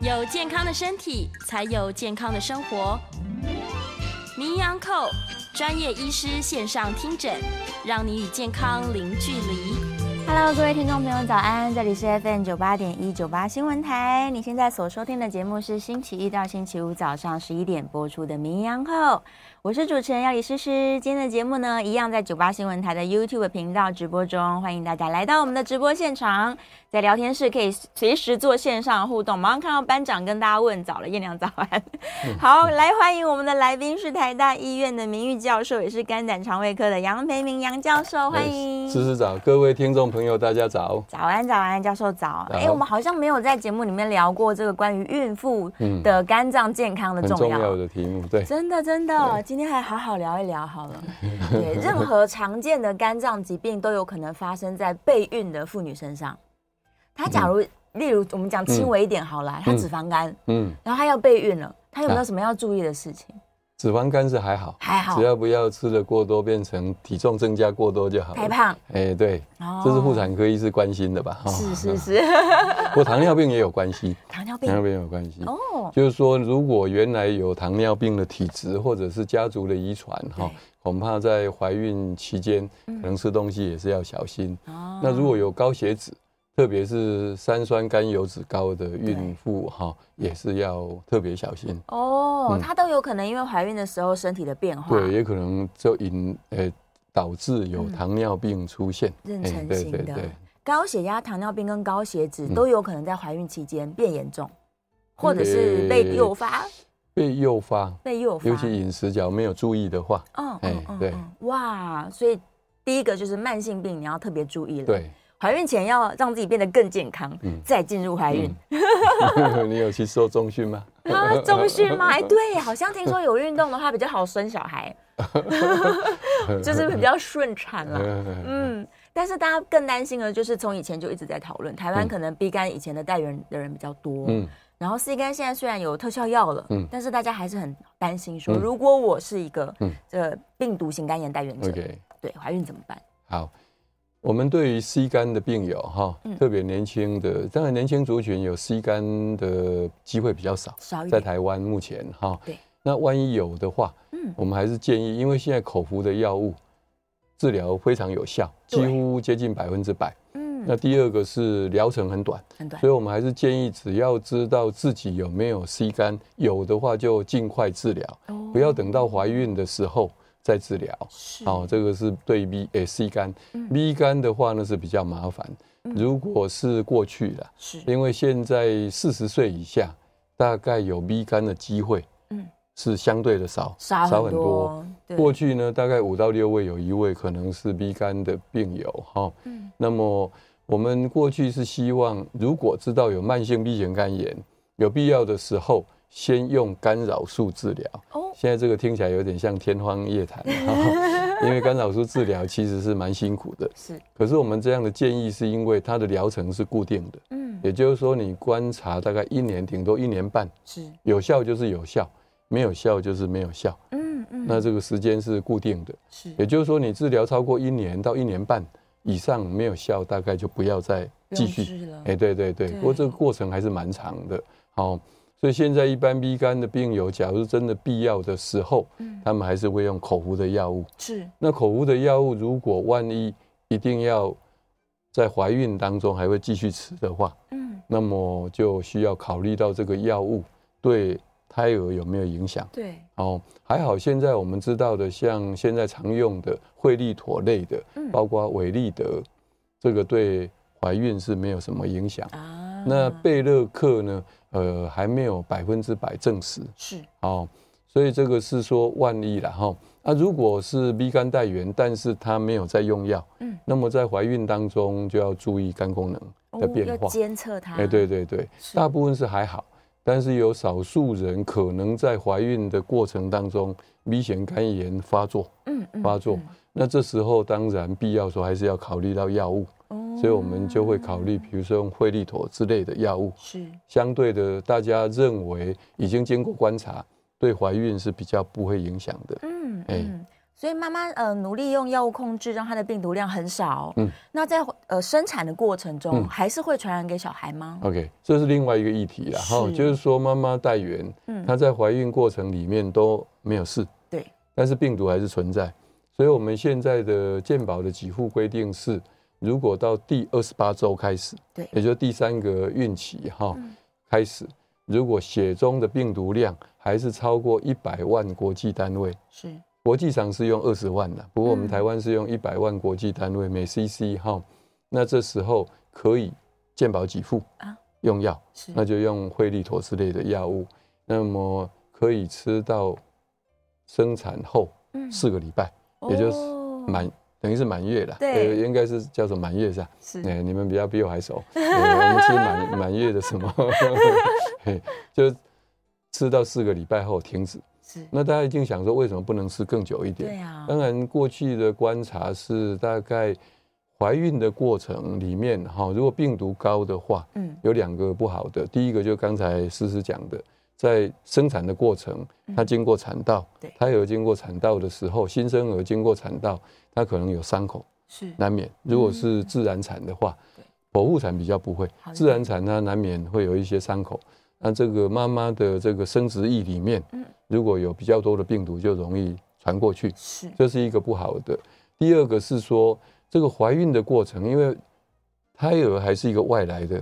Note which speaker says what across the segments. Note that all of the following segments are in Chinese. Speaker 1: 有健康的身体，才有健康的生活。名扬扣专业医师线上听诊，让你与健康零距离。
Speaker 2: Hello，各位听众朋友，早安！这里是 FM 九八点一九八新闻台。你现在所收听的节目是星期一到星期五早上十一点播出的《名扬后》，我是主持人要李诗诗。今天的节目呢，一样在九八新闻台的 YouTube 频道直播中，欢迎大家来到我们的直播现场，在聊天室可以随时做线上互动。马上看到班长跟大家问早了，燕良早安。好，来欢迎我们的来宾是台大医院的名誉教授，也是肝胆肠胃科的杨培明杨教授，欢迎。
Speaker 3: 思思早，各位听众朋友，大家早。
Speaker 2: 早安，早安，教授早。
Speaker 3: 早
Speaker 2: 哎、我们好像没有在节目里面聊过这个关于孕妇的肝脏健康的
Speaker 3: 嗯很
Speaker 2: 重
Speaker 3: 重
Speaker 2: 要。
Speaker 3: 要的题目，对，
Speaker 2: 真的，真的，今天还好好聊一聊 好了。对，任何常见的肝脏疾病都有可能发生在备孕的妇女身上。她假如，例如我们讲轻微一点好了，她脂肪肝，
Speaker 3: 嗯，
Speaker 2: 然后她要备孕了，她有没有
Speaker 3: 啊
Speaker 2: 什么要注意的事情？
Speaker 3: 脂肪肝是还好，
Speaker 2: 还好
Speaker 3: 啊只，要不要吃的过多，变成体重增加过多就好了。
Speaker 2: 太胖，
Speaker 3: 哎，对，
Speaker 2: 哦
Speaker 3: 这是妇产科医师关心的吧？哈
Speaker 2: 是是，
Speaker 3: 嗯
Speaker 2: 是，
Speaker 3: 不过糖尿病也有关系，
Speaker 2: 糖尿病
Speaker 3: 糖尿病有关系。
Speaker 2: 哦，
Speaker 3: 就是说，如果原来有糖尿病的体质，或者是家族的遗传哈
Speaker 2: 对，嗯
Speaker 3: 恐怕在怀孕期间可能吃东西也是要小心。
Speaker 2: 哦
Speaker 3: 那如果有高血脂，特别是三酸甘油脂高的孕妇哈，也是要特别小心。
Speaker 2: 哦，
Speaker 3: 嗯
Speaker 2: 她都有可能因为怀孕的时候身体的变化，
Speaker 3: 对，也可能就引呃导致有糖尿病出现，
Speaker 2: 嗯妊
Speaker 3: 哎
Speaker 2: 娠
Speaker 3: 对
Speaker 2: 型
Speaker 3: 对
Speaker 2: 的
Speaker 3: 对
Speaker 2: 高血压、糖尿病跟高血脂
Speaker 3: 嗯
Speaker 2: 都有可能在怀孕期间变严重，或者是被诱发、
Speaker 3: 被诱发，
Speaker 2: 被诱发。
Speaker 3: 尤其饮食角没有注意的话，
Speaker 2: 嗯
Speaker 3: 哎对，
Speaker 2: 哇！所以第一个就是慢性病，你要特别注意了。，
Speaker 3: 对，
Speaker 2: 怀孕前要让自己变得更健康，
Speaker 3: 嗯
Speaker 2: 再进入怀孕。
Speaker 3: 你有去受重训吗？
Speaker 2: 啊，中训 吗？哎，对，好像听说有运动的话比较好生小孩， 就是比较顺产啦。嗯，但是大家更担心的就是从以前就一直在讨论，台湾
Speaker 3: 嗯
Speaker 2: 可能 B 肝以前的代言的人比较多，
Speaker 3: 嗯，
Speaker 2: 然后 C 肝现在虽然有特效药了，
Speaker 3: 嗯
Speaker 2: 但是大家还是很担心说，
Speaker 3: 嗯
Speaker 2: 如果我是一个
Speaker 3: 嗯
Speaker 2: 这病毒型肝炎带源者，
Speaker 3: OK，
Speaker 2: 对怀孕怎么办？
Speaker 3: 好。我们对于 C 肝的病友哈
Speaker 2: 嗯，
Speaker 3: 特别年轻的，当然年轻族群有 C 肝的机会比较少，
Speaker 2: 少一
Speaker 3: 在
Speaker 2: 点，
Speaker 3: 台湾目前哈。
Speaker 2: 对。
Speaker 3: 那万一有的话，
Speaker 2: 嗯
Speaker 3: 我们还是建议，因为现在口服的药物治疗非常有效，
Speaker 2: 对
Speaker 3: 几乎接近百分之百。
Speaker 2: 嗯，
Speaker 3: 那第二个是疗程很短，
Speaker 2: 很短
Speaker 3: 所，以我们还是建议，只要知道自己有没有 C 肝，有的话就尽快治疗，不要等到怀孕的时候再治疗。
Speaker 2: 哦是嗯
Speaker 3: 哦，这个是对 B 诶 C 肝，B 肝的话呢是比较麻烦，如果是过去了，
Speaker 2: 是
Speaker 3: 因为现在四十岁以下，大概有 B 肝的机会，
Speaker 2: 嗯
Speaker 3: 嗯，是相对的少，
Speaker 2: 少很多，对
Speaker 3: 过去呢，大概五到六位有一位可能是 B 肝的病友哈、
Speaker 2: 嗯
Speaker 3: 那么我们过去是希望，如果知道有慢性 B 型肝炎，有必要的时候先用干扰素治疗。
Speaker 2: 哦
Speaker 3: 现在这个听起来有点像天方夜 谭，哈因为干扰素治疗其实是蛮辛苦的。
Speaker 2: 是
Speaker 3: 可是我们这样的建议是因为它的疗程是固定的，
Speaker 2: 嗯
Speaker 3: 也就是说你观察大概一年，顶多一年半，
Speaker 2: 是
Speaker 3: 有效就是有效，没有效就是没有效。
Speaker 2: 嗯嗯
Speaker 3: 那这个时间是固定的，
Speaker 2: 是
Speaker 3: 也就是说，你治疗超过一年到一年半以上没有效，大概就不要再
Speaker 2: 不
Speaker 3: 继
Speaker 2: 用
Speaker 3: 续。
Speaker 2: 吃了
Speaker 3: 哎，对对对，
Speaker 2: 对
Speaker 3: 不过这个过程还是蛮长的。好、所以现在一般 B 肝的病友，假如真的必要的时候，
Speaker 2: 嗯
Speaker 3: 他们还是会用口服的药物。
Speaker 2: 是
Speaker 3: 那口服的药物，如果万一一定要在怀孕当中还会继续吃的话，
Speaker 2: 嗯
Speaker 3: 那么就需要考虑到这个药物对胎儿有没有影响。
Speaker 2: 对
Speaker 3: 哦，还好，现在我们知道的，像现在常用的惠利妥类的，
Speaker 2: 嗯
Speaker 3: 包括伟利德，这个对怀孕是没有什么影响。
Speaker 2: 啊
Speaker 3: 那贝勒克呢？呃，还没有百分之百证实
Speaker 2: 是
Speaker 3: 哦，所以这个是说万一了哈。啊，如果是 B 肝带源，但是他没有在用药，
Speaker 2: 嗯
Speaker 3: 那么在怀孕当中就要注意肝功能的
Speaker 2: 哦
Speaker 3: 变
Speaker 2: 要
Speaker 3: 化。
Speaker 2: 监测它，
Speaker 3: 哎、对对对，
Speaker 2: 是
Speaker 3: 大部分是还好，但是有少数人可能在怀孕的过程当中，B 型肝炎发作，
Speaker 2: 嗯嗯
Speaker 3: 发作。那这时候当然必要说还是要考虑到药物，
Speaker 2: 嗯
Speaker 3: 所以我们就会考虑，比如说用惠利妥之类的药物。
Speaker 2: 是
Speaker 3: 相对的，大家认为已经经过观察，对怀孕是比较不会影响的。
Speaker 2: 嗯，
Speaker 3: 哎
Speaker 2: 嗯，所以妈妈呃努力用药物控制，让她的病毒量很少。
Speaker 3: 嗯，
Speaker 2: 那在呃生产的过程中，
Speaker 3: 嗯
Speaker 2: 还是会传染给小孩吗？
Speaker 3: OK，这是另外一个议题了哈，
Speaker 2: 是
Speaker 3: 就是说妈妈带源，
Speaker 2: 嗯，
Speaker 3: 她在怀孕过程里面都没有事，
Speaker 2: 对，
Speaker 3: 但是病毒还是存在，所以我们现在的健保的给付规定是，如果到第二十八周开始，
Speaker 2: 对
Speaker 3: 也就是第三个孕期哈、
Speaker 2: 嗯
Speaker 3: 开始，如果血中的病毒量还是超过一百万国际单位，
Speaker 2: 是
Speaker 3: 国际上是用二十万的，不过我们
Speaker 2: 嗯
Speaker 3: 台湾是用一百万国际单位每 CC 哈，那这时候可以健保给付
Speaker 2: 啊
Speaker 3: 用药，
Speaker 2: 是，
Speaker 3: 那就用惠利妥之类的药物，那么可以吃到生产后
Speaker 2: 嗯
Speaker 3: 四个礼拜，也就是
Speaker 2: 哦
Speaker 3: 满等于是满月了，呃
Speaker 2: 对嗯
Speaker 3: 应该是叫做满月是吧？
Speaker 2: 是
Speaker 3: 哎、你们比较比我 还熟，哎我们吃满满月的什么， 嘿就吃到四个礼拜后停止。
Speaker 2: 是，
Speaker 3: 那大家一定想说，为什么不能吃更久一点？
Speaker 2: 对啊，
Speaker 3: 当然，过去的观察是大概怀孕的过程里面哈，如果病毒高的话，
Speaker 2: 嗯
Speaker 3: 有两个不好的。第一个就刚才思思讲的，在生产的过程，它经过产道
Speaker 2: 嗯对，
Speaker 3: 胎儿经过产道的时候，新生儿经过产道，它可能有伤口，
Speaker 2: 是
Speaker 3: 难免。如果是自然产的话，剖腹产比较不会
Speaker 2: 好，一点
Speaker 3: 自然产它难免会有一些伤口。那这个妈妈的这个生殖液里面
Speaker 2: 嗯，
Speaker 3: 如果有比较多的病毒，就容易传过去。
Speaker 2: 是
Speaker 3: 这是一个不好的。第二个是说，这个怀孕的过程，因为胎儿还是一个外来的，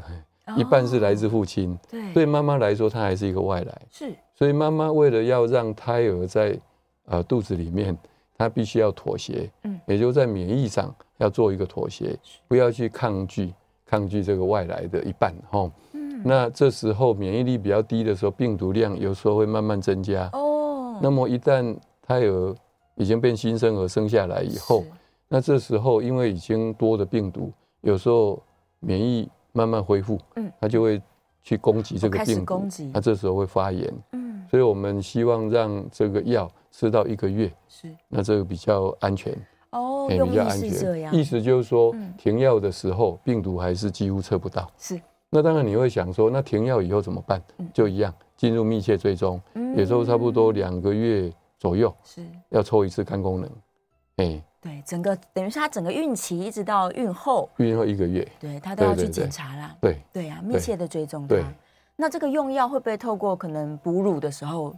Speaker 2: 哦
Speaker 3: 一半是来自父亲，
Speaker 2: 对
Speaker 3: 对妈妈来说，她还是一个外来。
Speaker 2: 是
Speaker 3: 所以妈妈为了要让胎儿在呃肚子里面，她必须要妥协，
Speaker 2: 嗯
Speaker 3: 也就在免疫上要做一个妥协，不要去抗拒抗拒这个外来的一半哈。
Speaker 2: 嗯
Speaker 3: 那这时候免疫力比较低的时候，病毒量有时候会慢慢增加。
Speaker 2: 哦
Speaker 3: 那么一旦胎儿已经变新生儿生下来以后
Speaker 2: 是，
Speaker 3: 那这时候因为已经多的病毒，有时候免疫慢慢恢复，
Speaker 2: 嗯
Speaker 3: 它就会去攻击这
Speaker 2: 哦
Speaker 3: 个
Speaker 2: 开始
Speaker 3: 病毒，啊
Speaker 2: 攻击
Speaker 3: 那这时候会发炎，
Speaker 2: 嗯
Speaker 3: 所以我们希望让这个药吃到一个月，
Speaker 2: 是
Speaker 3: 那这个比较安全，
Speaker 2: 哦，
Speaker 3: 哎
Speaker 2: 用意是这样，
Speaker 3: 意思就是说
Speaker 2: 嗯，
Speaker 3: 停药的时候病毒还是几乎测不到。
Speaker 2: 是
Speaker 3: 那当然你会想说，那停药以后怎么办
Speaker 2: 嗯？
Speaker 3: 就一样，进入密切追踪，
Speaker 2: 嗯
Speaker 3: 有时候差不多两个月左右。
Speaker 2: 是
Speaker 3: 要抽一次肝功能，哎、
Speaker 2: 对整个等于是她整个孕期一直到孕后，
Speaker 3: 孕后一个月，
Speaker 2: 对她都要
Speaker 3: 对
Speaker 2: 去
Speaker 3: 对对
Speaker 2: 检查啦，
Speaker 3: 对，
Speaker 2: 对呀、密
Speaker 3: 对
Speaker 2: 切的追踪
Speaker 3: 对
Speaker 2: 它。那这个用药会不会透过可能哺乳的时候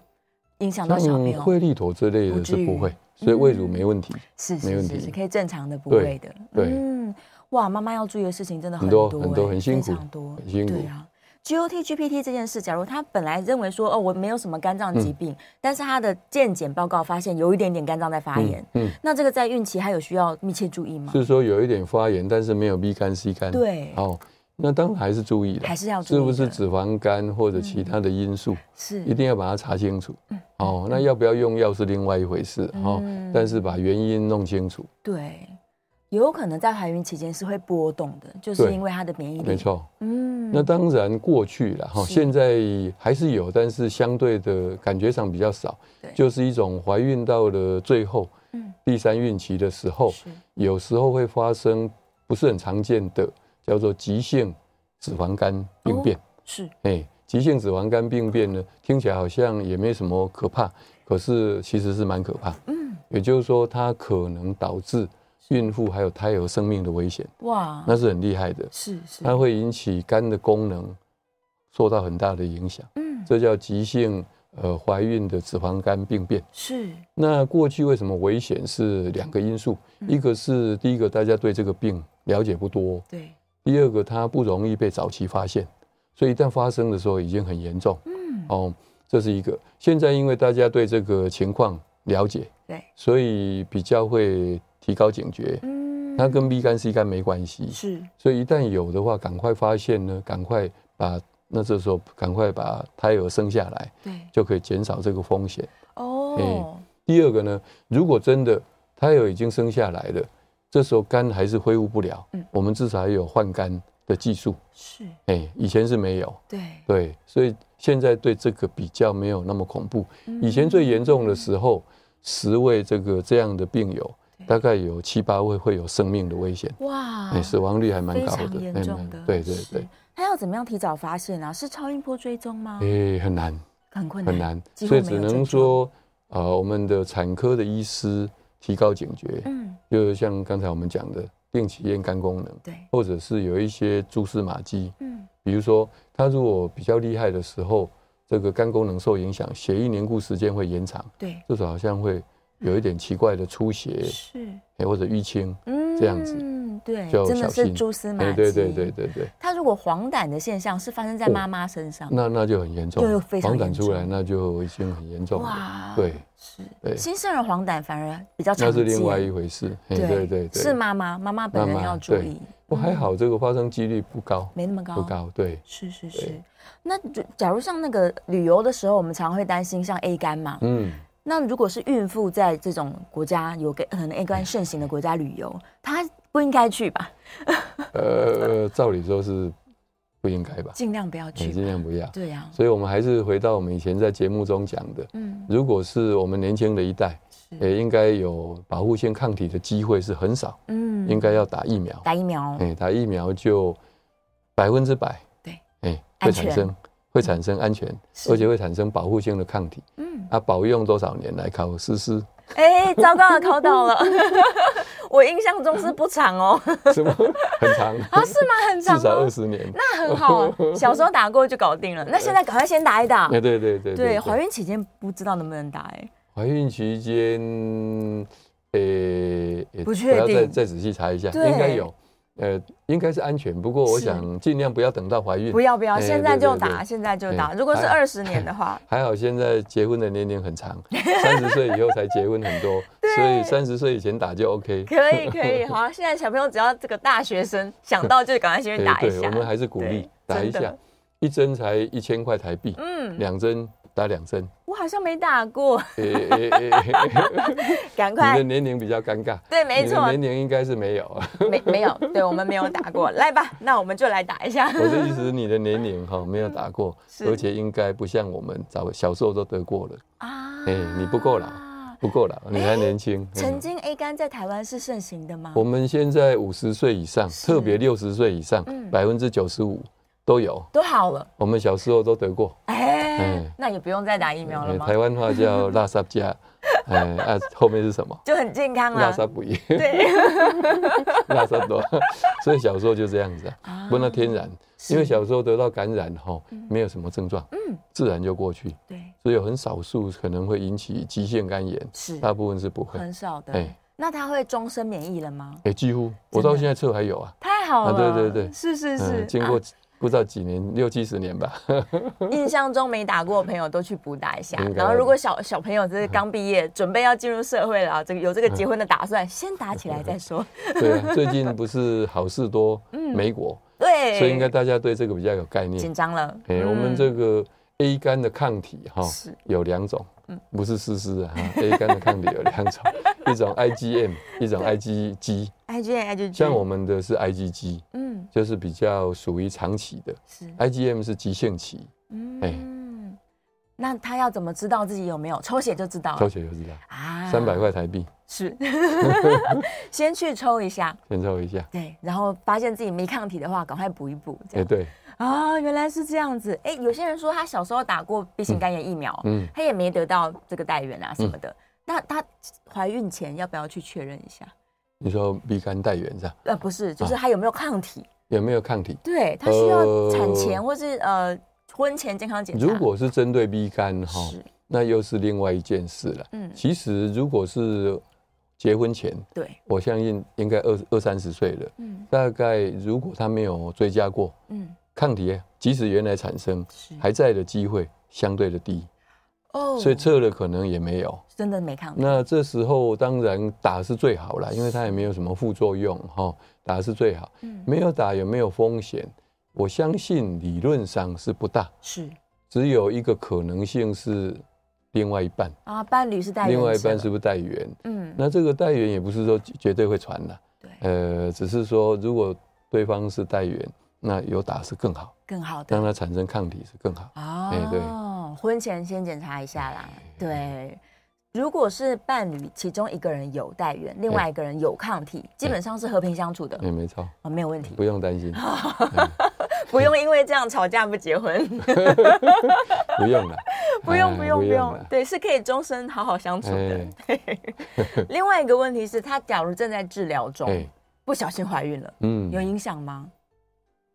Speaker 2: 影响到小朋友？
Speaker 3: 惠利妥之类
Speaker 2: 不
Speaker 3: 的
Speaker 2: 至
Speaker 3: 是
Speaker 2: 于
Speaker 3: 不会，所以喂乳没问题，
Speaker 2: 是
Speaker 3: 没
Speaker 2: 是
Speaker 3: 问
Speaker 2: 是
Speaker 3: 题
Speaker 2: 是，可以正常的部
Speaker 3: 对
Speaker 2: 位的。
Speaker 3: 对
Speaker 2: 嗯，哇，妈妈要注意的事情真的
Speaker 3: 很
Speaker 2: 多
Speaker 3: 多
Speaker 2: 欸，
Speaker 3: 很多很辛苦
Speaker 2: 非常多，
Speaker 3: 很辛苦
Speaker 2: 对啊。GOT、GPT 这件事，假如他本来认为说哦，我没有什么肝
Speaker 3: 嗯
Speaker 2: 脏疾病，但是他的健检报告发现有一点点肝脏在发炎，
Speaker 3: 嗯，
Speaker 2: 那这个在孕期还有需要密切注意吗？
Speaker 3: 是说有一点发炎，但是没有 B 肝 C 肝，，
Speaker 2: 对，
Speaker 3: 哦，那当然还是注意的，
Speaker 2: 还是要注意
Speaker 3: 是
Speaker 2: 的嗯
Speaker 3: 不是脂肪肝或者其他的因素，一
Speaker 2: 是
Speaker 3: 定要把它查清楚，哦，那要不要用药是另外一回事，哦，
Speaker 2: 嗯
Speaker 3: 但是把原因弄清楚，
Speaker 2: 对，有可能在怀孕期间是会波动的，就是
Speaker 3: 对
Speaker 2: 因为他的免疫力，
Speaker 3: 没，错。
Speaker 2: 嗯，
Speaker 3: 那当然过去了哈，
Speaker 2: 是
Speaker 3: 现在还是有，但是相对的感觉上比较少
Speaker 2: 对，
Speaker 3: 就是一种怀孕到了最后，
Speaker 2: 嗯
Speaker 3: 第三孕期的时候，
Speaker 2: 是
Speaker 3: 有时候会发生不是很常见的叫做急性脂肪肝病变。
Speaker 2: 是
Speaker 3: 哎、急性脂肪肝病变呢，听起来好像也没什么可怕，可是其实是蛮可怕。
Speaker 2: 嗯，
Speaker 3: 也就是说，它可能导致孕妇还有胎儿生命的危险，
Speaker 2: 哇，
Speaker 3: 那是很厉害的。
Speaker 2: 哦是是，
Speaker 3: 它会引起肝的功能受到很大的影响，
Speaker 2: 嗯
Speaker 3: 这叫急性呃怀孕的脂肪肝病变。
Speaker 2: 是
Speaker 3: 那过去为什么危险是两个因素，
Speaker 2: 嗯
Speaker 3: 一个是第一个大家对这个病了解不多，
Speaker 2: 对，
Speaker 3: 第二个它不容易被早期发现，所以一旦发生的时候已经很严重。
Speaker 2: 嗯
Speaker 3: 哦，这是一个。现在因为大家对这个情况了解，
Speaker 2: 对，
Speaker 3: 所以比较会提高警觉。
Speaker 2: 嗯
Speaker 3: 它跟 B 肝 C 肝没关系，
Speaker 2: 是
Speaker 3: 所以一旦有的话，赶快发现呢，赶快把那这时候赶快把胎儿生下来，
Speaker 2: 对
Speaker 3: 就可以减少这个风险。
Speaker 2: 哦
Speaker 3: 哎，第二个呢，如果真的胎儿已经生下来了，这时候肝还是恢复不了，
Speaker 2: 嗯
Speaker 3: 我们至少还有换肝的技术，
Speaker 2: 是
Speaker 3: 哎、以前是没有，
Speaker 2: 对，
Speaker 3: 对，所以现在对这个比较没有那么恐怖。
Speaker 2: 嗯
Speaker 3: 以前最严重的时候，十位这个这样的病友，大概有七八位会有生命的危险，
Speaker 2: 哇
Speaker 3: 哎、，死亡率还蛮
Speaker 2: 啊非
Speaker 3: 高的，
Speaker 2: 常严
Speaker 3: 哎
Speaker 2: 重
Speaker 3: 蛮
Speaker 2: 的，
Speaker 3: 对对
Speaker 2: 是
Speaker 3: 对，。
Speaker 2: 他要怎么样提早发现啊？是超音波追踪吗？
Speaker 3: 哎、很难。
Speaker 2: 很困难，
Speaker 3: 很难，
Speaker 2: 几乎
Speaker 3: 所以
Speaker 2: 没
Speaker 3: 只
Speaker 2: 有
Speaker 3: 能
Speaker 2: 症状
Speaker 3: 说，呃，我们的产科的医师提高警觉，
Speaker 2: 嗯，
Speaker 3: 就是像刚才我们讲的，定期验肝功能，
Speaker 2: 对，
Speaker 3: 或者是有一些蛛丝马迹，
Speaker 2: 嗯，
Speaker 3: 比如说他如果比较厉害的时候，这个肝功能受影响，血液凝固时间会延长，
Speaker 2: 对，
Speaker 3: 这种好像会有一点奇怪的出血，
Speaker 2: 是，
Speaker 3: 哎或者淤青，
Speaker 2: 嗯
Speaker 3: 这样子
Speaker 2: 嗯，对，
Speaker 3: 就要
Speaker 2: 真的
Speaker 3: 小
Speaker 2: 是
Speaker 3: 心
Speaker 2: 蛛丝马
Speaker 3: 哎，
Speaker 2: 迹。
Speaker 3: 对对对。对对，
Speaker 2: 它如果黄疸的现象是发生在
Speaker 3: 哦
Speaker 2: 妈妈身上，
Speaker 3: 那那就很严重
Speaker 2: 对
Speaker 3: 了，
Speaker 2: 非常
Speaker 3: 黄
Speaker 2: 严
Speaker 3: 疸出来
Speaker 2: 重
Speaker 3: 那就已经很严重了，
Speaker 2: 哇，
Speaker 3: 对，
Speaker 2: 是，
Speaker 3: 对
Speaker 2: 新生儿黄疸反而比较常
Speaker 3: 那
Speaker 2: 见，
Speaker 3: 是另外一回事，哎对对对，
Speaker 2: 是妈妈，妈妈本人
Speaker 3: 妈妈
Speaker 2: 要注意，
Speaker 3: 不过还好，这个发生几率不高，
Speaker 2: 没那么高，
Speaker 3: 不高，对，
Speaker 2: 是是
Speaker 3: 对
Speaker 2: 是。那就假如像那个旅游的时候，我们常会担心像 A 肝嘛，
Speaker 3: 嗯，
Speaker 2: 那如果是孕妇在这种国家有给可能 A 肝盛行的国家旅游，她不应该去吧？
Speaker 3: 呃，照理说是不应该吧，
Speaker 2: 尽量不要
Speaker 3: 哎
Speaker 2: 去吧。
Speaker 3: 尽量不要。
Speaker 2: 对呀、
Speaker 3: 所以我们还是回到我们以前在节目中讲的，
Speaker 2: 嗯，
Speaker 3: 如果是我们年轻的一代，
Speaker 2: 是，
Speaker 3: 也应该有保护性抗体的机会是很少，
Speaker 2: 嗯
Speaker 3: 应该要打疫苗。
Speaker 2: 打疫苗，
Speaker 3: 哎，打疫苗就百分之百，
Speaker 2: 对，
Speaker 3: 哎，
Speaker 2: 安
Speaker 3: 会
Speaker 2: 全
Speaker 3: 产生会产生安全，
Speaker 2: 是
Speaker 3: 而且会产生保护性的抗体。
Speaker 2: 嗯，
Speaker 3: 啊，保用多少年来考试试？
Speaker 2: 哎、糟糕了，考倒 了，我印象中是不长哦，
Speaker 3: 什么很长？
Speaker 2: 啊，是吗？很
Speaker 3: 至
Speaker 2: 长
Speaker 3: 少
Speaker 2: 吗
Speaker 3: 二？十年。
Speaker 2: 那很好，啊 小时候打过就搞定了，那现在赶快先打一打。
Speaker 3: 哎，对对对
Speaker 2: 对，怀孕期间不知道能不能打、哎，
Speaker 3: 怀孕期间，呃、呃
Speaker 2: 不确定
Speaker 3: 我要再再仔细查一下，
Speaker 2: 对
Speaker 3: 应该有，呃，应该是安全。不过我
Speaker 2: 是
Speaker 3: 想尽量不要等到怀孕，
Speaker 2: 不要不要，
Speaker 3: 哎
Speaker 2: 现在就打，
Speaker 3: 对对对
Speaker 2: 现在就打。
Speaker 3: 哎
Speaker 2: 如果是
Speaker 3: 还
Speaker 2: 二十年的 话，
Speaker 3: 还好现在结婚的年龄 很长，三十岁以后才结婚很多，
Speaker 2: 对
Speaker 3: 所以三十岁以前打就 OK。
Speaker 2: 可以可以，好，现在小朋友只要这个大学生想到就赶快先去
Speaker 3: 对
Speaker 2: 打一
Speaker 3: 对，
Speaker 2: 下
Speaker 3: 我。们还是鼓励
Speaker 2: 对
Speaker 3: 打一
Speaker 2: 真
Speaker 3: 下
Speaker 2: 的，
Speaker 3: 一针才一千块台币，
Speaker 2: 嗯，
Speaker 3: 两针打两针。
Speaker 2: 我好像没打过，
Speaker 3: 呃呃 呃
Speaker 2: 赶
Speaker 3: 你的
Speaker 2: 快。
Speaker 3: 年龄比较尴尬，
Speaker 2: 对，没
Speaker 3: 你的
Speaker 2: 错，
Speaker 3: 年龄应该是没有。
Speaker 2: 没没 有，对我们没有打过。来吧，那我们就来打一下。
Speaker 3: 我的意思是，你的年龄哈没有打过，
Speaker 2: 嗯是
Speaker 3: 而且应该不像我们早小时候都得过了，
Speaker 2: 啊
Speaker 3: 哎你不够老不够了，你
Speaker 2: 哎
Speaker 3: 还年轻。
Speaker 2: 曾
Speaker 3: 嗯
Speaker 2: 经 A 肝在台湾是盛行的吗？
Speaker 3: 我们现在五十岁以上，
Speaker 2: 是
Speaker 3: 特别六十岁以上
Speaker 2: 嗯，
Speaker 3: 百分之九十五都有。
Speaker 2: 都好了，
Speaker 3: 我们小时候都得过，
Speaker 2: 哎
Speaker 3: 哎，
Speaker 2: 那也不用再打疫苗了
Speaker 3: 哎
Speaker 2: 吗？
Speaker 3: 台湾 话叫拉萨加，哎啊，后面是什么？
Speaker 2: 就很健康
Speaker 3: 拉
Speaker 2: 啦。
Speaker 3: 萨不一，
Speaker 2: 对，
Speaker 3: 拉萨多， 所以小时候就这样子
Speaker 2: 啊
Speaker 3: 啊，不那天然，因为小时候得到感染后没有什么症状，
Speaker 2: 嗯，
Speaker 3: 自然就过去，
Speaker 2: 对，
Speaker 3: 只有很少数可能会引起急性肝炎，
Speaker 2: 是
Speaker 3: 大部分是不会。
Speaker 2: 很少的
Speaker 3: 哎。
Speaker 2: 那他会终身免疫了吗？
Speaker 3: 哎、几乎
Speaker 2: 真
Speaker 3: 我
Speaker 2: 的
Speaker 3: 到现在测还有啊，
Speaker 2: 太好
Speaker 3: 啊
Speaker 2: 了，
Speaker 3: 对对对
Speaker 2: 是是是，
Speaker 3: 嗯，经过不知道几年，六七十 年吧，
Speaker 2: 啊印象中没打过的朋友都去补打一下
Speaker 3: 应。该
Speaker 2: 然后如果小小朋友就是刚毕业，准备要进入社会了，这个有这个
Speaker 3: 嗯
Speaker 2: 结婚的打算，先打起来再说。
Speaker 3: 对啊，最近不是好事多，美国，
Speaker 2: 嗯对，
Speaker 3: 所以应该大家对这个比较有概
Speaker 2: 紧
Speaker 3: 念。
Speaker 2: 张了。嗯
Speaker 3: 哎、我们这个 A 肝的抗体哈、
Speaker 2: 是嗯
Speaker 3: 有两种，不是丝丝啊哈，A 肝的抗体有 两种，一种 IgM，一种 IgG，
Speaker 2: IgA IgG，
Speaker 3: 像我们的是 IgG，
Speaker 2: 嗯
Speaker 3: 就是比较属于长期的
Speaker 2: 是
Speaker 3: ，IgM 是急性期，哎
Speaker 2: 嗯，那他要怎么知道自己有没有抽血就知道
Speaker 3: 抽
Speaker 2: 了
Speaker 3: 血就知道，
Speaker 2: 啊
Speaker 3: 三百块台币，
Speaker 2: 是，先去抽一下。
Speaker 3: 先抽一下。
Speaker 2: 对，然后发现自己没抗体的话，赶快补一补。这
Speaker 3: 哎、
Speaker 2: 样
Speaker 3: 对，
Speaker 2: 啊，原来是这样子。哎，有些人说他小时候打过 B 型肝炎疫苗，
Speaker 3: 嗯。
Speaker 2: 她也没得到这个代源啊什么的。那她怀孕前要不要去确认一下？
Speaker 3: 你说 B 肝带源是吧？
Speaker 2: 呃，不是，就是她有没有抗体？
Speaker 3: 有没有抗体？
Speaker 2: 对，她需要
Speaker 3: 呃
Speaker 2: 产前或是呃婚前健康检查。
Speaker 3: 如果哦是针对 B 肝哈，
Speaker 2: 是
Speaker 3: 那又是另外一件事了。
Speaker 2: 嗯
Speaker 3: 其实如果是结婚前，
Speaker 2: 对，
Speaker 3: 我相信应该二二三十岁了，
Speaker 2: 嗯
Speaker 3: 大概如果他没有追加过
Speaker 2: 嗯
Speaker 3: 抗体，即使原来产生
Speaker 2: 是
Speaker 3: 还在的机会相对的低，
Speaker 2: 哦
Speaker 3: 所以测了可能也没有。
Speaker 2: 真的没抗体。
Speaker 3: 那这时候当然打是最好啦，因为它也没有什么副作用哈，打是最好。
Speaker 2: 嗯，
Speaker 3: 没有打有没有风险？我相信理论上是不大。
Speaker 2: 是
Speaker 3: 只有一个可能性是另外一半，
Speaker 2: 啊，伴侣是代源
Speaker 3: 另外一
Speaker 2: 者
Speaker 3: 半是不是带源？
Speaker 2: 嗯
Speaker 3: 那这个带源也不是说绝对会传的，
Speaker 2: 对
Speaker 3: 呃，只是说如果对方是带源，那有打是更好，
Speaker 2: 更好的
Speaker 3: 让它产生抗体是更好。
Speaker 2: 哦，
Speaker 3: 哎对哎
Speaker 2: 婚前先检查一下啦。对，如果是伴侣其中一个人有带源，另外一个人有抗体，基本上是和平相处的
Speaker 3: 哎、，没错，
Speaker 2: 哦，没有问题，
Speaker 3: 不用 担心，
Speaker 2: 不用因为这样吵架不结婚。
Speaker 3: 不用了，
Speaker 2: 不用不用
Speaker 3: 哎不
Speaker 2: 不
Speaker 3: 用
Speaker 2: 用
Speaker 3: 了，
Speaker 2: 对，是可以终身好好相处的
Speaker 3: 哎。
Speaker 2: 对。另外一个问题是，她假如正在治疗中
Speaker 3: 哎，，
Speaker 2: 不小心怀孕了，
Speaker 3: 嗯
Speaker 2: 有影响吗？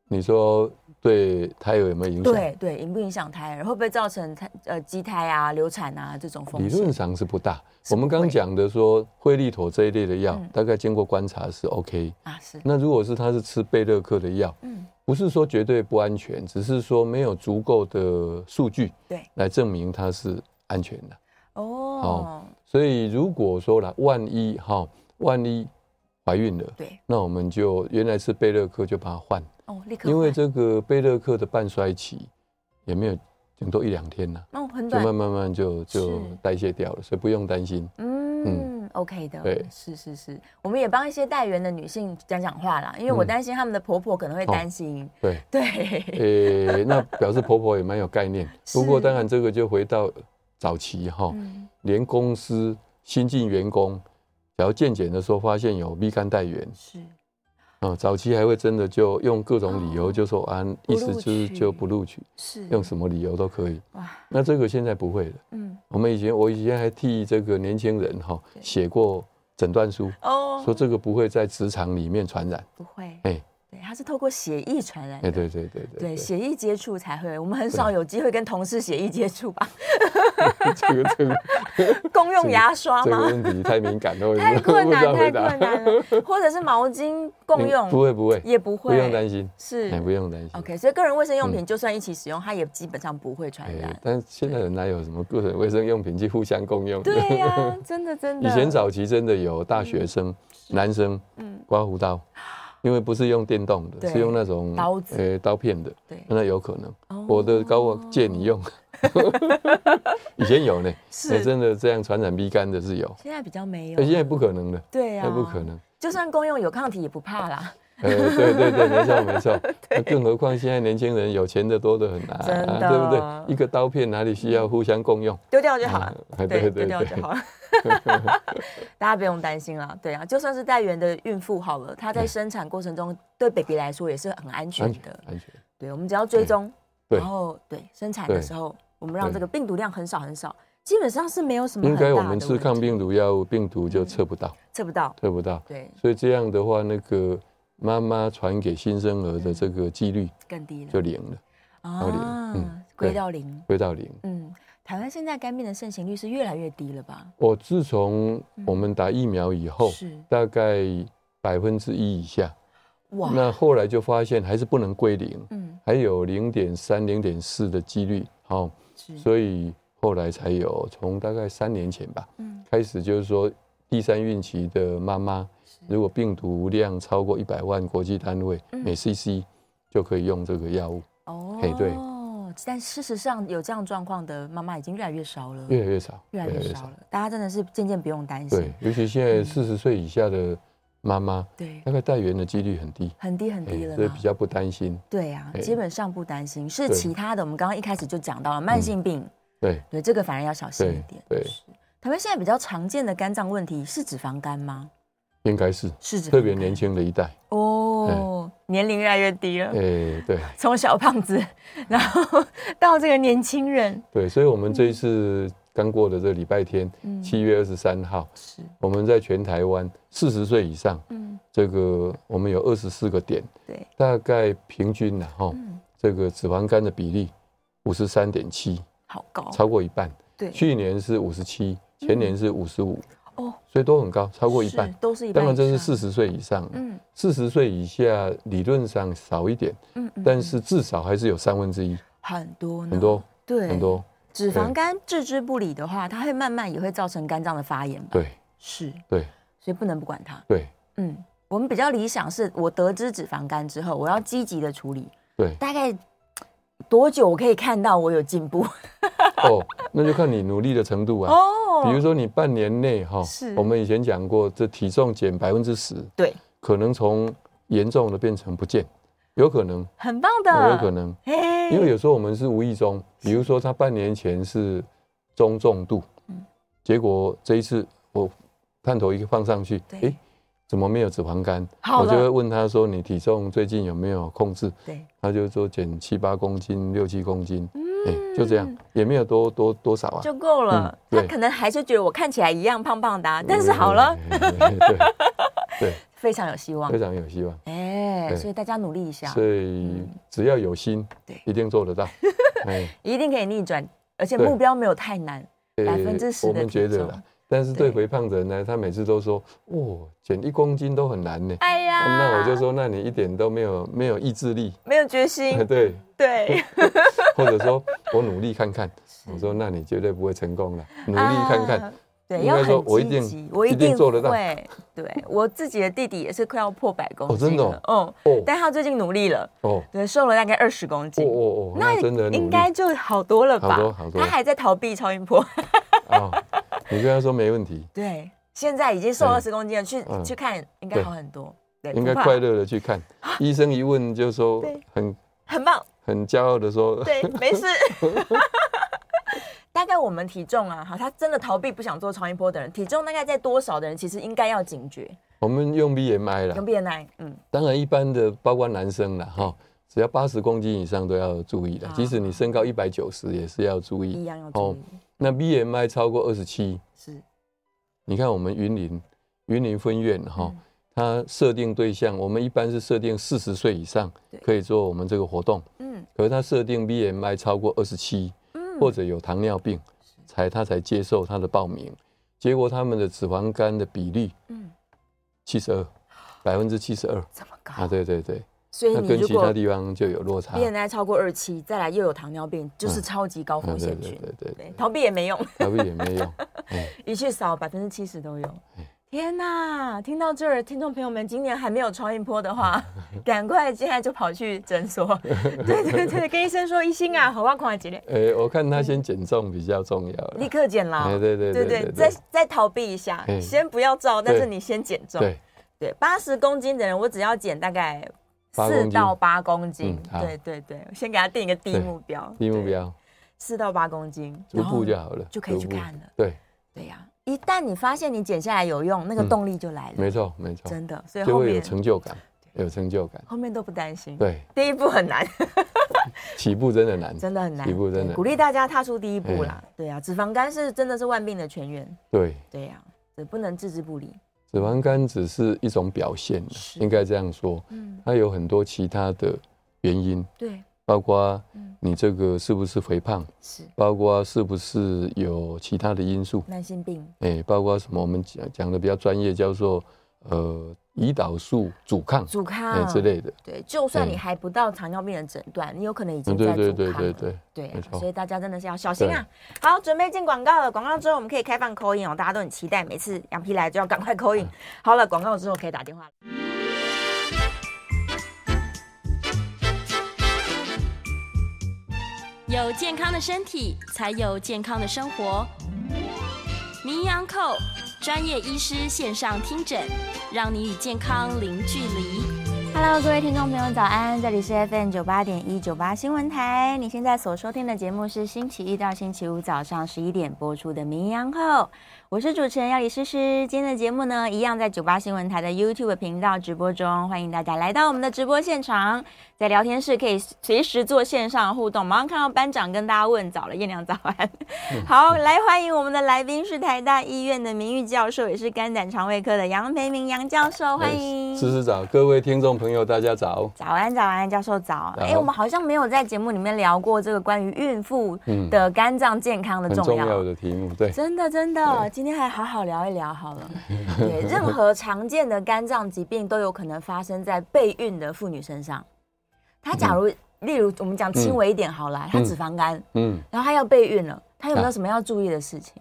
Speaker 3: 你说对胎儿有没有影响？
Speaker 2: 对对，影不影响胎儿？会不会造成胎呃畸胎啊、流产啊这种风
Speaker 3: 理
Speaker 2: 险
Speaker 3: 论？上是不大。
Speaker 2: 是
Speaker 3: 我们
Speaker 2: 不会
Speaker 3: 刚讲的说，惠利妥这一类的药
Speaker 2: 嗯，
Speaker 3: 大概经过观察是 OK。
Speaker 2: 啊，是，
Speaker 3: 那如果是他是吃贝勒克的药，
Speaker 2: 嗯，
Speaker 3: 不是说绝对不安全，只是说没有足够的数据
Speaker 2: 对，
Speaker 3: 来证明它是安全的。
Speaker 2: 哦，
Speaker 3: 所以如果说了，万一哈，万一怀孕了，
Speaker 2: 对，
Speaker 3: 那我们就原来是贝勒克就把它换，
Speaker 2: 哦，立刻换，
Speaker 3: 因为这个贝勒克的半衰期也没有顶多一两天呐、
Speaker 2: 哦很
Speaker 3: 就
Speaker 2: 短
Speaker 3: 慢，慢慢就就是代谢掉了，所以不用担心。
Speaker 2: 嗯，OK 的，
Speaker 3: 对
Speaker 2: 是是是，我们也帮一些带源的女性讲讲话啦，因为我
Speaker 3: 嗯
Speaker 2: 担心她们的婆婆可能会
Speaker 3: 好
Speaker 2: 担心，
Speaker 3: 对，
Speaker 2: 对，
Speaker 3: 诶、那表示婆婆也蛮有概念。
Speaker 2: 是
Speaker 3: 不过当然这个就回到早期哈，
Speaker 2: 嗯，
Speaker 3: 连公司新进员工，只要健检的时候发现有 B 肝带源
Speaker 2: 是，
Speaker 3: 啊、哦早期还会真的就用各种理由就说啊，
Speaker 2: 哦不
Speaker 3: 意
Speaker 2: 录
Speaker 3: 思就是
Speaker 2: 取嗯
Speaker 3: 就不录取，
Speaker 2: 是，
Speaker 3: 用什么理由都可以。
Speaker 2: 哇，
Speaker 3: 那这个现在不会了。
Speaker 2: 嗯，
Speaker 3: 我们以前我以前还替这个年轻人哈、
Speaker 2: 对
Speaker 3: 写过诊断书，
Speaker 2: 哦，
Speaker 3: 说这个不会在职场里面传染。
Speaker 2: 不会，
Speaker 3: 哎
Speaker 2: 对，它是透过血液传染的，
Speaker 3: 哎、对对对对
Speaker 2: 对，血液接触才会，我们很少有机会跟同事血液接触吧？
Speaker 3: 这个这个
Speaker 2: 公用牙刷
Speaker 3: 这个
Speaker 2: 吗？
Speaker 3: 问题太敏感了， 我
Speaker 2: 太困
Speaker 3: 不知
Speaker 2: 难，
Speaker 3: 道
Speaker 2: 太困
Speaker 3: 回答。
Speaker 2: 难了，或者是毛巾共用
Speaker 3: 嗯，不会不会，
Speaker 2: 也不会，
Speaker 3: 不用担心，哎，
Speaker 2: 是
Speaker 3: 不用担心。
Speaker 2: OK，所以个人卫生用
Speaker 3: 嗯
Speaker 2: 品就算一起使用，它也基本上不会传染
Speaker 3: 哎，。但现在人哪有什么个人卫生用品去互相共用？
Speaker 2: 对呀、 真的真的。
Speaker 3: 以前早期真的有大学生、男生，
Speaker 2: 嗯
Speaker 3: 刮胡刀，因为不是用电动的，
Speaker 2: 对
Speaker 3: 是用那种
Speaker 2: 刀子
Speaker 3: 呃刀片的，
Speaker 2: 对，
Speaker 3: 那有可能。
Speaker 2: 哦
Speaker 3: 我的高我借你用， 以前有呢，
Speaker 2: 是啊
Speaker 3: 哎真的这样传染鼻肝的是有，
Speaker 2: 现在比较没有
Speaker 3: 而。现在不可能的，
Speaker 2: 对呀、
Speaker 3: 那不可。能。
Speaker 2: 就算公用有抗体也不怕啦，
Speaker 3: 呃，对对对，没错 没错。那更何况现在年轻人有钱的多得很啊，
Speaker 2: 真的
Speaker 3: 对不对？一个刀片哪里需要互相共用？
Speaker 2: 丢掉就好了。
Speaker 3: 哎
Speaker 2: 对，丢
Speaker 3: 对对
Speaker 2: 掉
Speaker 3: 对
Speaker 2: 就 好了。大家不用担心啦，对啊，就算是带源的孕妇好了，她在
Speaker 3: 对
Speaker 2: 生产过程中对 baby 来说也是很安全
Speaker 3: 嗯安全
Speaker 2: 的。
Speaker 3: 安全。
Speaker 2: 对，我们只要追踪，
Speaker 3: 对
Speaker 2: 然后对生产的
Speaker 3: 对
Speaker 2: 时候，我们让
Speaker 3: 对
Speaker 2: 这个病毒量很少很少，基本上是没有什么
Speaker 3: 应
Speaker 2: 很大的
Speaker 3: 该
Speaker 2: 问题。
Speaker 3: 我们吃抗病毒药物，病毒
Speaker 2: 嗯
Speaker 3: 就测不到，
Speaker 2: 测不到，
Speaker 3: 测不到。
Speaker 2: 对，
Speaker 3: 所以这样的话，那个妈妈传给新生儿的这个几率
Speaker 2: 更低了
Speaker 3: 就零了，到零嗯
Speaker 2: 啊归
Speaker 3: 对
Speaker 2: 到零。
Speaker 3: 回到零。
Speaker 2: 嗯，台湾现在肝病的盛行率是越来越低了吧？
Speaker 3: 我自从我们打疫苗以
Speaker 2: 嗯
Speaker 3: 后，
Speaker 2: 是
Speaker 3: 大概百分之一以下，
Speaker 2: 哇，
Speaker 3: 那后来就发现还是不能归零。
Speaker 2: 嗯
Speaker 3: 还有零点三、零点四的几率，好、
Speaker 2: 是，
Speaker 3: 所以后来才有从大概三年前吧，
Speaker 2: 嗯
Speaker 3: 开始就是说第三孕期的妈妈，如果病毒量超过一百万国际单位
Speaker 2: 嗯
Speaker 3: 每 CC，就可以用这个药物，
Speaker 2: 哦
Speaker 3: 嘿对
Speaker 2: 但事实上有这样状况的妈妈已经越来越少了，
Speaker 3: 越来越少，
Speaker 2: 嗯越来越少。了，大家真的是嗯渐渐不用担
Speaker 3: 对
Speaker 2: 心，，
Speaker 3: 尤其现在四十岁以下的妈妈，
Speaker 2: 对，
Speaker 3: 大概带源的几率很低，哎
Speaker 2: 很低很低了
Speaker 3: 所以
Speaker 2: 啦
Speaker 3: 比。较不担心。
Speaker 2: 对啊，
Speaker 3: 哎
Speaker 2: 基本上不担心，是
Speaker 3: 对
Speaker 2: 其他的。我们刚刚一开始就讲到了慢性病，
Speaker 3: 对，
Speaker 2: 对这个反而要小心一点。
Speaker 3: 对对
Speaker 2: 是，台湾现在比较常见的肝脏问题是脂肪肝吗？
Speaker 3: 应该是
Speaker 2: 是脂肪
Speaker 3: 特别
Speaker 2: 肝
Speaker 3: 年轻的一代，
Speaker 2: 哦，年龄越来越低了
Speaker 3: 哎、，对。
Speaker 2: 从小胖子， 然后到这个年轻人，
Speaker 3: 对，所以我们这一次刚过的这个礼拜天
Speaker 2: 嗯，
Speaker 3: 七、月二十三号，
Speaker 2: 是，
Speaker 3: 我们在全台湾四十岁以上，
Speaker 2: 嗯，
Speaker 3: 这个我们有二十四个点，
Speaker 2: 对，
Speaker 3: 大概平均呢、哈、
Speaker 2: 嗯
Speaker 3: 这个脂肪肝的比例五十三点七，
Speaker 2: 好高，
Speaker 3: 超过一半。
Speaker 2: 对，
Speaker 3: 去年是五十七，前年是五十五，
Speaker 2: 哦，
Speaker 3: 所以都很高，超过一半
Speaker 2: 是。都是一半以上，
Speaker 3: 当然这是四十岁以上，
Speaker 2: 嗯
Speaker 3: 四十岁以下理论上少一点，
Speaker 2: 嗯嗯，
Speaker 3: 但是至少还是有三分之一，
Speaker 2: 很多呢
Speaker 3: 很多
Speaker 2: 对
Speaker 3: 很多。
Speaker 2: 脂肪
Speaker 3: 对
Speaker 2: 肝置之不理的话，它会慢慢也会造成肝脏的发炎吧？，
Speaker 3: 对
Speaker 2: 是，
Speaker 3: 对
Speaker 2: 所以不能不管它。
Speaker 3: 对
Speaker 2: 嗯，我们比较理想是我得知脂肪肝之后，我要积极的处理，
Speaker 3: 对。
Speaker 2: 大概多久我可以看到我有进步？
Speaker 3: 哦，那就看你努力的程度啊。
Speaker 2: 哦，
Speaker 3: 比如说你半年内哈
Speaker 2: 是，
Speaker 3: 我们以前讲过，这体重减百分之十，
Speaker 2: 对，
Speaker 3: 可能从严重的变成不见，有可能，哦
Speaker 2: 很棒的，哎
Speaker 3: 那有可能，
Speaker 2: 嘿，
Speaker 3: 因为有时候我们是无意中，比如说他半年前是中重度，
Speaker 2: 嗯
Speaker 3: 结果这一次我探头一个放上去，
Speaker 2: 对
Speaker 3: 诶，怎么没有脂肪肝？
Speaker 2: 好
Speaker 3: 我就
Speaker 2: 了
Speaker 3: 会问他说：“你体重最近有没有控制
Speaker 2: 对，？”
Speaker 3: 他就说减七八公斤、六七公斤。
Speaker 2: 嗯
Speaker 3: 哎、就这样，也没有多多多少啊。
Speaker 2: 就够了。
Speaker 3: 嗯
Speaker 2: 他
Speaker 3: 对
Speaker 2: 可能还是觉得我看起来一样胖胖的啊、但是好了，
Speaker 3: 嗯，对 对，
Speaker 2: 非常有希望
Speaker 3: 非。常有希望。
Speaker 2: 哎，
Speaker 3: 对
Speaker 2: 所以大家努力一下，
Speaker 3: 所以只要有心，
Speaker 2: 啊嗯对
Speaker 3: 一定 做得到。哎，
Speaker 2: 一定可以逆转，而且
Speaker 3: 对
Speaker 2: 目标没有太难。
Speaker 3: 呃
Speaker 2: 10%
Speaker 3: 我
Speaker 2: 的
Speaker 3: 们觉
Speaker 2: 体
Speaker 3: 得
Speaker 2: 重
Speaker 3: 啦。但是对
Speaker 2: 对
Speaker 3: 肥胖的人呢，他每次都说，哦，减一公斤都很难呢。啊
Speaker 2: 哎呀，
Speaker 3: 嗯那我就说，那你一点都没有没有意志力，，
Speaker 2: 没有决心
Speaker 3: 对，
Speaker 2: 对，
Speaker 3: 或者说我努力 看看。我说，那你绝对不会成功的，努力看看
Speaker 2: 啊。。对，
Speaker 3: 应
Speaker 2: 要
Speaker 3: 该说
Speaker 2: 很
Speaker 3: 我一
Speaker 2: 积
Speaker 3: 定
Speaker 2: 极，我一
Speaker 3: 一定
Speaker 2: 定
Speaker 3: 做得到
Speaker 2: 会。对我自己的弟弟也是快要破百公
Speaker 3: 哦
Speaker 2: 斤
Speaker 3: 真的
Speaker 2: 了，嗯，
Speaker 3: 哦
Speaker 2: 但他最近努力了，
Speaker 3: 哦
Speaker 2: 对，瘦了大概二十公
Speaker 3: 哦
Speaker 2: 斤，
Speaker 3: 哦哦，那真的很努
Speaker 2: 应
Speaker 3: 力
Speaker 2: 该就好多了吧？
Speaker 3: 好多好多
Speaker 2: 他还在逃避超音波，
Speaker 3: 啊！你跟他说没问题，
Speaker 2: 对，现在已经瘦
Speaker 3: 嗯
Speaker 2: 二十公斤了，去
Speaker 3: 嗯
Speaker 2: 去看应该
Speaker 3: 对
Speaker 2: 好很多，对，
Speaker 3: 应该
Speaker 2: 不怕
Speaker 3: 快，乐的去看。医生一问就
Speaker 2: 啊
Speaker 3: 说
Speaker 2: 对，
Speaker 3: 很
Speaker 2: 很棒，
Speaker 3: 很骄傲的说，
Speaker 2: 对，没事。 大概我们体重啊，好，他真的逃避不想做超音波的人，体重大概在多少的人，其实应该要警觉，
Speaker 3: 我们用 BMI 啦
Speaker 2: 用，BMI，嗯，
Speaker 3: 当然一般的包括男生啦，哈，只要八十公斤以上都要注意的
Speaker 2: 啊，
Speaker 3: 即使你身高一百九十也是要注
Speaker 2: 一
Speaker 3: 意。
Speaker 2: 样要注
Speaker 3: 哦
Speaker 2: 意，
Speaker 3: 那 BMI 超过二十七，
Speaker 2: 是
Speaker 3: 你看我们云林云林分院
Speaker 2: 嗯
Speaker 3: 哈，它设定对象，我们一般是设定四十岁以上
Speaker 2: 对
Speaker 3: 可以做我们这个活动，
Speaker 2: 嗯
Speaker 3: 可是它设定 BMI 超过二十七
Speaker 2: 嗯
Speaker 3: 或者有糖尿病，才他才接受他的报名，结果他们的脂肪肝的比例
Speaker 2: 嗯，
Speaker 3: 七十二，百分之七十二
Speaker 2: 这么高
Speaker 3: 啊，对对对，
Speaker 2: 所以
Speaker 3: 那
Speaker 2: 你
Speaker 3: 跟
Speaker 2: 如
Speaker 3: 其他
Speaker 2: 果
Speaker 3: 地方就有落差。啊
Speaker 2: BMI 超过二七，再来又有糖尿病，就是超级高风险群
Speaker 3: 啊。嗯对对
Speaker 2: 对
Speaker 3: 对对，
Speaker 2: 逃避也没用，
Speaker 3: 台币也没 用。哎
Speaker 2: 一去扫百分之七十都有
Speaker 3: 哎。
Speaker 2: 天呐！听到这儿，听众朋友们，今年还没有超音波的 话，赶快现在就跑去诊所。对对对，跟医生说，医生啊，好我快几点，
Speaker 3: 哎，我看他先减重比较重要了。
Speaker 2: 立刻减啦。
Speaker 3: 哎对对
Speaker 2: 对
Speaker 3: 对对对
Speaker 2: 再再逃避一下，
Speaker 3: 哎
Speaker 2: 先不要照，但是
Speaker 3: 对
Speaker 2: 你先减重。
Speaker 3: 对，
Speaker 2: 对，八十公斤的人，我只要减大概
Speaker 3: 8
Speaker 2: 四
Speaker 3: 公斤
Speaker 2: 到八公斤。
Speaker 3: 嗯好
Speaker 2: 对对对，我先给他定一个低
Speaker 3: 对
Speaker 2: 目标，
Speaker 3: 低目
Speaker 2: 对
Speaker 3: 标
Speaker 2: 四到八公斤，
Speaker 3: 逐步就
Speaker 2: 然后
Speaker 3: 好了，
Speaker 2: 就可以去
Speaker 3: 逐步
Speaker 2: 看了。
Speaker 3: 对，
Speaker 2: 对呀、一旦你发现你减下来有用，那个
Speaker 3: 嗯
Speaker 2: 动力就来了，
Speaker 3: 没错没错，
Speaker 2: 真的。所以
Speaker 3: 就
Speaker 2: 后
Speaker 3: 会有
Speaker 2: 面
Speaker 3: 成就感，有成就感。
Speaker 2: 后面都不担心。，
Speaker 3: 对，
Speaker 2: 第一步很难，
Speaker 3: 起步真的难，
Speaker 2: 真的很难。
Speaker 3: 起步真
Speaker 2: 对
Speaker 3: 的哎
Speaker 2: 鼓励大家踏出第一步啦。对啊，脂肪肝是真的是万病的全源。
Speaker 3: 对。
Speaker 2: 对呀、这不能置之不理。
Speaker 3: 脂肪肝只是一种表现啊，
Speaker 2: 是
Speaker 3: 应该这样说。
Speaker 2: 嗯，
Speaker 3: 它有很多其他的原因，
Speaker 2: 对，
Speaker 3: 包括
Speaker 2: 嗯
Speaker 3: 你这个是不是肥胖，
Speaker 2: 是
Speaker 3: 包括是不是有其他的因素。
Speaker 2: 慢性病。
Speaker 3: 哎，包括什么？我们讲讲的比较专业，叫做呃胰岛素阻抗
Speaker 2: 阻抗、
Speaker 3: 哎之类的。
Speaker 2: 对，就算你
Speaker 3: 对
Speaker 2: 还不到糖尿病的诊断，你有可能已经
Speaker 3: 嗯，
Speaker 2: 在
Speaker 3: 对
Speaker 2: 阻抗了。
Speaker 3: 对对对对，
Speaker 2: 对啊
Speaker 3: 没错
Speaker 2: 所以大家真的是要小心啊！好，准备进广告了。广告之后我们可以开放口音哦，大家都很期待，每次羊皮来就要赶快口音。
Speaker 3: 嗯
Speaker 2: 好了，广告之后可以打电话了。
Speaker 1: 有健康的身体，才有健康的生活。名扬寇专业医师线上听诊，让你与健康零距离。
Speaker 2: Hello，各位听众朋友，早安！这里是 FM 九八点一九八新闻台，你现在所收听的节目是星期一到星期五早上十一点播出的《名扬后》，我是主持人要李诗诗。今天的节目呢，一样在九八新闻台的 YouTube 频道直播中，欢迎大家来到我们的直播现场，在聊天室可以随时做线上互动。马上看到班长跟大家问早了，燕良早安。好，来欢迎我们的来宾是台大医院的名誉教授，也是肝胆肠胃科的杨培明杨教授，欢迎。
Speaker 3: 思思早，各位听众朋友，大家早。
Speaker 2: 早安，早安，教授早。
Speaker 3: 早
Speaker 2: 哎、我们好像没有在节目里面聊过这个关于孕妇的肝脏健康的
Speaker 3: 嗯很
Speaker 2: 重
Speaker 3: 重
Speaker 2: 要。
Speaker 3: 要的题目，对，
Speaker 2: 真的，真的，今天还好好聊一聊 好了。对，任何常见的肝脏疾病都有可能发生在备孕的妇女身上。她假如，例如我们讲轻微一点好了，她脂肪肝，
Speaker 3: 嗯，
Speaker 2: 然后她要备孕了，她有没有
Speaker 3: 啊
Speaker 2: 什么要注意的事情？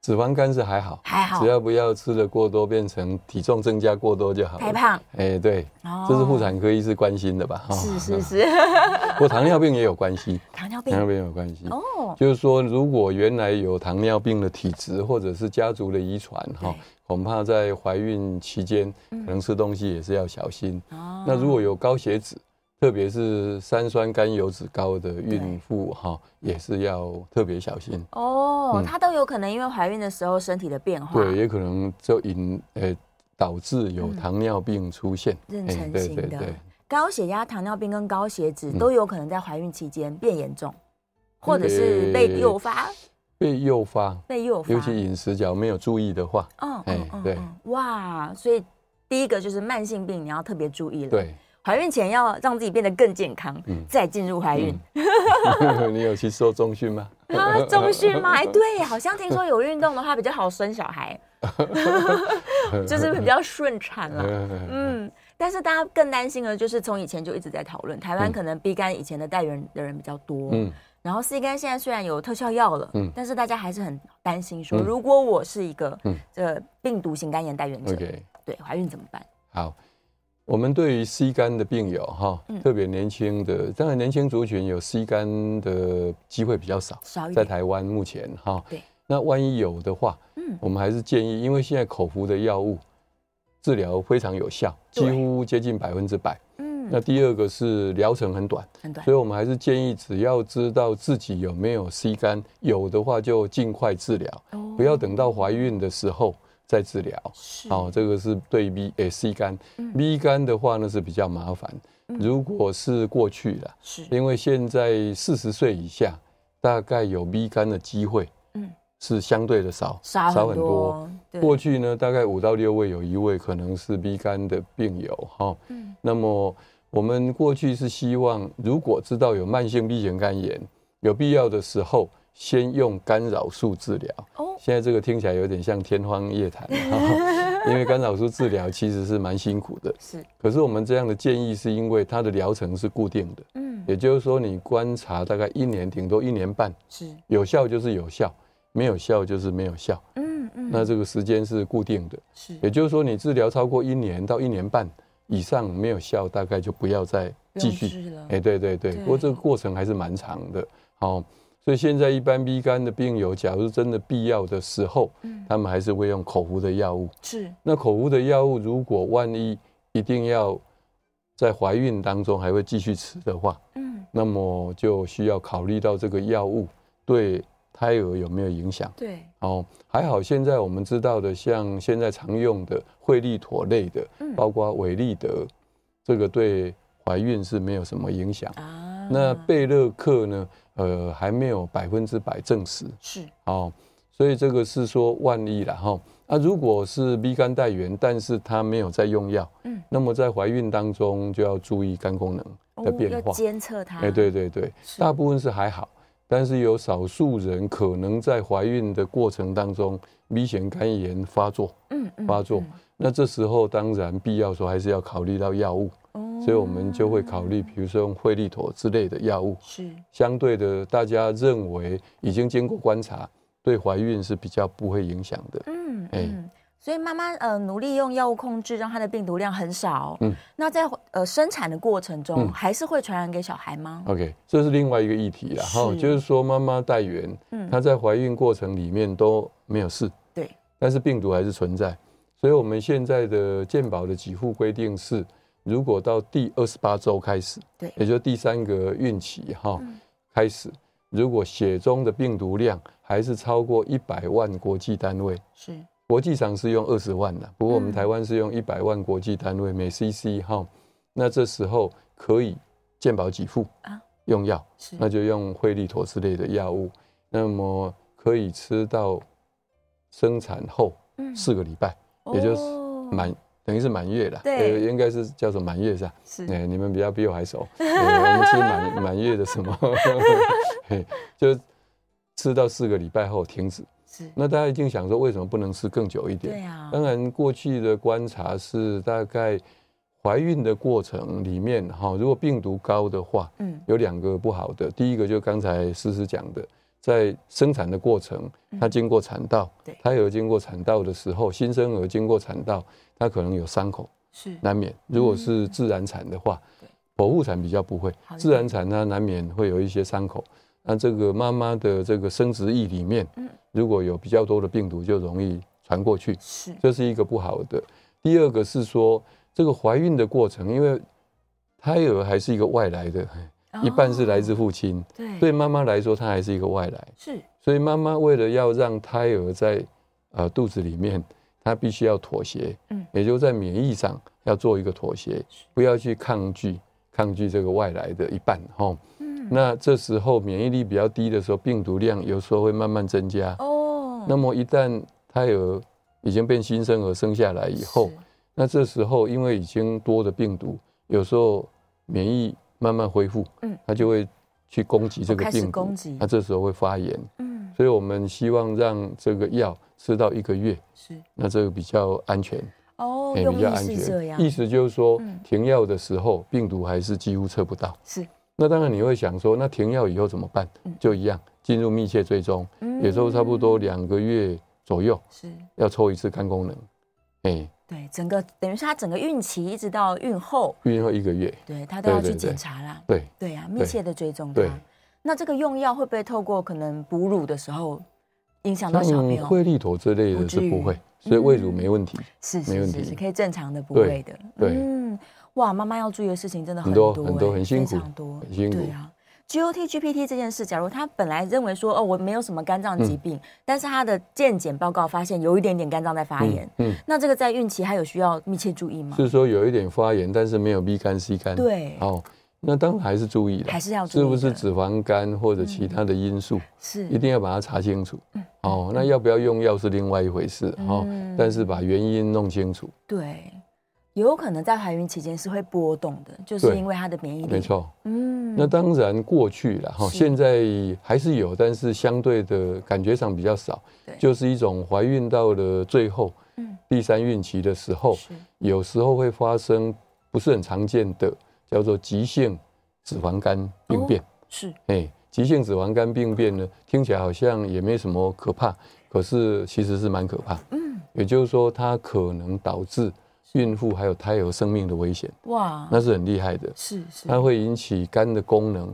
Speaker 3: 脂肪肝是还好，
Speaker 2: 还好
Speaker 3: 啊只，要不要吃的过多，变成体重增加过多就好了。
Speaker 2: 太胖，
Speaker 3: 哎，对，
Speaker 2: 哦
Speaker 3: 这是妇产科医师关心的吧？哈
Speaker 2: 是是，
Speaker 3: 嗯
Speaker 2: 是，
Speaker 3: 不过糖尿病也有关系，
Speaker 2: 糖尿病
Speaker 3: 糖尿病也有关系。
Speaker 2: 哦，
Speaker 3: 就是说，如果原来有糖尿病的体质，或者是家族的遗传哈
Speaker 2: 对，
Speaker 3: 恐怕在怀孕期间可能吃东西也是要小心。
Speaker 2: 哦
Speaker 3: 那如果有高血脂，特别是三酸甘油脂高的孕妇哈，也是要特别小心。
Speaker 2: 哦，
Speaker 3: 嗯
Speaker 2: 她都有可能因为怀孕的时候身体的变化，
Speaker 3: 对，也可能就引呃导致有糖尿病出现，
Speaker 2: 嗯妊
Speaker 3: 哎
Speaker 2: 娠
Speaker 3: 对
Speaker 2: 型
Speaker 3: 对
Speaker 2: 的
Speaker 3: 对
Speaker 2: 高血压、糖尿病跟高血脂
Speaker 3: 嗯
Speaker 2: 都有可能在怀孕期间变严重。或者是被诱发，
Speaker 3: 被诱发，
Speaker 2: 被诱发，
Speaker 3: 尤其饮食角没有注意的话，
Speaker 2: 嗯
Speaker 3: 哎
Speaker 2: 嗯嗯，
Speaker 3: 对
Speaker 2: 嗯，哇，所以第一个就是慢性病，你要特别注意了。，
Speaker 3: 对，
Speaker 2: 怀孕前要让自己变得更健康，
Speaker 3: 嗯
Speaker 2: 再进入怀孕。
Speaker 3: 嗯你有去受中训吗？
Speaker 2: 啊，中训 吗？哎，对，好像听说有运动的话比较好生小孩， 就是比较顺产啦。嗯，但是大家更担心的就是从以前就一直在讨论，台湾
Speaker 3: 嗯
Speaker 2: 可能 B 肝以前的代言的人比较多，
Speaker 3: 嗯
Speaker 2: 然后 C 肝现在虽然有特效药了，
Speaker 3: 嗯
Speaker 2: 但是大家还是很担心说，
Speaker 3: 嗯
Speaker 2: 如果我是一个
Speaker 3: 嗯
Speaker 2: 这病毒型肝炎代言者，
Speaker 3: ，OK，
Speaker 2: 对怀孕怎么办？
Speaker 3: 好。我们对于 C 肝的病友哈
Speaker 2: 嗯，
Speaker 3: 特别年轻的，当然年轻族群有 C 肝的机会比较少，
Speaker 2: 少一
Speaker 3: 在
Speaker 2: 点，
Speaker 3: 台湾目前哈。
Speaker 2: 对。
Speaker 3: 那万一有的话，
Speaker 2: 嗯，
Speaker 3: 我们还是建议，因为现在口服的药物治疗非常有效，
Speaker 2: 对
Speaker 3: 几乎接近百分之百。那
Speaker 2: 嗯，
Speaker 3: 第二个是疗程很短，
Speaker 2: 很短
Speaker 3: 所，以我们还是建议，只要知道自己有没有 C 肝，有的话就尽快治疗，不要等到怀孕的时候再治疗。
Speaker 2: 哦是
Speaker 3: 哦，这个是对 B 诶 C 肝
Speaker 2: 嗯
Speaker 3: ，B 肝的话呢是比较麻烦。如果是过去了，
Speaker 2: 是，
Speaker 3: 因为现在四十岁以下，大概有 B 肝的机会，
Speaker 2: 嗯
Speaker 3: 嗯，是相对的少，
Speaker 2: 少很多，对
Speaker 3: 过去呢，大概五到六位有一位可能是 B 肝的病友哈、
Speaker 2: 嗯
Speaker 3: 那么我们过去是希望，如果知道有慢性 B 型肝炎，有必要的时候先用干扰素治疗。
Speaker 2: 哦，
Speaker 3: 现在这个听起来有点像天方夜谭，哈，因为干扰素治疗其实是蛮辛苦的。
Speaker 2: 是，
Speaker 3: 可是我们这样的建议是因为它的疗程是固定的，
Speaker 2: 嗯，
Speaker 3: 也就是说你观察大概一年，顶多一年半，
Speaker 2: 是，
Speaker 3: 有效就是有效，没有效就是没有效。
Speaker 2: 嗯嗯，
Speaker 3: 那这个时间是固定的。
Speaker 2: 是
Speaker 3: 也就是说，你治疗超过一年到一年半以上没有效，大概就不要再
Speaker 2: 不
Speaker 3: 继
Speaker 2: 用
Speaker 3: 续。
Speaker 2: 治了
Speaker 3: 哎、，对对对，
Speaker 2: 对
Speaker 3: 不过这个过程还是蛮长的。好、所以现在一般 B 肝的病友，假如真的必要的时候，
Speaker 2: 嗯
Speaker 3: 他们还是会用口服的药物。
Speaker 2: 是，
Speaker 3: 那口服的药物，如果万一一定要在怀孕当中还会继续吃的话，
Speaker 2: 嗯，
Speaker 3: 那么就需要考虑到这个药物对胎儿有没有影响。
Speaker 2: 对，
Speaker 3: 哦，还好，现在我们知道的，像现在常用的惠利妥类的，
Speaker 2: 嗯
Speaker 3: 包括伟利德，这个对怀孕是没有什么影响。
Speaker 2: 啊，
Speaker 3: 那贝勒克呢？呃，还没有百分之百证实
Speaker 2: 是
Speaker 3: 哦，所以这个是说万一啦哈。啊，如果是 B 肝带源，但是他没有在用药，
Speaker 2: 嗯
Speaker 3: 那么在怀孕当中就要注意肝功能
Speaker 2: 哦
Speaker 3: 的变
Speaker 2: 要
Speaker 3: 化。
Speaker 2: 监测它，
Speaker 3: 哎、对对对，
Speaker 2: 是
Speaker 3: 大部分是还好，但是有少数人可能在怀孕的过程当中，B 型肝炎发作，
Speaker 2: 嗯，嗯
Speaker 3: 发作，那这时候当然必要说还是要考虑到药物，
Speaker 2: 嗯
Speaker 3: 所以我们就会考虑，
Speaker 2: 哦
Speaker 3: 比如说用惠利妥之类的药物，
Speaker 2: 是
Speaker 3: 相对的大家认为已经经过观察，对怀孕是比较不会影响的。
Speaker 2: 嗯
Speaker 3: 哎
Speaker 2: 嗯，所以妈妈呃努力用药物控制，让她的病毒量很少。
Speaker 3: 嗯
Speaker 2: 那在呃生产的过程中，
Speaker 3: 嗯
Speaker 2: 还是会传染给小孩吗？
Speaker 3: OK，这是另外一个议题了哈，
Speaker 2: 是
Speaker 3: 就是说妈妈带源，
Speaker 2: 嗯
Speaker 3: 她在怀孕过程里面都没有事，
Speaker 2: 对，
Speaker 3: 但是病毒还是存在，所以我们现在的健保的给付规定是，如果到第二十八周开始，
Speaker 2: 对
Speaker 3: 也就是第三个孕期哈、
Speaker 2: 嗯
Speaker 3: 开始，如果血中的病毒量还是超过一百万国际单位，
Speaker 2: 是
Speaker 3: 国际上是用二十万的，不过我们
Speaker 2: 嗯
Speaker 3: 台湾是用一百万国际单位每 CC 哈，那这时候可以健保给付
Speaker 2: 啊
Speaker 3: 用药，
Speaker 2: 是，
Speaker 3: 那就用惠利妥之类的药物，那么可以吃到生产后
Speaker 2: 嗯哦
Speaker 3: 四个礼拜，也就是满、等于是满月了，呃
Speaker 2: 对嗯
Speaker 3: 应该是叫做满月是吧？
Speaker 2: 是
Speaker 3: 哎、你们比较比我还熟， 哎我们 吃满满月的什么， 嘿就吃到四个礼拜后停止。
Speaker 2: 是，
Speaker 3: 那大家一定想说，为什么不能吃更久一点？
Speaker 2: 对啊，
Speaker 3: 当然，过去的观察是大概怀孕的过程里面哈，如果病毒高的话，
Speaker 2: 嗯
Speaker 3: 有两个不好的，第一个就刚才思思讲的，在生产的过程，它经过产道
Speaker 2: 嗯对，
Speaker 3: 胎儿经过产道的时候，新生儿经过产道，它可能有伤口，
Speaker 2: 是
Speaker 3: 难免。如果是自然产的话
Speaker 2: 嗯对，
Speaker 3: 剖腹产比较不会
Speaker 2: 好，一点
Speaker 3: 自然产它难免会有一些伤口。那这个妈妈的这个生殖液里面
Speaker 2: 嗯，
Speaker 3: 如果有比较多的病毒，就容易传过去。
Speaker 2: 是
Speaker 3: 这是一个不好的。第二个是说，这个怀孕的过程，因为胎儿还是一个外来的，
Speaker 2: 哦
Speaker 3: 一半是来自父亲，
Speaker 2: 对
Speaker 3: 对妈妈来说，她还是一个外来，
Speaker 2: 是
Speaker 3: 所以妈妈为了要让胎儿在呃肚子里面，她必须要妥协，
Speaker 2: 嗯
Speaker 3: 也就是在免疫上要做一个妥协，不要去抗拒抗拒这个外来的一半哈。
Speaker 2: 嗯
Speaker 3: 那这时候免疫力比较低的时候，病毒量有时候会慢慢增加。
Speaker 2: 哦，
Speaker 3: 那么一旦胎儿已经变新生儿生下来以后
Speaker 2: 是，
Speaker 3: 那这时候因为已经多的病毒，有时候免疫慢慢恢复，
Speaker 2: 嗯
Speaker 3: 它就会去攻击这
Speaker 2: 哦
Speaker 3: 个
Speaker 2: 开始
Speaker 3: 病毒
Speaker 2: 攻击，
Speaker 3: 那这时候会发炎。
Speaker 2: 嗯
Speaker 3: 所以我们希望让这个药吃到一个月，
Speaker 2: 是
Speaker 3: 那这个比较安全，
Speaker 2: 哦，
Speaker 3: 也
Speaker 2: 用
Speaker 3: 比较
Speaker 2: 意
Speaker 3: 安
Speaker 2: 是这
Speaker 3: 全。
Speaker 2: 样，
Speaker 3: 意思就是说
Speaker 2: 嗯，
Speaker 3: 停药的时候病毒还是几乎测不到。
Speaker 2: 是
Speaker 3: 那当然你会想说，那停药以后怎么办？就一样，进入密切追踪，
Speaker 2: 嗯
Speaker 3: 有时候差不多两个月左右
Speaker 2: 是
Speaker 3: 要抽一次肝功能，哎，
Speaker 2: 对整个等于是他整个孕期一直到孕后，
Speaker 3: 孕后一个月，
Speaker 2: 对他都要
Speaker 3: 对
Speaker 2: 去
Speaker 3: 对对
Speaker 2: 检查啦，
Speaker 3: 对，
Speaker 2: 对啊，密
Speaker 3: 对
Speaker 2: 切的追踪他
Speaker 3: 对。
Speaker 2: 那这个用药会不会透过可能哺乳的时候影响到小
Speaker 3: 像
Speaker 2: 朋友？
Speaker 3: 惠利妥之类
Speaker 2: 不
Speaker 3: 的
Speaker 2: 至
Speaker 3: 是不
Speaker 2: 于
Speaker 3: 会，所以胃乳没问题，
Speaker 2: 是
Speaker 3: 没
Speaker 2: 是
Speaker 3: 问
Speaker 2: 是
Speaker 3: 题
Speaker 2: 是，可以正常的哺
Speaker 3: 对
Speaker 2: 喂的。
Speaker 3: 对
Speaker 2: 嗯，哇，妈妈要注意的事情真的
Speaker 3: 很
Speaker 2: 多
Speaker 3: 多很多
Speaker 2: 欸
Speaker 3: 很辛苦
Speaker 2: 非常多，
Speaker 3: 很辛苦
Speaker 2: 对啊。GOT、GPT 这件事，假如他本来认为说哦，我没有什么肝
Speaker 3: 嗯
Speaker 2: 脏疾病，但是他的健检报告发现有一点点肝脏在发炎，
Speaker 3: 嗯，
Speaker 2: 那这个在孕期还有需要密切注意吗？
Speaker 3: 是说有一点发炎，但是没有 B 肝 C 肝，
Speaker 2: 对
Speaker 3: 哦，那当然还是注意的，
Speaker 2: 还是要注意
Speaker 3: 是不是
Speaker 2: 的嗯
Speaker 3: 脂肪肝或者其他的因素，
Speaker 2: 是
Speaker 3: 一定要把它查清楚，哦，那要不要用药是另外一回事，哦
Speaker 2: 嗯，
Speaker 3: 但是把原因弄清楚，
Speaker 2: 对，也有可能在怀孕期间是会波动的，就是
Speaker 3: 对
Speaker 2: 因为他的免疫力。
Speaker 3: 没，错。
Speaker 2: 嗯，
Speaker 3: 那当然过去了哈，
Speaker 2: 是
Speaker 3: 现在还是有，但是相对的感觉上比较少
Speaker 2: 对。
Speaker 3: 就是一种怀孕到了最后，
Speaker 2: 嗯
Speaker 3: 第三孕期的时候，
Speaker 2: 是
Speaker 3: 有时候会发生不是很常见的，叫做急性脂肪肝病变。
Speaker 2: 是
Speaker 3: 哎、急性脂肪肝病变呢，听起来好像也没什么可怕，可是其实是蛮可怕。
Speaker 2: 嗯，
Speaker 3: 也就是说，它可能导致孕妇还有胎儿生命的危险，
Speaker 2: 哇，
Speaker 3: 那是很厉害的。
Speaker 2: 嗯是是，
Speaker 3: 它会引起肝的功能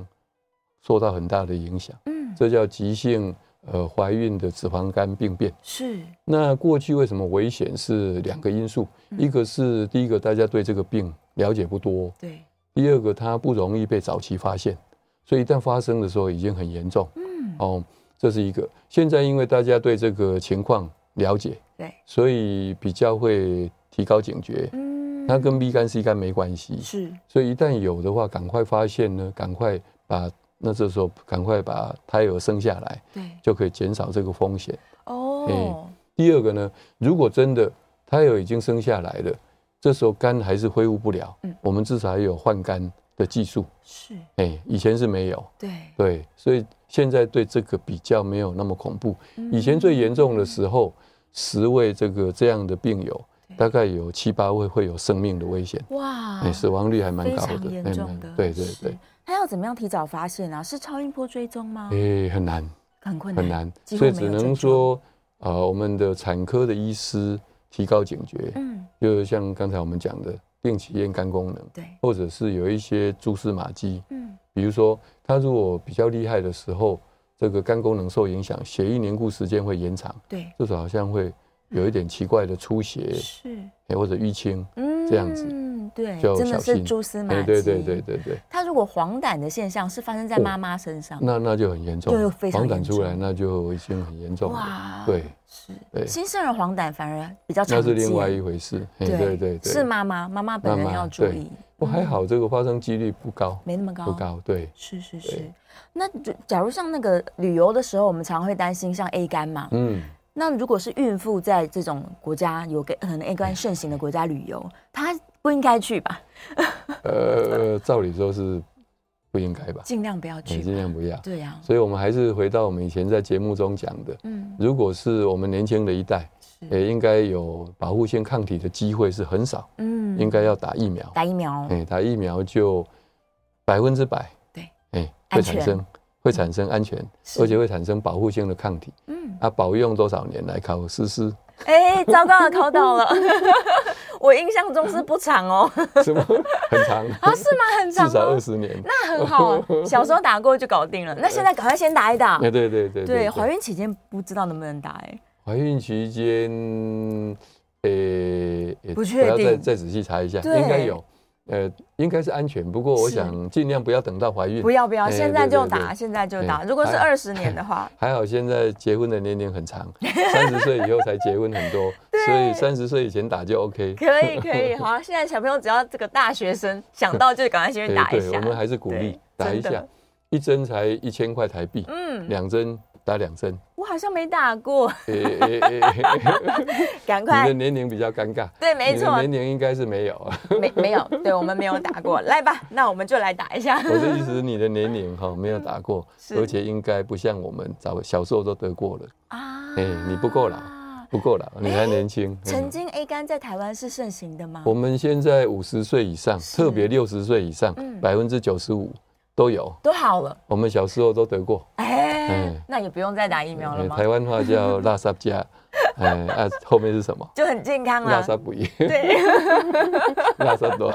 Speaker 3: 受到很大的影响，
Speaker 2: 嗯
Speaker 3: 这叫急性呃怀孕的脂肪肝病变。
Speaker 2: 是
Speaker 3: 那过去为什么危险是两个因素，
Speaker 2: 嗯
Speaker 3: 一个是第一个大家对这个病了解不多，
Speaker 2: 对，
Speaker 3: 第二个它不容易被早期发现，所以一旦发生的时候已经很严重。
Speaker 2: 嗯
Speaker 3: 哦，这是一个。现在因为大家对这个情况了解，
Speaker 2: 对，
Speaker 3: 所以比较会提高警觉。
Speaker 2: 嗯，
Speaker 3: 它跟 B 肝 C 肝没关系，
Speaker 2: 是
Speaker 3: 所以一旦有的话，赶快发现呢，赶快把那这时候赶快把胎儿生下来，
Speaker 2: 对
Speaker 3: 就可以减少这个风险。
Speaker 2: 哦
Speaker 3: 哎，第二个呢，如果真的胎儿已经生下来了，这时候肝还是恢复不了，
Speaker 2: 嗯
Speaker 3: 我们至少还有换肝的技术，
Speaker 2: 是
Speaker 3: 哎、以前是没有，
Speaker 2: 对，
Speaker 3: 对，所以现在对这个比较没有那么恐怖。以前
Speaker 2: 嗯
Speaker 3: 最严重的时候，十位这个这样的病友，
Speaker 2: 对
Speaker 3: 大概有七八位会有生命的危险，
Speaker 2: 哇
Speaker 3: 哎、，死亡率还蛮
Speaker 2: 非
Speaker 3: 高
Speaker 2: 常
Speaker 3: 的，
Speaker 2: 严
Speaker 3: 哎
Speaker 2: 重
Speaker 3: 蛮
Speaker 2: 的，
Speaker 3: 对对对
Speaker 2: 是。。他要怎么样提早发现啊？是超音波追踪吗？
Speaker 3: 诶、哎很难
Speaker 2: 啊很困难，
Speaker 3: 很难，
Speaker 2: 几乎
Speaker 3: 所以
Speaker 2: 没
Speaker 3: 只
Speaker 2: 有
Speaker 3: 能
Speaker 2: 症
Speaker 3: 说，呃，我们的产科的医师提高警觉，
Speaker 2: 状，嗯，
Speaker 3: 就是像刚才我们讲的，定期验肝功能，
Speaker 2: 对，
Speaker 3: 或者是有一些蛛丝马迹，
Speaker 2: 嗯，
Speaker 3: 比如说他如果比较厉害的时候，这个肝功能受影响，血液凝固时间会延长，
Speaker 2: 对，
Speaker 3: 这时候好像会有一点奇怪的出血，
Speaker 2: 是，
Speaker 3: 诶或者淤青，
Speaker 2: 嗯，
Speaker 3: 这样子
Speaker 2: 嗯，对，
Speaker 3: 就要
Speaker 2: 真的
Speaker 3: 小
Speaker 2: 是
Speaker 3: 心
Speaker 2: 蛛丝马
Speaker 3: 哎，
Speaker 2: 迹，
Speaker 3: 对对对。对对，
Speaker 2: 他如果黄疸的现象是发生在
Speaker 3: 哦
Speaker 2: 妈妈身上，
Speaker 3: 那那就很严重
Speaker 2: 就
Speaker 3: 了，
Speaker 2: 非常
Speaker 3: 黄疸
Speaker 2: 严
Speaker 3: 出来
Speaker 2: 重
Speaker 3: 那就已经很严重了，
Speaker 2: 哇，
Speaker 3: 对，
Speaker 2: 是
Speaker 3: 对
Speaker 2: 新生儿黄疸反而比较常
Speaker 3: 那
Speaker 2: 见，
Speaker 3: 是另外一回事，哎，对对对，
Speaker 2: 啊是妈妈，妈妈本人
Speaker 3: 妈妈
Speaker 2: 要注
Speaker 3: 对
Speaker 2: 意，
Speaker 3: 不过还好，这个发生几率不高，
Speaker 2: 没那么高，
Speaker 3: 不高，对，
Speaker 2: 是是是
Speaker 3: 对。
Speaker 2: 那就假如像那个旅游的时候，我们常会担心像 A 肝嘛，
Speaker 3: 嗯，
Speaker 2: 那如果是孕妇在这种国家有给可能
Speaker 3: 哎
Speaker 2: A 肝盛行的国家旅游，她不应该去吧？
Speaker 3: 呃，照理说是不应该吧，
Speaker 2: 尽量不要
Speaker 3: 哎
Speaker 2: 去吧。
Speaker 3: 尽量不要。
Speaker 2: 对呀、
Speaker 3: 所以我们还是回到我们以前在节目中讲的，
Speaker 2: 嗯，
Speaker 3: 如果是我们年轻的一代，
Speaker 2: 是，
Speaker 3: 也应该有保护性抗体的机会是很少，
Speaker 2: 嗯
Speaker 3: 应该要打疫苗。
Speaker 2: 打疫苗，
Speaker 3: 哎，打疫苗就百分之百，
Speaker 2: 对，
Speaker 3: 哎，
Speaker 2: 安
Speaker 3: 会
Speaker 2: 全
Speaker 3: 产生会产生安全，
Speaker 2: 是
Speaker 3: 而且会产生保护性的抗体。
Speaker 2: 嗯，
Speaker 3: 啊，保用多少年来考实施？
Speaker 2: 哎、糟糕了，考倒 了，我印象中是不长哦，
Speaker 3: 什么很长？
Speaker 2: 啊，是吗？很长
Speaker 3: 至少
Speaker 2: 哦
Speaker 3: 二，十年。
Speaker 2: 那很好、 啊，小时候打过就搞定了，那现在赶快先打一打。
Speaker 3: 哎，对对对
Speaker 2: 对，怀孕期间不知道能不能打、哎，
Speaker 3: 怀孕期间，呃、呃
Speaker 2: 不确
Speaker 3: 我要再
Speaker 2: 定
Speaker 3: 再仔细查一下，
Speaker 2: 对
Speaker 3: 应该有，呃，应该是安全。不过我
Speaker 2: 是
Speaker 3: 想尽量不要等到怀孕。
Speaker 2: 不要不要，
Speaker 3: 哎
Speaker 2: 现在就
Speaker 3: 对对对
Speaker 2: 打，现在就打。
Speaker 3: 哎
Speaker 2: 如果是
Speaker 3: 还
Speaker 2: 二十年的 话，
Speaker 3: 还好现在结婚的年龄很长， 三十岁以后才结婚很多，所以三十岁以前打就 OK。
Speaker 2: 可以可以，好，啊现在小朋友只要这个大学生想到就赶快先去
Speaker 3: 对
Speaker 2: 打一
Speaker 3: 对，
Speaker 2: 下
Speaker 3: 我。们还是鼓励
Speaker 2: 对
Speaker 3: 打一
Speaker 2: 真的
Speaker 3: 下，一针才一千块台币，
Speaker 2: 嗯，
Speaker 3: 两针打两针。
Speaker 2: 我好像没打过，
Speaker 3: 诶诶诶诶
Speaker 2: 赶
Speaker 3: 你
Speaker 2: 快
Speaker 3: 的，年龄比较尴尬。
Speaker 2: 对，没
Speaker 3: 你
Speaker 2: 错
Speaker 3: 的，年龄应该是没有啊。
Speaker 2: 没没有，对我们没有打过，来吧，那我们就来打一下。
Speaker 3: 我的意思是你的年龄哈没有打过，
Speaker 2: 是
Speaker 3: 而且应该不像我们早小时候都得过了，
Speaker 2: 啊
Speaker 3: 哎你不够老不够老，你还年轻。
Speaker 2: 曾
Speaker 3: 嗯
Speaker 2: 经 A 肝在台湾是盛行的吗？
Speaker 3: 我们现在五十岁以上，
Speaker 2: 是
Speaker 3: 特别六十岁以上
Speaker 2: 嗯，
Speaker 3: 百分之九十五都有。
Speaker 2: 都好了，
Speaker 3: 我们小时候都得过，
Speaker 2: 哎
Speaker 3: 哎，
Speaker 2: 那也不用再打疫苗了
Speaker 3: 呃
Speaker 2: 吗？
Speaker 3: 台湾 话叫拉萨加，哎啊，后面是什么？
Speaker 2: 就很健康
Speaker 3: 拉
Speaker 2: 啦。
Speaker 3: 萨 不一，
Speaker 2: 对，
Speaker 3: 拉萨 多，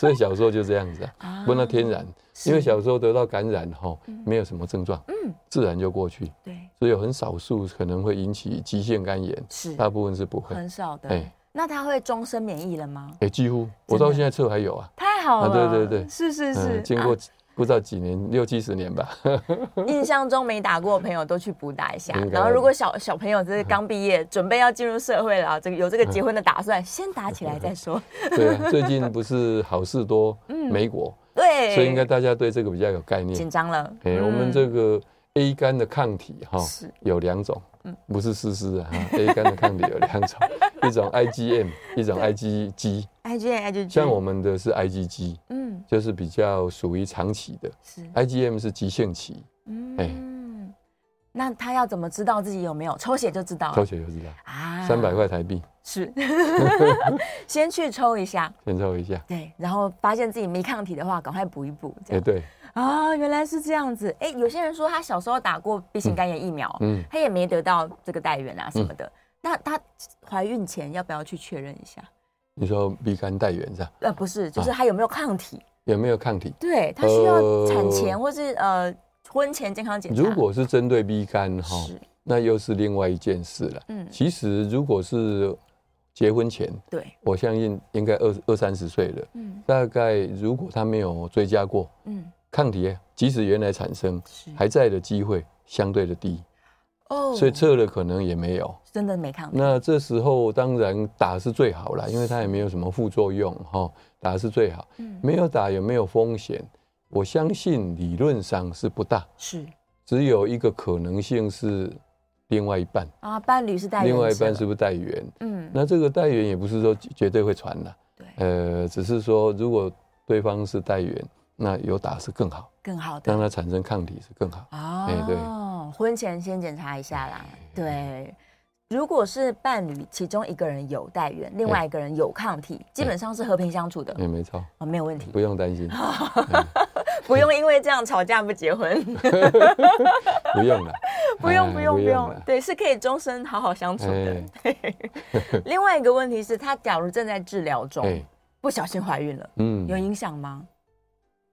Speaker 3: 所以小时候就这样子啊，不那天然，因为小时候得到感染后没有什么症状，
Speaker 2: 嗯，
Speaker 3: 自然就过去，
Speaker 2: 对，
Speaker 3: 只有很少数可能会引起急性肝炎，
Speaker 2: 是
Speaker 3: 大部分是不会，
Speaker 2: 很少的
Speaker 3: 哎。
Speaker 2: 那他会终身免疫了吗？
Speaker 3: 哎，几乎我
Speaker 2: 真
Speaker 3: 到
Speaker 2: 的
Speaker 3: 现在测还有啊，
Speaker 2: 太好了，
Speaker 3: 啊对对对
Speaker 2: 是是是。
Speaker 3: 嗯，经
Speaker 2: 啊
Speaker 3: 过不知道几年，六七十年 吧，
Speaker 2: 印象中没打过的朋友都去补打一下
Speaker 3: 应，该
Speaker 2: 然后如果小小朋友这是刚毕业，准备要进入社会了，这个有这个结婚的打算，先打起来再说。
Speaker 3: 对啊，最近不是好事多，美国，
Speaker 2: 嗯对，
Speaker 3: 嗯所以应该大家对这个比较有概
Speaker 2: 紧
Speaker 3: 念。
Speaker 2: 张了。嗯
Speaker 3: 哎、我们这个 A 肝的抗体哈、
Speaker 2: 是嗯
Speaker 3: 有两种，不是丝丝啊哈，A 肝的抗体有两 种，一种 IgM，一种 IgG。
Speaker 2: IgA IgG，
Speaker 3: 像我们的是 IgG，
Speaker 2: 嗯
Speaker 3: 就是比较属于长期的
Speaker 2: 是
Speaker 3: ，IgM 是急性期，哎
Speaker 2: 嗯，那他要怎么知道自己有没有抽血就知道
Speaker 3: 抽
Speaker 2: 了
Speaker 3: 血就知道，
Speaker 2: 啊
Speaker 3: 三百块台币，
Speaker 2: 是，先去抽一下。
Speaker 3: 先抽一下。
Speaker 2: 对，然后发现自己没抗体的话，赶快补一补。这
Speaker 3: 哎、
Speaker 2: 样
Speaker 3: 对，
Speaker 2: 啊、原来是这样子。哎，有些人说他小时候打过 B 型肝炎疫苗，
Speaker 3: 嗯，
Speaker 2: 他也没得到这个带源啊什么的。那她怀孕前要不要去确认一下？
Speaker 3: 你说 B 肝带源是吧？
Speaker 2: 呃，不是，
Speaker 3: 啊
Speaker 2: 就是她有没有抗体？
Speaker 3: 有没有抗体？
Speaker 2: 对，她需要
Speaker 3: 呃
Speaker 2: 产前或是呃婚前健康检查。
Speaker 3: 如果是针对 B 肝哈，
Speaker 2: 啊是
Speaker 3: 那又是另外一件事了。
Speaker 2: 嗯
Speaker 3: 其实如果是结婚前，
Speaker 2: 对，
Speaker 3: 我相信应该二二三十岁了，
Speaker 2: 嗯
Speaker 3: 大概如果他没有追加过
Speaker 2: 嗯，
Speaker 3: 抗体，即使原来产生
Speaker 2: 是
Speaker 3: 还在的机会相对的低，
Speaker 2: 哦，
Speaker 3: 所以测了可能也没有。
Speaker 2: 真的没抗体。
Speaker 3: 那这时候当然打是最好啦，因为它也没有什么副作用哈，打是最好。
Speaker 2: 嗯，
Speaker 3: 没有打有没有风险？我相信理论上是不大，
Speaker 2: 是
Speaker 3: 只有一个可能性是另外一半，
Speaker 2: 啊，伴侣是带
Speaker 3: 另
Speaker 2: 源
Speaker 3: 外一
Speaker 2: 者
Speaker 3: 半是不是带源？
Speaker 2: 嗯，
Speaker 3: 那这个带源也不是说绝对会传的，
Speaker 2: 对，
Speaker 3: 呃，只是说如果对方是带源，那有打是更好，
Speaker 2: 更好的
Speaker 3: 让它产生抗体是更好。哎对哎
Speaker 2: 哦，婚前先检查一下啦。对，如果是伴侣其中一个人有带
Speaker 3: 哎
Speaker 2: 源，另外一个人有抗体，基本上是和平相处的
Speaker 3: 也、，哎没错，
Speaker 2: 哦，没有问题，
Speaker 3: 不用 担心，哎
Speaker 2: 不用因为这样吵架不结婚，
Speaker 3: 不用了，
Speaker 2: 不用
Speaker 3: 哎
Speaker 2: 不用不用
Speaker 3: 啦，
Speaker 2: 对，是可以终身好好相处的
Speaker 3: 哎。
Speaker 2: 另外一个问题是，她假如正在治疗中
Speaker 3: 哎，，
Speaker 2: 不小心怀孕了，有
Speaker 3: 嗯，
Speaker 2: 影响吗？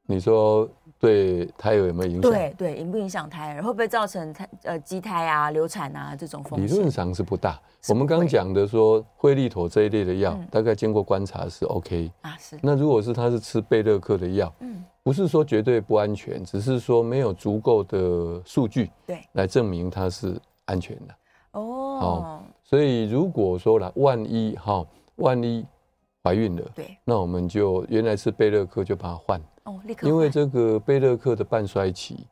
Speaker 3: 你说对胎儿有没有影响？
Speaker 2: 对对，影不影响胎儿，会不会造成胎呃畸胎啊、流产啊这种风
Speaker 3: 理
Speaker 2: 险
Speaker 3: 论？上是不大。
Speaker 2: 是
Speaker 3: 我们刚
Speaker 2: 不会
Speaker 3: 刚讲的说，惠利妥这一类的药，
Speaker 2: 嗯
Speaker 3: 大概经过观察是 OK。
Speaker 2: 啊，是，
Speaker 3: 那如果是他是吃贝乐克的药，
Speaker 2: 嗯，
Speaker 3: 不是说绝对不安全，只是说没有足够的数据
Speaker 2: 对，
Speaker 3: 来证明它是安全的。
Speaker 2: 哦
Speaker 3: 好，所以如果说了，万一哈，万一怀孕了，
Speaker 2: 对，
Speaker 3: 那我们就原来是贝乐克就把它换，
Speaker 2: 哦，立刻换，
Speaker 3: 因为这个贝乐克的半衰期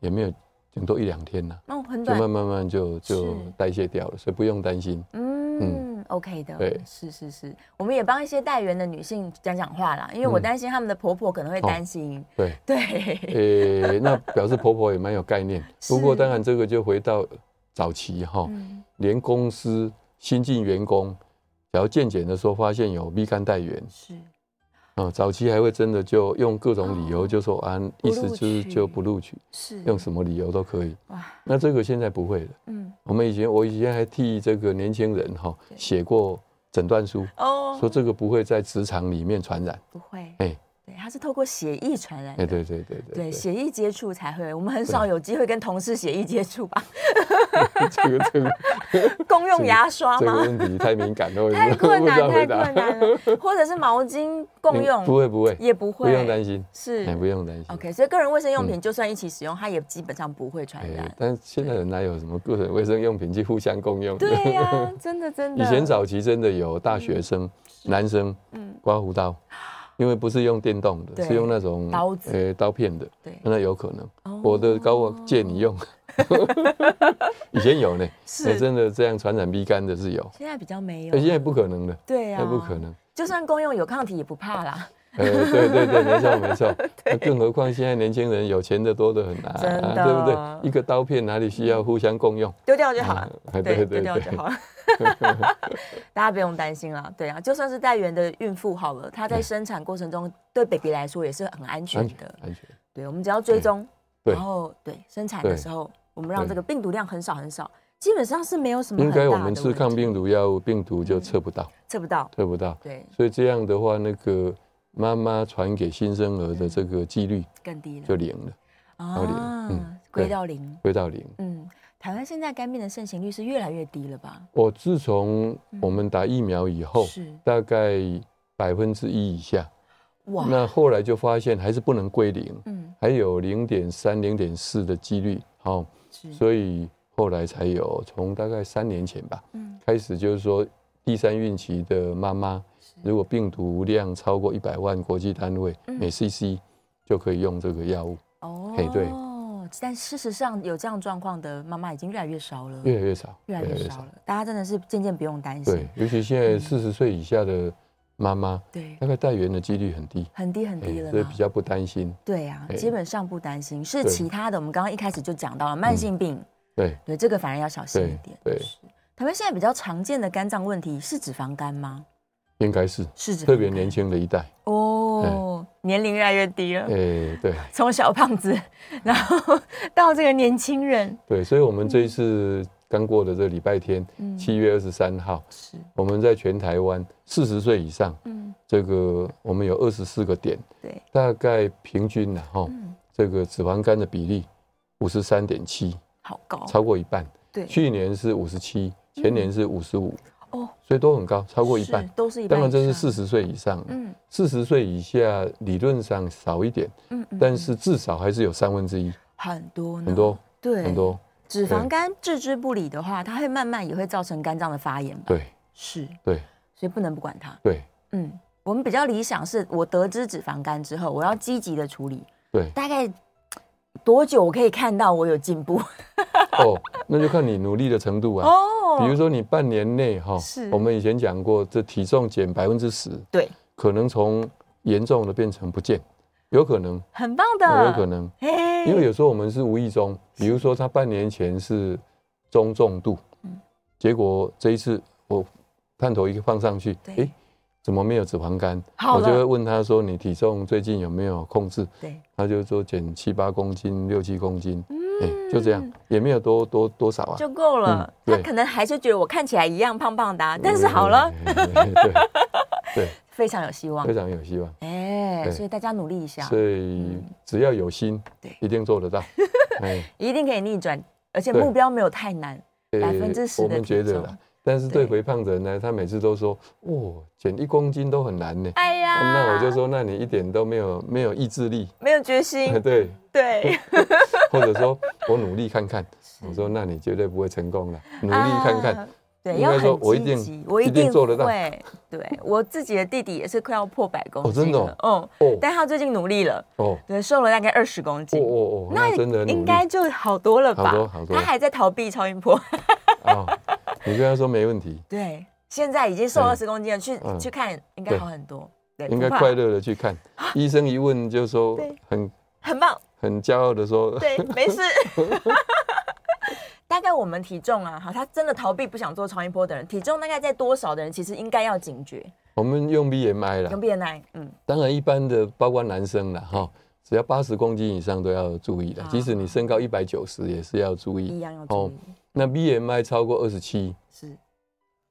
Speaker 3: 也没有顶多一两天呐、
Speaker 2: 哦很
Speaker 3: 就慢
Speaker 2: 短，
Speaker 3: 慢慢就就是代谢掉了，所以不用担心。
Speaker 2: 嗯 o k 的，
Speaker 3: 对
Speaker 2: 是是是，我们也帮一些带源的女性讲讲话啦，因为我
Speaker 3: 嗯哎
Speaker 2: 担心她们的婆婆可能会
Speaker 3: 哦
Speaker 2: 担心，
Speaker 3: 对。
Speaker 2: 对，
Speaker 3: 诶、 那表示婆婆也蛮有概念。不过当然，这个就回到早期哈，
Speaker 2: 嗯，
Speaker 3: 连公司新进员工，然后健检的时候发现有 B 肝带源
Speaker 2: 是，
Speaker 3: 啊、早期还会真的就用各种理由就说啊，
Speaker 2: 哦不
Speaker 3: 意
Speaker 2: 录
Speaker 3: 思就是
Speaker 2: 取嗯
Speaker 3: 就不录取，
Speaker 2: 是，
Speaker 3: 用什么理由都可以。
Speaker 2: 哇，
Speaker 3: 那这个现在不会了。
Speaker 2: 嗯，
Speaker 3: 我们以前我以前还替这个年轻人哈
Speaker 2: 对
Speaker 3: 写过诊断书，
Speaker 2: 哦，
Speaker 3: 说这个不会在职场里面传染。
Speaker 2: 不会，
Speaker 3: 哎
Speaker 2: 对，它是透过血液传染
Speaker 3: 哎、
Speaker 2: 的。
Speaker 3: 对对对对
Speaker 2: 对，血液接触才会，我们很少有机会跟同事血液接触吧？
Speaker 3: 哎这个这个
Speaker 2: 公用牙刷
Speaker 3: 这个
Speaker 2: 啊吗？
Speaker 3: 问题太敏感了，我
Speaker 2: 太困
Speaker 3: 不知道
Speaker 2: 难，太
Speaker 3: 回答
Speaker 2: 困难了。或者是毛巾共
Speaker 3: 嗯
Speaker 2: 用，
Speaker 3: 不会不会，
Speaker 2: 也不会，
Speaker 3: 不用担心，
Speaker 2: 是
Speaker 3: 哎，不用担心。
Speaker 2: OK，所以个人卫生用品就算一起使用，它也基本上不会传染
Speaker 3: 哎。，但现在人哪有什么个人卫生用品去互相共用？
Speaker 2: 对呀、 真的真的。嗯
Speaker 3: 以前早期真的有大学生、男生，刮胡刀，因为不是用电动的，
Speaker 2: 对
Speaker 3: 是用那种
Speaker 2: 刀子
Speaker 3: 呃刀片的，
Speaker 2: 对
Speaker 3: 那有可能。
Speaker 2: 哦
Speaker 3: 我的高我借 你用，以前有呢，
Speaker 2: 是
Speaker 3: 哎真的这样传染鼻肝的是有，
Speaker 2: 现在比较没有
Speaker 3: 哎，现在不可能的，
Speaker 2: 对呀、
Speaker 3: 那不可，能。
Speaker 2: 就算公用有抗体也不怕啦，
Speaker 3: 呃，对对对，没错 没错。那更何况现在年轻人有钱的多得很啊，
Speaker 2: 真的
Speaker 3: 对不对？一个刀片哪里需要互相共用？
Speaker 2: 丢掉就好了。
Speaker 3: 哎
Speaker 2: 对，
Speaker 3: 对
Speaker 2: 丢
Speaker 3: 对
Speaker 2: 掉
Speaker 3: 对
Speaker 2: 就，好 了，大家不用担心啦。对啊，就算是带源的孕妇好了，她在
Speaker 3: 对
Speaker 2: 生产过程中对 baby 来说也是很安全
Speaker 3: 嗯安全
Speaker 2: 的。
Speaker 3: 安全。
Speaker 2: 对，我们只要追踪，
Speaker 3: 对
Speaker 2: 然后对生产的
Speaker 3: 对
Speaker 2: 时候，我们让
Speaker 3: 对
Speaker 2: 这个病毒量很少很少，基本上是没有什么
Speaker 3: 应
Speaker 2: 嗯很大的
Speaker 3: 该
Speaker 2: 问题。
Speaker 3: 我们吃抗病毒药，病毒就测不到，
Speaker 2: 测不到，
Speaker 3: 测不到。
Speaker 2: 对，
Speaker 3: 所以这样的话，那个妈妈传给新生儿的这个几率
Speaker 2: 更低了啊
Speaker 3: 就零了，到零嗯
Speaker 2: 归
Speaker 3: 对
Speaker 2: 到零。
Speaker 3: 回到零。
Speaker 2: 嗯，台湾现在肝病的盛行率是越来越低了吧？
Speaker 3: 我自从我们打疫苗以后，
Speaker 2: 是
Speaker 3: 大概百分之一以下，
Speaker 2: 哇，
Speaker 3: 那后来就发现还是不能归零，
Speaker 2: 嗯
Speaker 3: 还有零点三、零点四的几率。好、
Speaker 2: 是，
Speaker 3: 所以后来才有从大概三年前吧，
Speaker 2: 嗯
Speaker 3: 开始就是说第三孕期的妈妈，如果病毒量超过一百万国际单位
Speaker 2: 嗯
Speaker 3: 每 cc，就可以用这个药物，
Speaker 2: 哦
Speaker 3: 嘿对
Speaker 2: 但事实上有这样状况的妈妈已经越来越少了，
Speaker 3: 越来越少，
Speaker 2: 越来越少。嗯了，大家真的是渐渐不用担心
Speaker 3: 对，，尤其现在四十岁以下的妈妈，
Speaker 2: 对，
Speaker 3: 大概带源的几率很低，哎
Speaker 2: 很低很低了
Speaker 3: 所以
Speaker 2: 嘛
Speaker 3: 比。较不担心。
Speaker 2: 对啊，
Speaker 3: 哎
Speaker 2: 基本上不担心，是
Speaker 3: 对
Speaker 2: 其他的。我们刚刚一开始就讲到了慢性病，
Speaker 3: 对，
Speaker 2: 对这个反而要小心一点。
Speaker 3: 对对
Speaker 2: 是，台湾现在比较常见的肝脏问题是脂肪肝吗？
Speaker 3: 应该是
Speaker 2: 是脂肪肝
Speaker 3: 特别年轻的一代，
Speaker 2: 哦，年龄越来越低了，
Speaker 3: 哎，对
Speaker 2: 从小胖子，然后到这个年轻人，
Speaker 3: 对，所以我们这一次刚过的这礼拜天，
Speaker 2: 嗯，
Speaker 3: 七月二十三号，
Speaker 2: 是，
Speaker 3: 我们在全台湾四十岁以上，
Speaker 2: 嗯，
Speaker 3: 这个我们有二十四个点，
Speaker 2: 对，
Speaker 3: 大概平均呢，啊哈，
Speaker 2: 嗯，
Speaker 3: 这个脂肪肝的比例五十三点七，
Speaker 2: 好高，
Speaker 3: 超过一半。
Speaker 2: 对，
Speaker 3: 去年是五十七，前年是五十五，
Speaker 2: 哦，
Speaker 3: 所以都很高，超过一半
Speaker 2: 嗯是。都是一半，
Speaker 3: 当然这是四，十岁以上，
Speaker 2: 嗯
Speaker 3: 四十岁以下理论上少一点，
Speaker 2: 嗯嗯，
Speaker 3: 但是至少还是有三分之一，
Speaker 2: 很多呢
Speaker 3: 很多，
Speaker 2: 嗯对
Speaker 3: 很多。
Speaker 2: 脂肪
Speaker 3: 对
Speaker 2: 肝置之不理的话，它会慢慢也会造成肝脏的发炎吧？，
Speaker 3: 对
Speaker 2: 是，
Speaker 3: 对
Speaker 2: 所以不能不管它。
Speaker 3: 对
Speaker 2: 嗯，我们比较理想是我得知脂肪肝之后，我要积极的处理，
Speaker 3: 对
Speaker 2: 大概多久我可以看到我有进步？
Speaker 3: 哦，那就看你努力的程度啊。
Speaker 2: 哦
Speaker 3: 比如说你半年内哈
Speaker 2: 是，
Speaker 3: 我们以前讲过，这体重减百分之十，
Speaker 2: 对，
Speaker 3: 可能从严重的变成不见，有可能，
Speaker 2: 很棒的，哎
Speaker 3: 有可，能，
Speaker 2: 嘿，
Speaker 3: 因为有时候我们是无意中，比如说他半年前是中重度，
Speaker 2: 嗯
Speaker 3: 结果这一次我探头一放上去，
Speaker 2: 对
Speaker 3: 诶，怎么没有脂肪肝？
Speaker 2: 好
Speaker 3: 我
Speaker 2: 了
Speaker 3: 就会问他说你体重最近有没有控制？
Speaker 2: 对，
Speaker 3: 他就说减七八公斤、六七公斤，
Speaker 2: 嗯
Speaker 3: 哎、就这样，也没有多多多少啊。
Speaker 2: 就够了。
Speaker 3: 嗯
Speaker 2: 他
Speaker 3: 对
Speaker 2: 可能还是觉得我看起来一样胖胖的啊、但是好了，
Speaker 3: 嗯，对 对，
Speaker 2: 非常有希望
Speaker 3: 非。常有希望。
Speaker 2: 哎，
Speaker 3: 对
Speaker 2: 所以大家努力一下，
Speaker 3: 所以只要有心
Speaker 2: 对，
Speaker 3: 一定做 得到。哎，
Speaker 2: 一定可以逆转，而且
Speaker 3: 对
Speaker 2: 目标没有太难。百分之十的
Speaker 3: 我们觉
Speaker 2: 体
Speaker 3: 得
Speaker 2: 重
Speaker 3: 啦。但是对
Speaker 2: 对
Speaker 3: 肥胖人呢，他每次都说，哦，减一公斤都很难呢。
Speaker 2: 哎呀，
Speaker 3: 那我就说，那你一点都没有没有意志力，
Speaker 2: 没有决心，
Speaker 3: 对，
Speaker 2: 对，
Speaker 3: 或者说我努力看看。我说，那你绝对不会成功了，努力看看
Speaker 2: 啊。。对，
Speaker 3: 应
Speaker 2: 要
Speaker 3: 该说
Speaker 2: 很
Speaker 3: 我一
Speaker 2: 积
Speaker 3: 定
Speaker 2: 极，我一
Speaker 3: 一定
Speaker 2: 定
Speaker 3: 做得到
Speaker 2: 会。对我自己的弟弟也是快要破百公
Speaker 3: 哦
Speaker 2: 斤
Speaker 3: 真的
Speaker 2: 了，嗯，
Speaker 3: 哦
Speaker 2: 但他最近努力了，
Speaker 3: 哦
Speaker 2: 对，瘦了大概二十公
Speaker 3: 哦
Speaker 2: 斤，
Speaker 3: 哦哦，那真的很努力
Speaker 2: 应该就好多了吧？
Speaker 3: 好多好多
Speaker 2: 他还在逃避超音波，
Speaker 3: 哦。你跟他说没问题，
Speaker 2: 对，现在已经瘦
Speaker 3: 嗯
Speaker 2: 二十公斤了，去
Speaker 3: 嗯
Speaker 2: 去看应该
Speaker 3: 对
Speaker 2: 好很多， 对，
Speaker 3: 应该
Speaker 2: 不怕
Speaker 3: 快乐的 去看。医生一问就说
Speaker 2: 对
Speaker 3: 很
Speaker 2: 很 棒，
Speaker 3: 很骄傲的说，
Speaker 2: 对，没事。 大概我们体重啊，好，他真的逃避不想做超音波的人，体重大概在多少的人，其实应该要警觉，
Speaker 3: 我们用 BMI 啦
Speaker 2: 跟，BNI，嗯，
Speaker 3: 当然一般的包括男生啦哈，只要八十公斤以上都要注意的
Speaker 2: 啊，嗯
Speaker 3: 即使你身高一百九十也是要注
Speaker 2: 一
Speaker 3: 意。
Speaker 2: 样要注意，
Speaker 3: 那 BMI 超过二十七，
Speaker 2: 是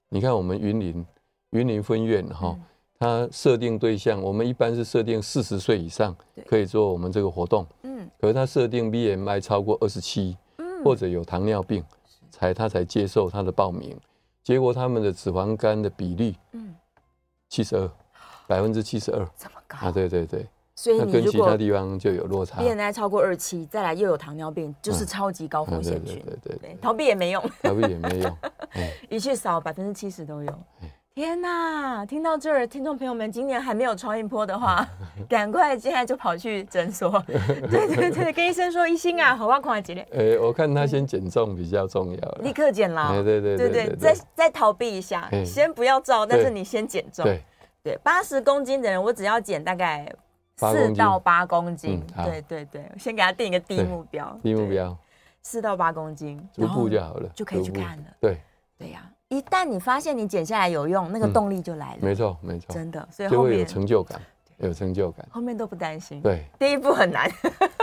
Speaker 3: 你看我们云林云林分院哈
Speaker 2: 嗯，
Speaker 3: 它设定对象我们一般是设定四十岁以上
Speaker 2: 对
Speaker 3: 可以做我们这个活动，
Speaker 2: 嗯
Speaker 3: 可是它设定 BMI 超过二十七
Speaker 2: 嗯
Speaker 3: 或者有糖尿病，才他才接受他的报名，结果他们的脂肪肝的比例
Speaker 2: 嗯，
Speaker 3: 七十二，百分之七十二
Speaker 2: 这么
Speaker 3: 啊，
Speaker 2: 高，
Speaker 3: 对对对。
Speaker 2: 所以
Speaker 3: 那
Speaker 2: 你
Speaker 3: 跟
Speaker 2: 如
Speaker 3: 其他
Speaker 2: 果
Speaker 3: 地方就有落差。
Speaker 2: BNI 超过二七，再来又有糖尿病，就是超级高风
Speaker 3: 嗯对
Speaker 2: 险
Speaker 3: 对
Speaker 2: 群，
Speaker 3: 对对，
Speaker 2: 对，逃避也没用，
Speaker 3: 咖啡也没用。哎
Speaker 2: 一去扫百分之七十都有
Speaker 3: 哎，
Speaker 2: 天呐！听到这儿，听众朋友们，今年还没有超音波的 话，赶快现在就跑去诊所。对对对，跟医生说，医生啊，好，我看几嘞，
Speaker 3: 诶，我看他先减重比较重要了。
Speaker 2: 立刻减啦。
Speaker 3: 哎对对对对对
Speaker 2: 再再逃避一下，
Speaker 3: 嗯
Speaker 2: 先不要照，但是
Speaker 3: 对
Speaker 2: 你先减重。
Speaker 3: 对，
Speaker 2: 对，八十公斤的人，我只要减大概
Speaker 3: 八
Speaker 2: 四
Speaker 3: 公斤
Speaker 2: 到八公斤。
Speaker 3: 嗯好
Speaker 2: 对对对，我先给他定一个低
Speaker 3: 对
Speaker 2: 目标，
Speaker 3: 低目
Speaker 2: 对
Speaker 3: 标
Speaker 2: 四到八公斤，
Speaker 3: 逐步就
Speaker 2: 然后
Speaker 3: 好了，
Speaker 2: 就可以
Speaker 3: 逐
Speaker 2: 去
Speaker 3: 步
Speaker 2: 看了。
Speaker 3: 对，
Speaker 2: 对呀、一旦你发现你减下来有用，那个
Speaker 3: 嗯
Speaker 2: 动力就来了，
Speaker 3: 没错没错，
Speaker 2: 真的。所以
Speaker 3: 就
Speaker 2: 后
Speaker 3: 会有
Speaker 2: 面
Speaker 3: 成就感，有成就感。
Speaker 2: 后面都不担心。，
Speaker 3: 对，
Speaker 2: 第一步很难，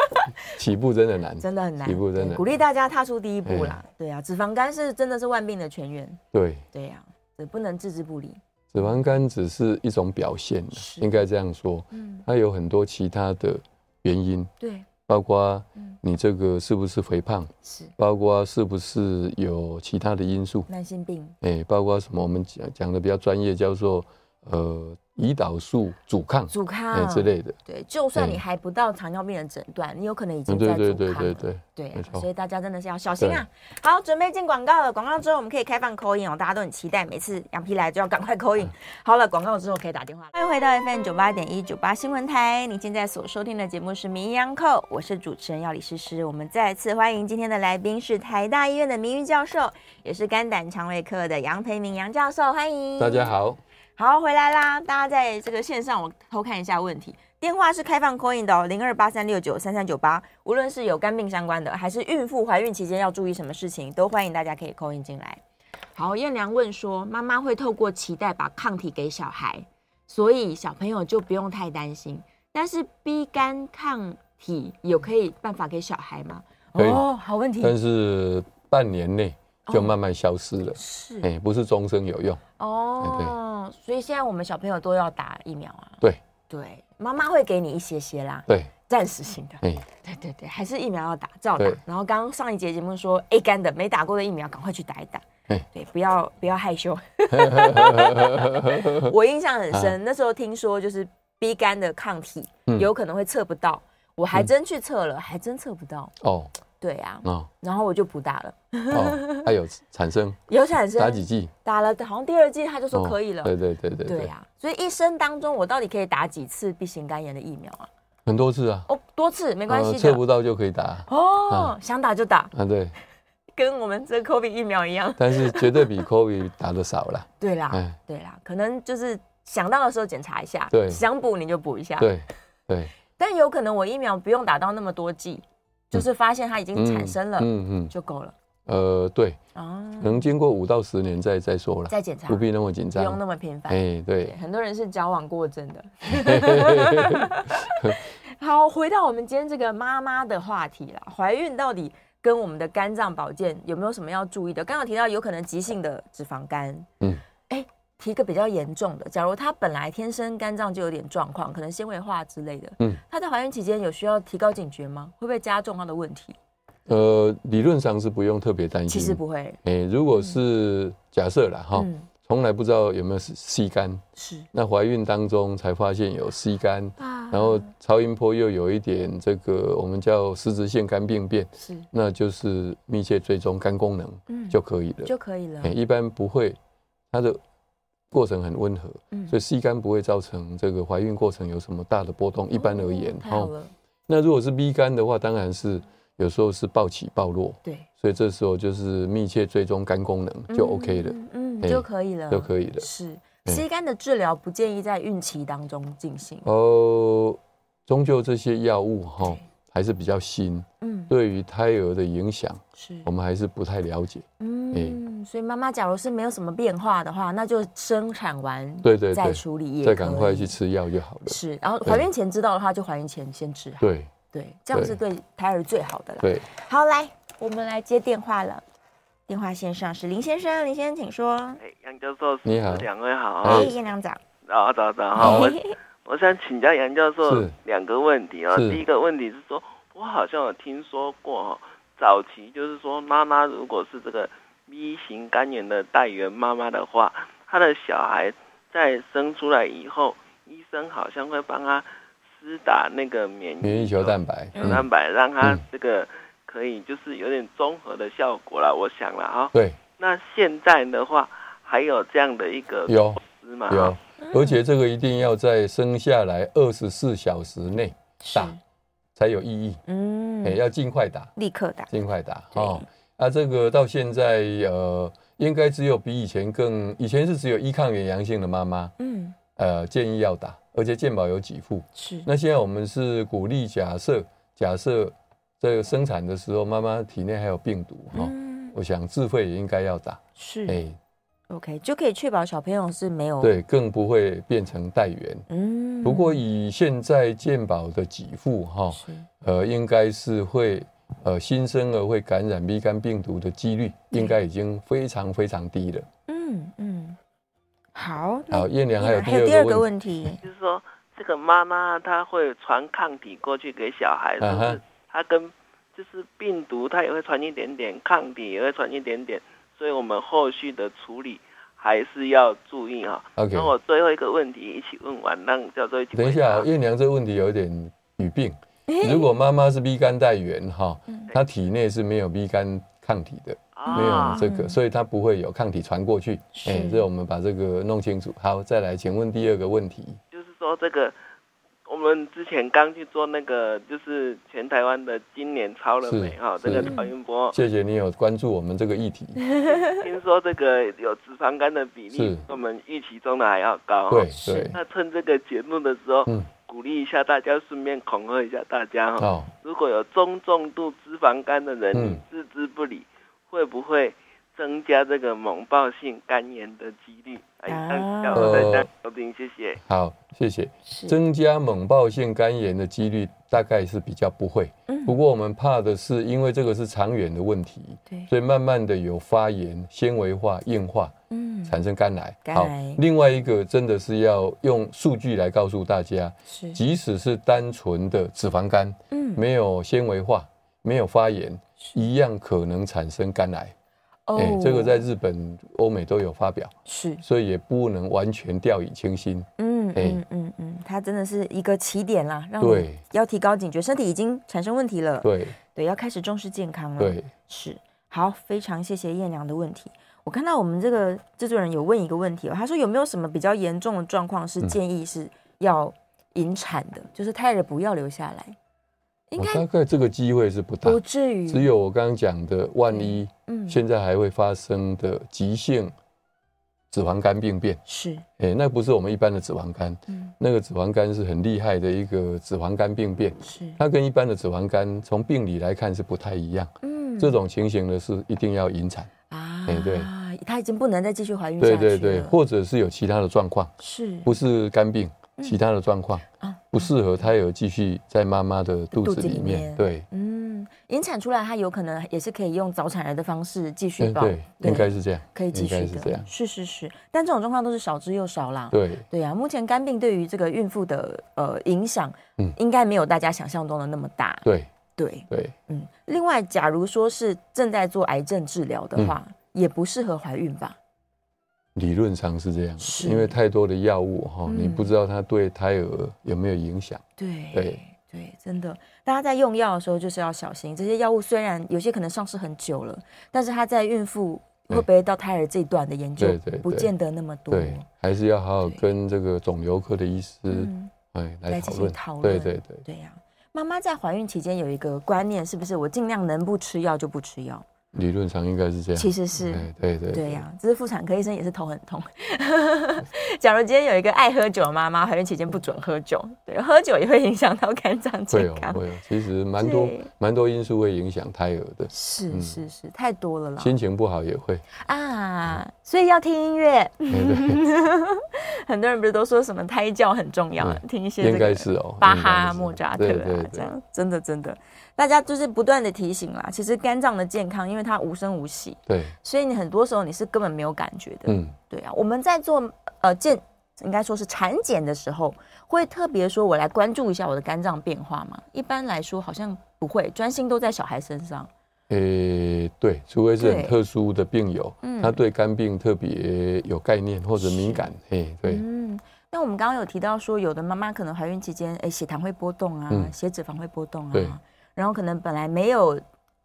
Speaker 3: 起步真的难，
Speaker 2: 真的很难。
Speaker 3: 起步真的
Speaker 2: 对鼓励大家踏出第一步啦。对啊，脂肪肝是真的是万病的全源。
Speaker 3: 对，
Speaker 2: 对呀、这不能置之不理。
Speaker 3: 脂肪肝只是一种表现啊，
Speaker 2: 是
Speaker 3: 应该这样说。
Speaker 2: 嗯，
Speaker 3: 它有很多其他的原因，
Speaker 2: 对，
Speaker 3: 包括
Speaker 2: 嗯
Speaker 3: 你这个是不是肥胖，
Speaker 2: 是
Speaker 3: 包括是不是有其他的因素，
Speaker 2: 慢性病。
Speaker 3: 哎，包括什么我们讲讲的比较专业，叫做呃胰岛素阻抗，
Speaker 2: 阻啊抗、
Speaker 3: 哎之类的。
Speaker 2: 对，就算
Speaker 3: 对
Speaker 2: 你还不到糖尿病的诊断，你有可能已经
Speaker 3: 嗯，
Speaker 2: 在阻
Speaker 3: 对对对
Speaker 2: 抗
Speaker 3: 对
Speaker 2: 了。
Speaker 3: 对，
Speaker 2: 对啊
Speaker 3: 没错
Speaker 2: 所以大家真的是要小心啊！好，准备进广告了。广告之后我们可以开放口音哦，大家都很期待，每次羊皮来就要赶快口音。
Speaker 3: 嗯
Speaker 2: 好了，广告之后可以打电话了。欢迎回到 FM 九八点一九八新闻台，你现在所收听的节目是《名医央叩》，我是主持人要李诗诗。我们再次欢迎今天的来宾是台大医院的名誉教授，也是肝胆肠胃科的杨培明杨教授，欢迎
Speaker 3: 大家。好，
Speaker 2: 好，回来啦！大家在这个线上，我偷看一下问题。电话是开放 coin 的哦，零二八三六九三三九八。无论是有肝病相关的，还是孕妇怀孕期间要注意什么事情，都欢迎大家可以 coin 进来。好，燕良问说，妈妈会透过脐带把抗体给小孩，所以小朋友就不用太担心。但是 B 肝抗体有可以办法给小孩吗？哦
Speaker 3: 可以，
Speaker 2: 好问题
Speaker 3: 但是半年内就
Speaker 2: 嗯哦
Speaker 3: 慢慢消失了，
Speaker 2: 是
Speaker 3: 哎，不是终生有用，
Speaker 2: 哦，所以现在我们小朋友都要打疫苗啊。
Speaker 3: 对
Speaker 2: 对，妈妈会给你一些些啦，
Speaker 3: 对，
Speaker 2: 暂时性的。
Speaker 3: 哎，
Speaker 2: 对对对，还是疫苗要打，照打
Speaker 3: 对。
Speaker 2: 然后刚刚上一节节目说 A 肝的没打过的疫苗，赶快去打一打
Speaker 3: 嘿。
Speaker 2: 对，不要不要害 羞。我印象很深，那时候听说就是 B 肝的抗体
Speaker 3: 啊嗯
Speaker 2: 有可能会测不到，我还真去测了，还真测不到。
Speaker 3: 哦
Speaker 2: 对啊，
Speaker 3: 哦
Speaker 2: 然后我就不打了。
Speaker 3: 哦，它有产生
Speaker 2: 有产生
Speaker 3: 打几剂？
Speaker 2: 打了，好像第二季他就说
Speaker 3: 哦
Speaker 2: 可以了。
Speaker 3: 对对对对
Speaker 2: 对
Speaker 3: 对，
Speaker 2: 呀、所以一生当中我到底可以打几次 B 型肝炎的疫苗啊？
Speaker 3: 很多次啊，
Speaker 2: 哦，多次没关系
Speaker 3: 呃测
Speaker 2: 的。
Speaker 3: 不到就可以打
Speaker 2: 哦，想打就打，
Speaker 3: 啊，对，
Speaker 2: 跟我们这 COVID 疫苗一样。
Speaker 3: 但是绝 对比 COVID 打的少了，
Speaker 2: 对啦，
Speaker 3: 哎，
Speaker 2: 对啦，可能就是想到的时候检查一下，
Speaker 3: 对
Speaker 2: 想补你就补一下。，
Speaker 3: 对对，
Speaker 2: 但有可能我疫苗不用打到那么多剂，就是发现它已经产生了、
Speaker 3: 嗯嗯嗯，
Speaker 2: 就够了
Speaker 3: 呃，对，
Speaker 2: 啊，
Speaker 3: 能经过五到十年再再说了，
Speaker 2: 再检查
Speaker 3: 不必那么紧
Speaker 2: 不用
Speaker 3: 张
Speaker 2: 那，么频繁。
Speaker 3: 哎，
Speaker 2: 对
Speaker 3: 对，
Speaker 2: 很多人是矫枉过正 的。好，回到我们今天这个妈妈的话题啦，怀孕到底跟我们的肝脏保健有没有什么要注意的？刚刚有提到有可能急性的脂肪肝，嗯
Speaker 3: 嗯，
Speaker 2: 哎，提一个比较严重的，假如她本来天生肝脏就有点状况，可能纤维化之类的，嗯
Speaker 3: 嗯，
Speaker 2: 她在怀孕期间有需要提高警觉吗？会不会加重她的问题？
Speaker 3: 呃，理论上是不用特别担
Speaker 2: 其
Speaker 3: 心，
Speaker 2: 实不会，
Speaker 3: 哎，如果是假设了哈，
Speaker 2: 嗯，
Speaker 3: 从来不知道有没有 C 肝，
Speaker 2: 是
Speaker 3: 那怀孕当中才发现有 C 肝，
Speaker 2: 啊
Speaker 3: 然后超音波又有一点这个我们叫实质性肝病变，
Speaker 2: 是
Speaker 3: 那就是密切追踪肝功能
Speaker 2: 嗯
Speaker 3: 就可以了。
Speaker 2: 就可以了
Speaker 3: 哎，一般不会，它的过程很温和，
Speaker 2: 嗯
Speaker 3: 所以 C 肝不会造成这个怀孕过程有什么大的波动。一般而言
Speaker 2: 哦，太好
Speaker 3: 哦，
Speaker 2: 了，
Speaker 3: 那如果是 B 肝的话，当然是有时候是暴起暴落，
Speaker 2: 对，
Speaker 3: 所以这时候就是密切追踪肝功能就 OK 了，
Speaker 2: 嗯，嗯
Speaker 3: 哎
Speaker 2: 就可以了，
Speaker 3: 就可以了。
Speaker 2: 是
Speaker 3: 对嗯
Speaker 2: C 肝的治疗不建议在孕期当中进行。
Speaker 3: 哦，终究这些药物哈、
Speaker 2: 对
Speaker 3: 还是比较新，
Speaker 2: 嗯，
Speaker 3: 对于胎儿的影响，
Speaker 2: 是
Speaker 3: 我，们还是不太了解。
Speaker 2: 嗯，所以妈妈假如是没有什么变化的话，那就生产完
Speaker 3: 对对
Speaker 2: 再
Speaker 3: 对，
Speaker 2: 处理也
Speaker 3: 再赶
Speaker 2: 可
Speaker 3: 快
Speaker 2: 以
Speaker 3: 去吃药就好了。
Speaker 2: 是，然后
Speaker 3: 对
Speaker 2: 怀孕前知道的话，就怀孕前先治好。
Speaker 3: 对
Speaker 2: 对，这样是对胎儿最好的啦。
Speaker 3: 对，
Speaker 2: 好，来，我们来接电话了。电话线上是林先生，林先生请说。
Speaker 4: 哎，杨教授，
Speaker 3: 你好
Speaker 4: 两位好
Speaker 2: 哎，
Speaker 4: 啊
Speaker 3: 哎，
Speaker 2: 燕良长，
Speaker 4: 啊，早早好，我
Speaker 2: 嘿嘿嘿
Speaker 4: 我想请教杨教授
Speaker 3: 是
Speaker 4: 两个问题啊。
Speaker 3: 是
Speaker 4: 第一个问题是说，我好像有听说过哦，早期就是说妈妈如果是这个 B 型肝炎的代源妈妈的话，她的小孩在生出来以后，医生好像会帮她施打那个免
Speaker 3: 免疫球蛋白，
Speaker 4: 球蛋白，让她
Speaker 3: 嗯
Speaker 4: 这个可以就是有点综合的效果啦。我想了哈、
Speaker 3: 对，
Speaker 4: 那现在的话，还有这样的一个
Speaker 3: 有
Speaker 4: 是吗？
Speaker 3: 有，
Speaker 2: 嗯
Speaker 3: 而且这个一定要在生下来二十四小时内打
Speaker 2: 是
Speaker 3: 才有意义，
Speaker 2: 嗯
Speaker 3: 哎，要尽快打，
Speaker 2: 立刻打，
Speaker 3: 尽快打哦。啊，这个到现在呃，应该只有比以前更，以前是只有一抗原阳性的妈妈，
Speaker 2: 嗯，
Speaker 3: 呃，建议要打，而且健保有几副。
Speaker 2: 是，
Speaker 3: 那现在我们是鼓励假设，假设这个生产的时候妈妈体内还有病毒哈、哦，
Speaker 2: 嗯，
Speaker 3: 我想自费也应该要打，
Speaker 2: 是、
Speaker 3: 哎，
Speaker 2: o k 就可以确保小朋友是没有，
Speaker 3: 对，更不会变成带源。
Speaker 2: 嗯，
Speaker 3: 不过以现在健保的给付哈、
Speaker 2: 是
Speaker 3: 呃，应该是会呃新生儿会感染 B 肝病毒的几率，应该已经非常非常低了。
Speaker 2: 嗯嗯，好，那
Speaker 3: 好，燕良还有
Speaker 2: 还有
Speaker 3: 第
Speaker 2: 第二
Speaker 3: 二
Speaker 2: 个
Speaker 3: 个问题，
Speaker 2: 问题，
Speaker 4: 就是说这个妈妈她会传抗体过去给小孩，是
Speaker 3: 嗯
Speaker 4: 不
Speaker 3: 哼
Speaker 4: 是？她跟就是病毒，它也会传一点点，抗体也会传一点点，所以我们后续的处理还是要注意啊。
Speaker 3: OK
Speaker 4: 那我最后一个问题一起问完，让教授一起回
Speaker 3: 等一
Speaker 4: 答
Speaker 3: 下，燕良这个问题有点语病。
Speaker 2: 哎
Speaker 3: 如果妈妈是 B 肝带源哈，
Speaker 2: 嗯
Speaker 3: 她体内是没有 B 肝抗体的，没有
Speaker 4: 啊，
Speaker 3: 这个，所以它不会有抗体传过去。哎
Speaker 2: 是
Speaker 3: 这我们把这个弄清楚。好，再来，请问第二个问题。
Speaker 4: 就是说这个。我们之前刚去做那个，就是全台湾的今年超了
Speaker 3: 是
Speaker 4: 没哈？这
Speaker 3: 是
Speaker 4: 个曹云波，
Speaker 3: 谢谢你有关注我们这个议题。
Speaker 2: 嗯
Speaker 4: 听说这个有脂肪肝的比例
Speaker 3: 是
Speaker 4: 比我们预期中的还要高哈。
Speaker 3: 对
Speaker 2: 是
Speaker 3: 对，
Speaker 4: 那趁这个节目的时候，
Speaker 3: 嗯
Speaker 4: 鼓励一下大家，顺便恐吓一下大家哈、
Speaker 3: 哦，
Speaker 4: 如果有中重度脂肪肝的人，
Speaker 3: 嗯
Speaker 4: 你置之不理，会不会增加这个猛暴性肝炎的几率？哎，
Speaker 2: 啊
Speaker 4: 让让我
Speaker 3: 哦
Speaker 4: 大家收听，谢谢。
Speaker 3: 好，谢谢。
Speaker 2: 是
Speaker 3: 增加猛暴性肝炎的几率大概是比较不会。
Speaker 2: 嗯
Speaker 3: 不过我们怕的是，因为这个是长远的问题，
Speaker 2: 对，
Speaker 3: 所以慢慢的有发炎、纤维化、硬化，
Speaker 2: 嗯，
Speaker 3: 产生肝癌。
Speaker 2: 肝
Speaker 3: 好
Speaker 2: 癌，
Speaker 3: 另外一个真的是要用数据来告诉大家，
Speaker 2: 是，
Speaker 3: 即使是单纯的脂肪肝，
Speaker 2: 嗯，
Speaker 3: 没有纤维化，没有发炎，一样可能产生肝癌。
Speaker 2: 哦
Speaker 3: 哎这个在日本、欧美都有发表，
Speaker 2: 是，
Speaker 3: 所以也不能完全掉以轻心。
Speaker 2: 嗯
Speaker 3: 哎
Speaker 2: 嗯嗯嗯，它真的是一个起点啦，让
Speaker 3: 对
Speaker 2: 你要提高警觉，身体已经产生问题了，
Speaker 3: 对
Speaker 2: 对，要开始重视健康了，，
Speaker 3: 对，
Speaker 2: 是，好，非常谢谢燕良的问题。我看到我们这个制作人有问一个问题哦，他说有没有什么比较严重的状况
Speaker 3: 嗯
Speaker 2: 是建议是要引产的，就是胎儿不要留下来，应
Speaker 3: 我
Speaker 2: 该
Speaker 3: 哦大概这个机会是不大
Speaker 2: 不，至于，
Speaker 3: 只有我刚刚讲的，万一
Speaker 2: 嗯
Speaker 3: 现在还会发生的急性脂肪肝病变，
Speaker 2: 是，
Speaker 3: 哎、那不是我们一般的脂肪肝，
Speaker 2: 嗯
Speaker 3: 那个脂肪肝是很厉害的一个脂肪肝病变，
Speaker 2: 是，
Speaker 3: 它跟一般的脂肪肝从病理来看是不太一样。
Speaker 2: 嗯
Speaker 3: 这种情形呢是一定要引产，
Speaker 2: 啊，
Speaker 3: 哎对，
Speaker 2: 他已经不能再继续怀孕下去
Speaker 3: 对
Speaker 2: 了，
Speaker 3: 对对，或者是有其他的状况，
Speaker 2: 是
Speaker 3: 不是肝病，其他的状况
Speaker 2: 嗯啊
Speaker 3: 不适合胎儿继续在妈妈的肚
Speaker 2: 肚
Speaker 3: 子
Speaker 2: 子里
Speaker 3: 里
Speaker 2: 面
Speaker 3: 面，对，
Speaker 2: 嗯，引产出来，它有可能也是可以用早产儿的方式继续
Speaker 3: 嗯
Speaker 2: 抱，
Speaker 3: 对，应该是这样，
Speaker 2: 可以继
Speaker 3: 应该
Speaker 2: 续
Speaker 3: 是
Speaker 2: 的，
Speaker 3: 这样，
Speaker 2: 是是是，但这种状况都是少之又少啦。
Speaker 3: 对，
Speaker 2: 对啊，目前肝病对于这个孕妇的呃影响，
Speaker 3: 嗯
Speaker 2: 应该没有大家想象中的那么大。
Speaker 3: 对
Speaker 2: 对，
Speaker 3: 对，
Speaker 2: 嗯。另外，假如说是正在做癌症治疗
Speaker 3: 嗯
Speaker 2: 的话，也不适合怀孕吧？
Speaker 3: 理论上是这样啊
Speaker 2: 是，
Speaker 3: 因为太多的药物哈，
Speaker 2: 嗯
Speaker 3: 你不知道它对胎儿有没有影响，
Speaker 2: 对
Speaker 3: 对
Speaker 2: 对，真的，大家在用药的时候就是要小心。这些药物虽然有些可能上市很久了，但是它在孕妇会
Speaker 3: 对
Speaker 2: 不会到胎儿这一段的研究
Speaker 3: 对对对
Speaker 2: 不见得那么多。
Speaker 3: 对，还是要好好
Speaker 2: 对
Speaker 3: 跟这个肿瘤科的医师
Speaker 2: 嗯，
Speaker 3: 哎
Speaker 2: 来
Speaker 3: 来
Speaker 2: 进
Speaker 3: 讨
Speaker 2: 行
Speaker 3: 论
Speaker 2: 讨，
Speaker 3: 对
Speaker 2: 论
Speaker 3: 对对，
Speaker 2: 对呀、妈妈在怀孕期间有一个观念，是不是我尽量能不吃药就不吃药？
Speaker 3: 理论上应该是这样
Speaker 2: 其，实是。
Speaker 3: 哎对对
Speaker 2: 对呀、只是妇产科医生也是头很痛。 假如今天有一个爱喝酒的妈妈，怀孕期间不准喝酒，对，喝酒也会影响到肝脏
Speaker 3: 会
Speaker 2: 健
Speaker 3: 有
Speaker 2: 康。
Speaker 3: 会有，其实蛮多
Speaker 2: 对
Speaker 3: 蛮多因素会影响胎儿的，
Speaker 2: 是
Speaker 3: 嗯
Speaker 2: 是是，太多了啦
Speaker 3: 心情不好 也会。
Speaker 2: 啊！所以要听音乐。
Speaker 3: 哎对，
Speaker 2: 很多人不是都说什么胎教很重要，
Speaker 3: 嗯
Speaker 2: 听一些这
Speaker 3: 应
Speaker 2: 个
Speaker 3: 该是哦，
Speaker 2: 巴
Speaker 3: 应
Speaker 2: 哈、
Speaker 3: 该是
Speaker 2: 莫扎特
Speaker 3: 对
Speaker 2: 啊
Speaker 3: 对，
Speaker 2: 这
Speaker 3: 对，
Speaker 2: 样真的真的，大家就是不断的提醒啦。其实肝脏的健康，因为它无声无息，
Speaker 3: 对，
Speaker 2: 所以你很多时候你是根本没有感觉的。
Speaker 3: 嗯，
Speaker 2: 对啊，我们在做呃健，应该说是产检的时候，会特别说我来关注一下我的肝脏变化嘛。一般来说好像不会，专心都在小孩身上。
Speaker 3: 诶，呃对，除非是
Speaker 2: 对
Speaker 3: 很特殊的病友
Speaker 2: 嗯，
Speaker 3: 他对肝病特别有概念或者敏感，嘿，对，
Speaker 2: 嗯，那我们刚刚有提到说，有的妈妈可能怀孕期间，哎，血糖会波动啊，
Speaker 3: 嗯
Speaker 2: 血脂肪会波动
Speaker 3: 对
Speaker 2: 啊，然后可能本来没有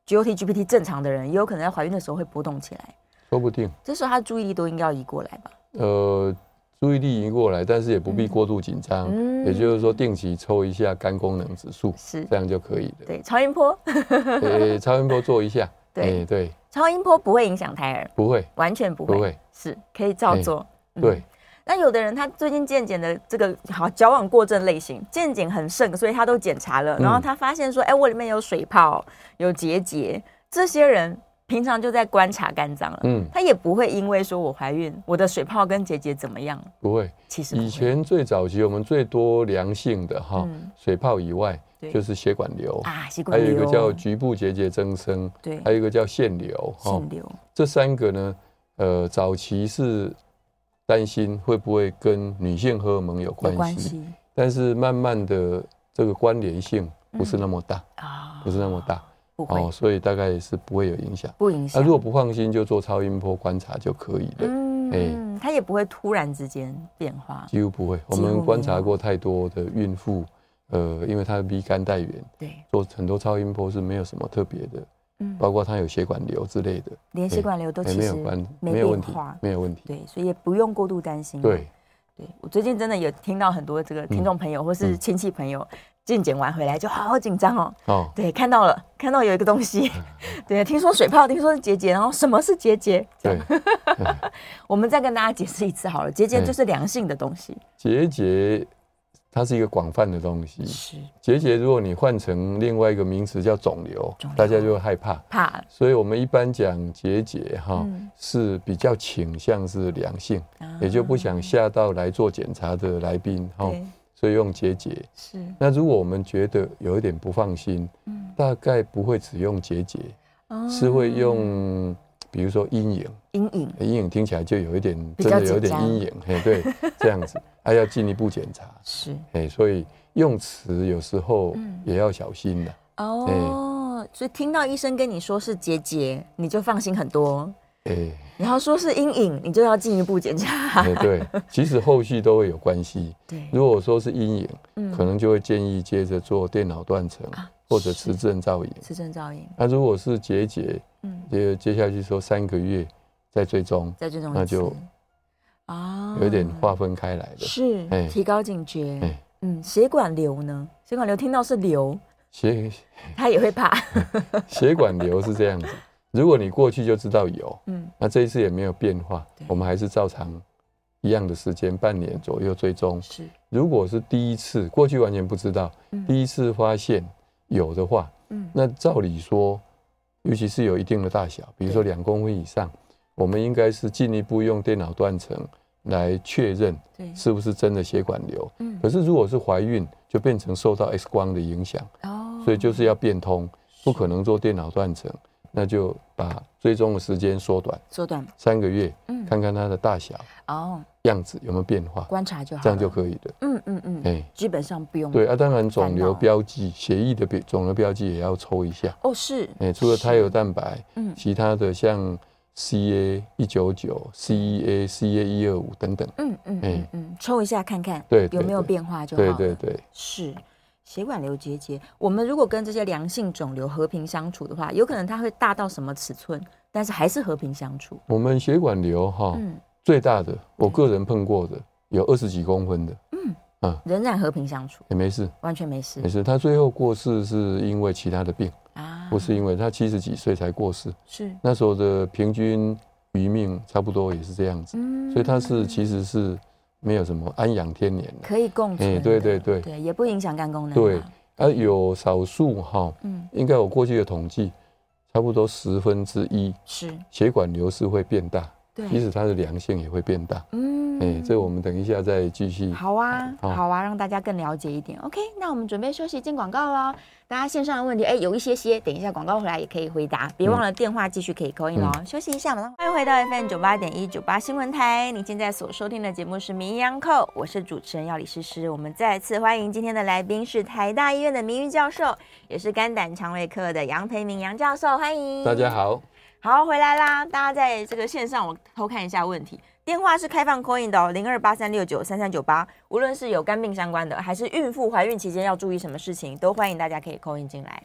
Speaker 2: GOT、GPT 正常的人，也有可能在怀孕的时候会波动起来。
Speaker 3: 说不定
Speaker 2: 这时候他注意力都应该要移过来吧？
Speaker 3: 呃注意力移过来，但是也不必过度紧张，
Speaker 2: 嗯
Speaker 3: 也就是说定期抽一下肝功能指数，
Speaker 2: 是
Speaker 3: 这样就可以了。
Speaker 2: 对，超音波，
Speaker 3: 呃，超音波做一下，
Speaker 2: 对
Speaker 3: 哎对，
Speaker 2: 超音波不会影响胎儿，
Speaker 3: 不会
Speaker 2: 完全不会，
Speaker 3: 不会，
Speaker 2: 是可以照做。嗯
Speaker 3: 对，
Speaker 2: 那有的人他最近健检的这个好矫枉过正类型，健检很慎，所以他都检查了，
Speaker 3: 嗯
Speaker 2: 然后他发现说，哎、我里面有水泡，有结节，这些人平常就在观察肝脏了，
Speaker 3: 嗯
Speaker 2: 他也不会因为说我怀孕，我的水泡跟结节怎么样，
Speaker 3: 不会。
Speaker 2: 其实不会
Speaker 3: 以前最早期我们最多良性的哈
Speaker 2: 嗯，
Speaker 3: 水泡以外
Speaker 2: 对
Speaker 3: 就是血管瘤，
Speaker 2: 啊，习
Speaker 3: 还
Speaker 2: 惯
Speaker 3: 有一个
Speaker 2: 瘤
Speaker 3: 叫局部结节增生，
Speaker 2: 对
Speaker 3: 还有一哦个叫腺瘤哈
Speaker 2: 腺。瘤，
Speaker 3: 这三个呢，呃，早期是担心会不会跟女性荷尔蒙有
Speaker 2: 有
Speaker 3: 关
Speaker 2: 关
Speaker 3: 系，
Speaker 2: 系
Speaker 3: 但是慢慢的这个关联性不是那么大，
Speaker 2: 嗯啊，
Speaker 3: 不是那么大
Speaker 2: 不
Speaker 3: 哦
Speaker 2: 会、
Speaker 3: 所以大概是不会有影响。
Speaker 2: 不影
Speaker 3: 那、
Speaker 2: 响。
Speaker 3: 啊如果不放心，就做超音波观察就可以了，哎
Speaker 2: 嗯，它也不会突然之间变化，
Speaker 3: 几乎不会。我
Speaker 2: 几乎没
Speaker 3: 们
Speaker 2: 有
Speaker 3: 观察过太多的孕妇，呃，因为她的 B 肝带源，
Speaker 2: 对，
Speaker 3: 做很多超音波是没有什么特别的，
Speaker 2: 嗯，
Speaker 3: 包括她有血管瘤之类的，
Speaker 2: 连血管瘤都
Speaker 3: 哎
Speaker 2: 其
Speaker 3: 没
Speaker 2: 实
Speaker 3: 有关，没
Speaker 2: 没
Speaker 3: 有问
Speaker 2: 变
Speaker 3: 题
Speaker 2: 化，，嗯
Speaker 3: 没有问题。
Speaker 2: 对，所以也不用过度担心。
Speaker 3: 对，嗯
Speaker 2: 对，我最近真的有听到很多这个听众朋友或是亲戚朋友健检完回来就好紧张哦，
Speaker 3: 哦，
Speaker 2: 对，看到了，看到有一个东西，
Speaker 3: 嗯
Speaker 2: 对，听说水泡，听说是结节，然后什么是结节？
Speaker 3: 对。
Speaker 2: 我们再跟大家解释一次好了，结节
Speaker 3: 哎
Speaker 2: 就是良性的东西，
Speaker 3: 结节它是一个广泛的东西。
Speaker 2: 是
Speaker 3: 结节如果你换成另外一个名词叫肿瘤，
Speaker 2: 肿瘤
Speaker 3: 大家就会害怕。
Speaker 2: 怕
Speaker 3: 所以我们一般讲结节哈、
Speaker 2: 嗯
Speaker 3: 是比较倾向是良性，
Speaker 2: 啊
Speaker 3: 也就不想吓到来做检查的来宾哈、
Speaker 2: 对
Speaker 3: 所以用结节。
Speaker 2: 是
Speaker 3: 那如果我们觉得有一点不放心，
Speaker 2: 嗯
Speaker 3: 大概不会只用结节，
Speaker 2: 哦
Speaker 3: 是会用比如说阴影，
Speaker 2: 阴影
Speaker 3: 阴影听起来就有一点
Speaker 2: 比
Speaker 3: 真
Speaker 2: 较
Speaker 3: 的有
Speaker 2: 紧
Speaker 3: 点
Speaker 2: 张
Speaker 3: 阴影，嘿，对，这样子，还、要进一步检查。
Speaker 2: 是
Speaker 3: 哎、所以用词有时候
Speaker 2: 嗯
Speaker 3: 也要小心的、
Speaker 2: 哦，所以听到医生跟你说是结节，你就放心很多。
Speaker 3: 哎、
Speaker 2: 然后说是阴影，你就要进一步检查。
Speaker 3: 哎、对，其实后续都会有关系。
Speaker 2: 对
Speaker 3: 如果说是阴影，
Speaker 2: 嗯啊
Speaker 3: 可能就会建议接着做电脑断层、或者磁振造影。
Speaker 2: 磁振造影，
Speaker 3: 那如果是结节，
Speaker 2: 嗯
Speaker 3: 接接下去说三个月再追踪，
Speaker 2: 在这种
Speaker 3: 那就
Speaker 2: 啊
Speaker 3: 有点划分开来的。
Speaker 2: 是
Speaker 3: 哎
Speaker 2: 提高警觉。
Speaker 3: 哎
Speaker 2: 嗯，血管瘤呢？血管瘤听到是瘤，
Speaker 3: 血
Speaker 2: 他也会怕。
Speaker 3: 血管瘤是这样子，如果你过去就知道有，
Speaker 2: 嗯，
Speaker 3: 那这一次也没有变化
Speaker 2: 对，
Speaker 3: 我们还是照常一样的时间，半年左右追踪。
Speaker 2: 是
Speaker 3: 如果是第一次，过去完全不知道，第一次发现有的话，
Speaker 2: 嗯
Speaker 3: 那照理说，尤其是有一定的大小，比如说两公分以上，我们应该是进一步用电脑断层来确认
Speaker 2: 对
Speaker 3: 是不是真的血管瘤。
Speaker 2: 嗯
Speaker 3: 可是如果是怀孕，就变成受到 X 光的影响，
Speaker 2: 哦
Speaker 3: 所以就是要变通，不可能做电脑断层，那就把追踪的时间缩短
Speaker 2: 缩短
Speaker 3: 三个月，
Speaker 2: 嗯
Speaker 3: 看看它的大小
Speaker 2: 哦，
Speaker 3: 样子有没有变化，
Speaker 2: 观察就好了，
Speaker 3: 这样就可以了。
Speaker 2: 嗯嗯嗯，
Speaker 3: 哎。
Speaker 2: 基本上不用
Speaker 3: 对啊，当然肿
Speaker 2: 烦恼
Speaker 3: 瘤标记、血液的标肿瘤标记也要抽一下。
Speaker 2: 哦，是
Speaker 3: 哎、除了
Speaker 2: 是
Speaker 3: 胎油蛋白，
Speaker 2: 嗯
Speaker 3: 其他的像 CA 一九九、CEA、CA E 一二五等等。
Speaker 2: 嗯嗯嗯
Speaker 3: 哎
Speaker 2: 嗯，抽一下看看，
Speaker 3: 对对
Speaker 2: 有没有
Speaker 3: 对
Speaker 2: 变化就好
Speaker 3: 对
Speaker 2: 了。
Speaker 3: 对对，
Speaker 2: 是血管瘤结节。我们如果跟这些良性肿瘤和平相处的话，有可能它会大到什么尺寸，但是还是和平相处。
Speaker 3: 我们血管瘤哈、
Speaker 2: 嗯，
Speaker 3: 最大的我个人碰过的有二十几公分的，
Speaker 2: 嗯
Speaker 3: 啊
Speaker 2: 仍然和平相处，
Speaker 3: 也、没事
Speaker 2: 完全没事
Speaker 3: 没事。他最后过世是因为其他的病，
Speaker 2: 啊
Speaker 3: 不是因为他七十几岁才过世，
Speaker 2: 是，
Speaker 3: 那时候的平均余命差不多也是这样子，
Speaker 2: 嗯
Speaker 3: 所以他是其实是没有什么安养天年的。
Speaker 2: 可以共存的、
Speaker 3: 哎对对对
Speaker 2: 对，也不影响肝功能。
Speaker 3: 对，，啊，有少数哈，
Speaker 2: 嗯，
Speaker 3: 应该我过去的统计，差不多十分之一
Speaker 2: 是，
Speaker 3: 血管瘤是会变大，即
Speaker 2: 对，
Speaker 3: 使它的良性也会变大。
Speaker 2: 嗯
Speaker 3: 哎，这我们等一下再继续。
Speaker 2: 好啊，
Speaker 3: 好
Speaker 2: 好啊，让大家更了解一点。OK，那我们准备休息进广告喽。大家线上的问题，哎，有一些些，等一下广告回来也可以回答，别忘了电话继续可以扣 a 哦。
Speaker 3: 嗯
Speaker 2: 休息一下，马上欢迎回到 FM 九八点一九八新闻台。你现在所收听的节目是《名医央叩》，我是主持人药理诗诗。我们再次欢迎今天的来宾是台大医院的名誉教授，也是肝胆肠胃科的杨培明杨教授，欢迎
Speaker 3: 大家。好，
Speaker 2: 好，回来啦！大家在这个线上，我偷看一下问题。电话是开放 coin 的哦，零二八三六九三三九八。无论是有肝病相关的，还是孕妇怀孕期间要注意什么事情，都欢迎大家可以 coin 进来。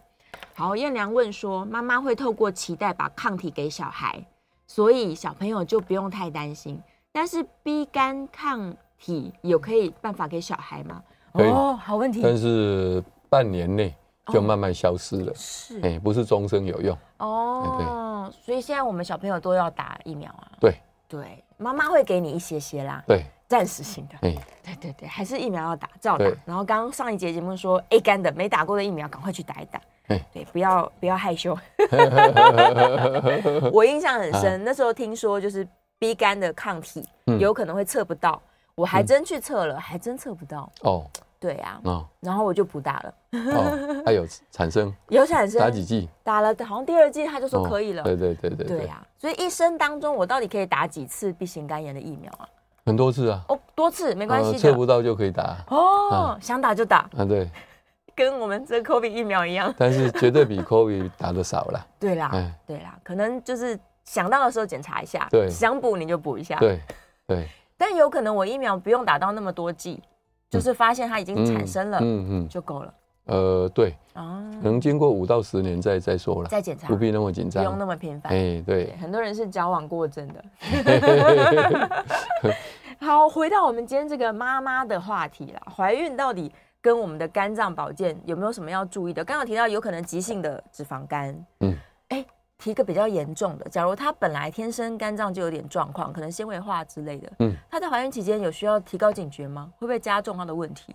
Speaker 2: 好，燕良问说，妈妈会透过脐带把抗体给小孩，所以小朋友就不用太担心。但是 B 肝抗体有可以办法给小孩吗？
Speaker 3: 可以
Speaker 2: 哦，好问题。
Speaker 3: 但是半年内就慢慢消失了，
Speaker 2: 哦是
Speaker 3: 哎、不是终身有用。
Speaker 2: 哦，所以现在我们小朋友都要打疫苗啊。
Speaker 3: 对
Speaker 2: 对，妈妈会给你一些些啦，
Speaker 3: 对，
Speaker 2: 暂时性的。
Speaker 3: 哎、
Speaker 2: 对对对，还是疫苗要打，照打
Speaker 3: 对。
Speaker 2: 然后刚刚上一节节目说 A 肝的没打过的疫苗，赶快去打一打
Speaker 3: 对。
Speaker 2: 对，不要不要害 羞。我印象很深，那时候听说就是 B 肝的抗体
Speaker 3: 啊嗯
Speaker 2: 有可能会测不到，我还真去测了，还真测不到。
Speaker 3: 哦
Speaker 2: 对啊，
Speaker 3: 哦
Speaker 2: 然后我就不打了。
Speaker 3: 哦，还有 产生
Speaker 2: 有产生
Speaker 3: 打几剂？
Speaker 2: 打了，好像第二季啊他就说
Speaker 3: 哦
Speaker 2: 可以了。
Speaker 3: 对对对对
Speaker 2: 对啊
Speaker 3: 对，
Speaker 2: 呀、所以一生当中我到底可以打几次 B 型肝炎的疫苗啊？
Speaker 3: 很多次啊，呃
Speaker 2: 哦，多次没关系
Speaker 3: 测
Speaker 2: 的。
Speaker 3: 不到就可以打
Speaker 2: 哦，想打就打，
Speaker 3: 啊，对，
Speaker 2: 跟我们这 COVID 疫苗一样。
Speaker 3: 但是绝对比 COVID 打的少了，
Speaker 2: 对啦，
Speaker 3: 哎
Speaker 2: 对啦，可能就是想到的时候检查一下，
Speaker 3: 对
Speaker 2: 想补你就补一下。，
Speaker 3: 对对，
Speaker 2: 但有可能我疫苗不用打到那么多剂，就是发现它已经产生了、
Speaker 3: 嗯嗯，
Speaker 2: 就够了
Speaker 3: 呃，对，
Speaker 2: 啊，
Speaker 3: 能经过五到十年再再说了，
Speaker 2: 再检查
Speaker 3: 不必那么紧
Speaker 2: 不用
Speaker 3: 张
Speaker 2: 那。么频繁。
Speaker 3: 哎，对
Speaker 2: 对，很多人是矫枉过正 的。好，回到我们今天这个妈妈的话题啦，怀孕到底跟我们的肝脏保健有没有什么要注意的？刚刚有提到有可能急性的脂肪肝，嗯
Speaker 3: 嗯，
Speaker 2: 哎，提个比较严重的，假如她本来天生肝脏就有点状况，可能纤维化之类的，嗯
Speaker 3: 嗯，
Speaker 2: 她在怀孕期间有需要提高警觉吗？会不会加重她的问题？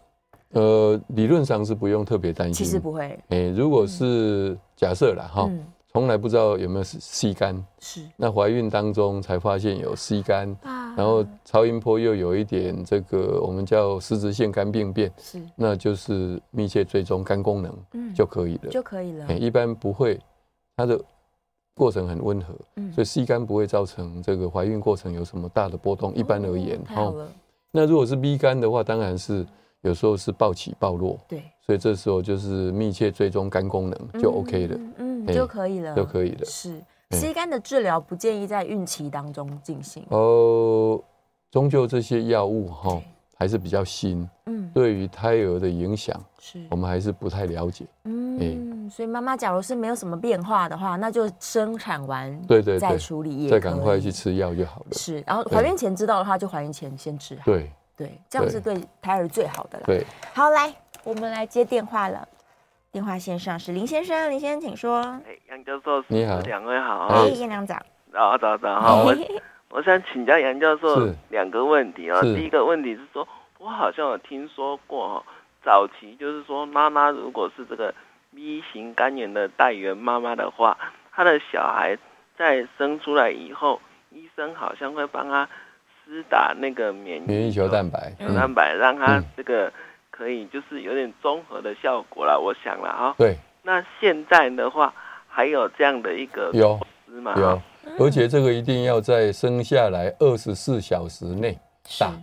Speaker 3: 呃，理论上是不用特别担心。
Speaker 2: 其实不会，
Speaker 3: 哎，如果是假设了哈，
Speaker 2: 嗯，
Speaker 3: 从来不知道有没有 C 肝，
Speaker 2: 是
Speaker 3: 那怀孕当中才发现有 C 肝，
Speaker 2: 啊，
Speaker 3: 然后超音波又有一点这个我们叫实质性肝病变，
Speaker 2: 是
Speaker 3: 那就是密切追踪肝功
Speaker 2: 嗯
Speaker 3: 能就可以了。
Speaker 2: 就可以了
Speaker 3: 哎、，一般不会，它的过程很温和，
Speaker 2: 嗯
Speaker 3: 所以 C 肝不会造成这个怀孕过程有什么大的波动。一般而言
Speaker 2: 哦，太好
Speaker 3: 哦，
Speaker 2: 了，
Speaker 3: 那如果是 B 肝的话，当然是有时候是暴起暴落，
Speaker 2: 对，
Speaker 3: 所以这时候就是密切追踪肝功能就 OK 了，
Speaker 2: 嗯，嗯，
Speaker 3: 哎
Speaker 2: 就可以了，
Speaker 3: 就可以了。
Speaker 2: 是
Speaker 3: 对嗯
Speaker 2: C 肝的治疗不建议在孕期当中进行。
Speaker 3: 哦，终究这些药物哈、哦
Speaker 2: 对
Speaker 3: 还是比较新，
Speaker 2: 嗯，
Speaker 3: 对于胎儿的影响，
Speaker 2: 是
Speaker 3: 我，们还是哎不太了解。
Speaker 2: 嗯，所以妈妈假如是没有什么变化的话，那就生产完
Speaker 3: 对对
Speaker 2: 再
Speaker 3: 对，
Speaker 2: 处理也
Speaker 3: 再赶
Speaker 2: 可
Speaker 3: 快
Speaker 2: 以
Speaker 3: 去吃药就好了。
Speaker 2: 是，然后
Speaker 3: 对
Speaker 2: 怀孕前知道的话，就怀孕前先治好。
Speaker 3: 对
Speaker 2: 对，这样是对胎儿最好的啦。
Speaker 3: 对，
Speaker 2: 好，来，我们来接电话了。电话线上是林先生，林先生请说。
Speaker 4: 哎，杨教授，
Speaker 3: 你好
Speaker 4: 两位好
Speaker 2: 哎，
Speaker 4: 啊，
Speaker 2: 燕良长，
Speaker 4: 早早早好， 我
Speaker 2: 嘿嘿
Speaker 4: 我想请教杨教授
Speaker 3: 是
Speaker 4: 两个问题啊。
Speaker 3: 是
Speaker 4: 第一个问题是说，我好像有听说过、哦，早期就是说，妈妈如果是这个 B 型肝炎的带源妈妈的话，她的小孩在生出来以后，医生好像会帮她施打那个免
Speaker 3: 免疫球蛋白，
Speaker 4: 球蛋白，让她
Speaker 3: 嗯
Speaker 4: 这个可以就是有点综合的效果啦。我想了哈、
Speaker 3: 对，
Speaker 4: 那现在的话，还有这样的一个
Speaker 3: 有
Speaker 4: 施吗？
Speaker 3: 有，啊而且这个一定要在生下来二十四小时内打
Speaker 2: 是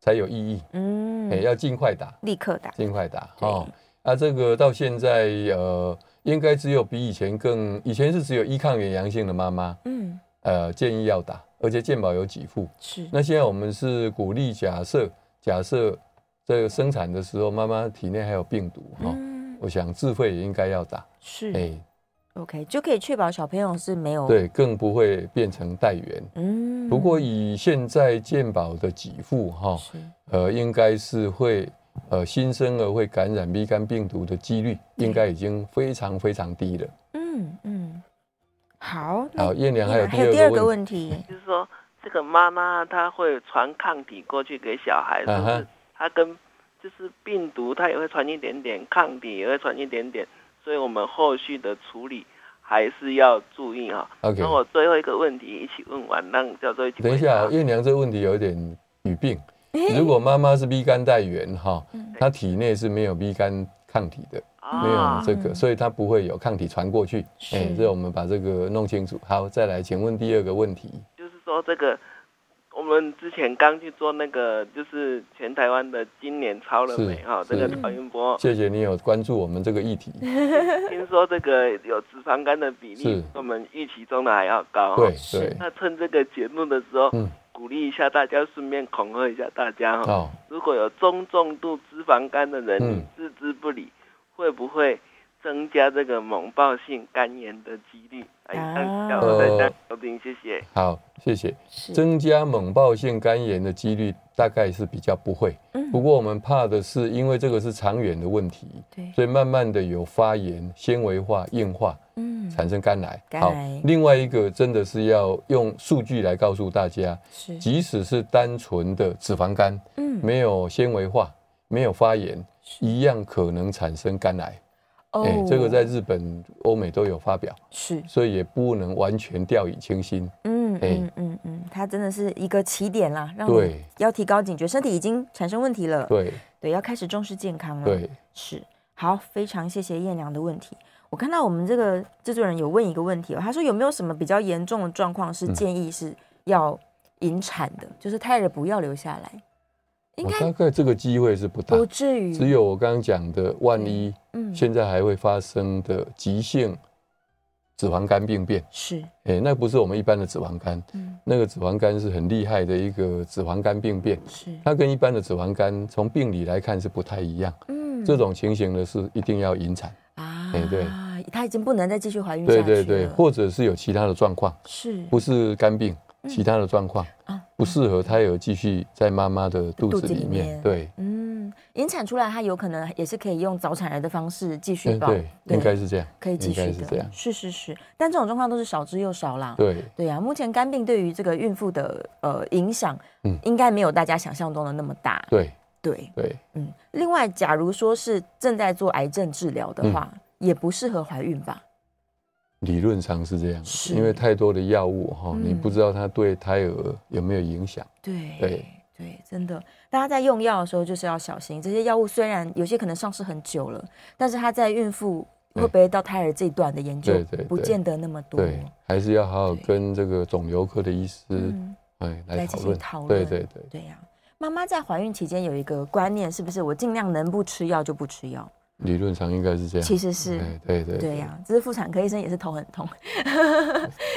Speaker 3: 才有意义，哎，
Speaker 2: 嗯，
Speaker 3: 要尽快打，
Speaker 2: 立刻打，
Speaker 3: 尽快打哦。啊，这个到现在呃，应该只有比以前更，以前是只有一抗原阳性的妈妈，
Speaker 2: 嗯，
Speaker 3: 呃，建议要打，而且健保有几副。
Speaker 2: 是，
Speaker 3: 那现在我们是鼓励假设，假设这个生产的时候妈妈体内还有病毒哈、哦，
Speaker 2: 嗯，
Speaker 3: 我想自费也应该要打，
Speaker 2: 是
Speaker 3: 哎，
Speaker 2: ，OK，就可以确保小朋友是没有，
Speaker 3: 对，更不会变成带源。
Speaker 2: 嗯，
Speaker 3: 不过以现在健保的给付哈，
Speaker 2: 是
Speaker 3: 呃，应该是会呃新生儿会感染 B 肝病毒的几率，应该已经非常非常低了。
Speaker 2: 嗯，嗯，好，那
Speaker 3: 好，燕良还有
Speaker 2: 还有
Speaker 3: 第
Speaker 2: 第二
Speaker 3: 二
Speaker 2: 个
Speaker 3: 个问题，
Speaker 2: 问题，
Speaker 4: 就是说这个妈妈她会传抗体过去给小孩，是
Speaker 3: 嗯
Speaker 4: 不
Speaker 3: 哼
Speaker 4: 是？她跟就是病毒，她也会传一点点，抗体也会传一点点，所以我们后续的处理还是要注意啊。
Speaker 3: OK
Speaker 4: 那我最后一个问题一起问完，让教授一起回
Speaker 3: 等一下
Speaker 4: 答
Speaker 3: 啊，。燕良这个问题有点语病。如果妈妈是 B 肝带源哈，
Speaker 2: 嗯
Speaker 3: 她体内是没有 B 肝抗体的，
Speaker 4: 啊
Speaker 3: 没有这个，所以她不会有抗体传过去。
Speaker 2: 啊嗯是
Speaker 3: 哎，这我们把这个弄清楚。好，再来，请问第二个问题。
Speaker 4: 就是说这个。我们之前刚去做那个，就是全台湾的今年超了
Speaker 3: 是
Speaker 4: 没哈、这
Speaker 3: 是
Speaker 4: 个超音波，
Speaker 3: 谢谢你有关注我们这个 议题。
Speaker 4: 听说这个有脂肪肝的比例
Speaker 3: 是
Speaker 4: 比我们预期中的还要高、哦。
Speaker 3: 对
Speaker 2: 是
Speaker 3: 对，
Speaker 4: 那趁这个节目的时候，
Speaker 3: 嗯
Speaker 4: 鼓励一下大家，顺便恐吓一下大家哈、哦。
Speaker 3: 哦，
Speaker 4: 如果有中重度脂肪肝的人，
Speaker 3: 嗯
Speaker 4: 你置之不理，会不会增加这个猛暴性肝炎的几率？哎，
Speaker 2: 啊
Speaker 4: 让小伙伴大家有小平，谢谢。
Speaker 3: 好，谢谢。
Speaker 2: 是
Speaker 3: 增加猛暴性肝炎的几率大概是比较不会，
Speaker 2: 嗯
Speaker 3: 不过我们怕的是，因为这个是长远的问题，
Speaker 2: 对，
Speaker 3: 所以慢慢的有发炎、纤维化、硬化，
Speaker 2: 嗯，
Speaker 3: 产生肝癌。
Speaker 2: 肝
Speaker 3: 好
Speaker 2: 癌，
Speaker 3: 另外一个真的是要用数据来告诉大家，
Speaker 2: 是，
Speaker 3: 即使是单纯的脂肪肝，
Speaker 2: 嗯，
Speaker 3: 没有纤维化，没有发炎，一样可能产生肝癌。
Speaker 2: 哦
Speaker 3: 哎、这个在日本、欧美都有发表，
Speaker 2: 是，
Speaker 3: 所以也不能完全掉以轻心。
Speaker 2: 嗯
Speaker 3: 哎
Speaker 2: 嗯嗯嗯，它真的是一个起点啦，让
Speaker 3: 对
Speaker 2: 你要提高警觉，身体已经产生问题了，
Speaker 3: 对
Speaker 2: 对，要开始重视健康了，，
Speaker 3: 对，
Speaker 2: 是，好，非常谢谢燕良的问题。我看到我们这个制作人有问一个问题哦，他说有没有什么比较严重的状况
Speaker 3: 嗯
Speaker 2: 是建议是要引产的，就是胎儿不要留下来，应
Speaker 3: 我
Speaker 2: 该
Speaker 3: 大概这个机会是不大
Speaker 2: 不，至于，
Speaker 3: 哦只有我刚刚讲的，万一
Speaker 2: 嗯
Speaker 3: 现在还会发生的急性脂肪肝病变，
Speaker 2: 是，
Speaker 3: 哎、那不是我们一般的脂肪肝，
Speaker 2: 嗯
Speaker 3: 那个脂肪肝是很厉害的一个脂肪肝病变，
Speaker 2: 是，
Speaker 3: 它跟一般的脂肪肝从病理来看是不太一样。
Speaker 2: 嗯
Speaker 3: 这种情形呢是一定要引产，
Speaker 2: 啊，
Speaker 3: 哎对，
Speaker 2: 他已经不能再继续怀孕下去
Speaker 3: 对
Speaker 2: 了，
Speaker 3: 对对，或者是有其他的状况，
Speaker 2: 是
Speaker 3: 不是肝病，其他的状况
Speaker 2: 嗯啊
Speaker 3: 不适合胎儿继续在妈妈的肚
Speaker 2: 肚
Speaker 3: 子
Speaker 2: 子里
Speaker 3: 里
Speaker 2: 面
Speaker 3: 面，对，
Speaker 2: 嗯，引产出来，它有可能也是可以用早产儿的方式继续
Speaker 3: 嗯
Speaker 2: 抱，
Speaker 3: 对，应该是这样，
Speaker 2: 可以继
Speaker 3: 应该
Speaker 2: 续
Speaker 3: 是
Speaker 2: 的，
Speaker 3: 这样，
Speaker 2: 是是是，但这种状况都是少之又少啦。
Speaker 3: 对，
Speaker 2: 对啊，目前肝病对于这个孕妇的呃影响，
Speaker 3: 嗯
Speaker 2: 应该没有大家想象中的那么大。
Speaker 3: 对
Speaker 2: 对，
Speaker 3: 对，
Speaker 2: 嗯。另外，假如说是正在做癌症治疗的
Speaker 3: 嗯
Speaker 2: 话，也不适合怀孕吧？
Speaker 3: 理论上是这样
Speaker 2: 是，
Speaker 3: 因为太多的药物哈，
Speaker 2: 嗯
Speaker 3: 你不知道它对胎儿有没有影响，
Speaker 2: 对
Speaker 3: 对
Speaker 2: 对，真的，大家在用药的时候就是要小心。这些药物虽然有些可能上市很久了，但是它在孕妇会
Speaker 3: 对
Speaker 2: 不会到胎儿这一段的研究
Speaker 3: 对对
Speaker 2: 不
Speaker 3: 对
Speaker 2: 见得那么多。
Speaker 3: 对，还是要好好
Speaker 2: 对
Speaker 3: 跟这个肿瘤科的医师
Speaker 2: 嗯，
Speaker 3: 哎
Speaker 2: 来
Speaker 3: 来
Speaker 2: 进
Speaker 3: 讨
Speaker 2: 行
Speaker 3: 论
Speaker 2: 讨，
Speaker 3: 对
Speaker 2: 论
Speaker 3: 对对，
Speaker 2: 对呀、妈妈在怀孕期间有一个观念，是不是我尽量能不吃药就不吃药？
Speaker 3: 理论上应该是这样
Speaker 2: 其，实是。
Speaker 3: 对对对
Speaker 2: 对呀、只是妇产科医生也是头很痛。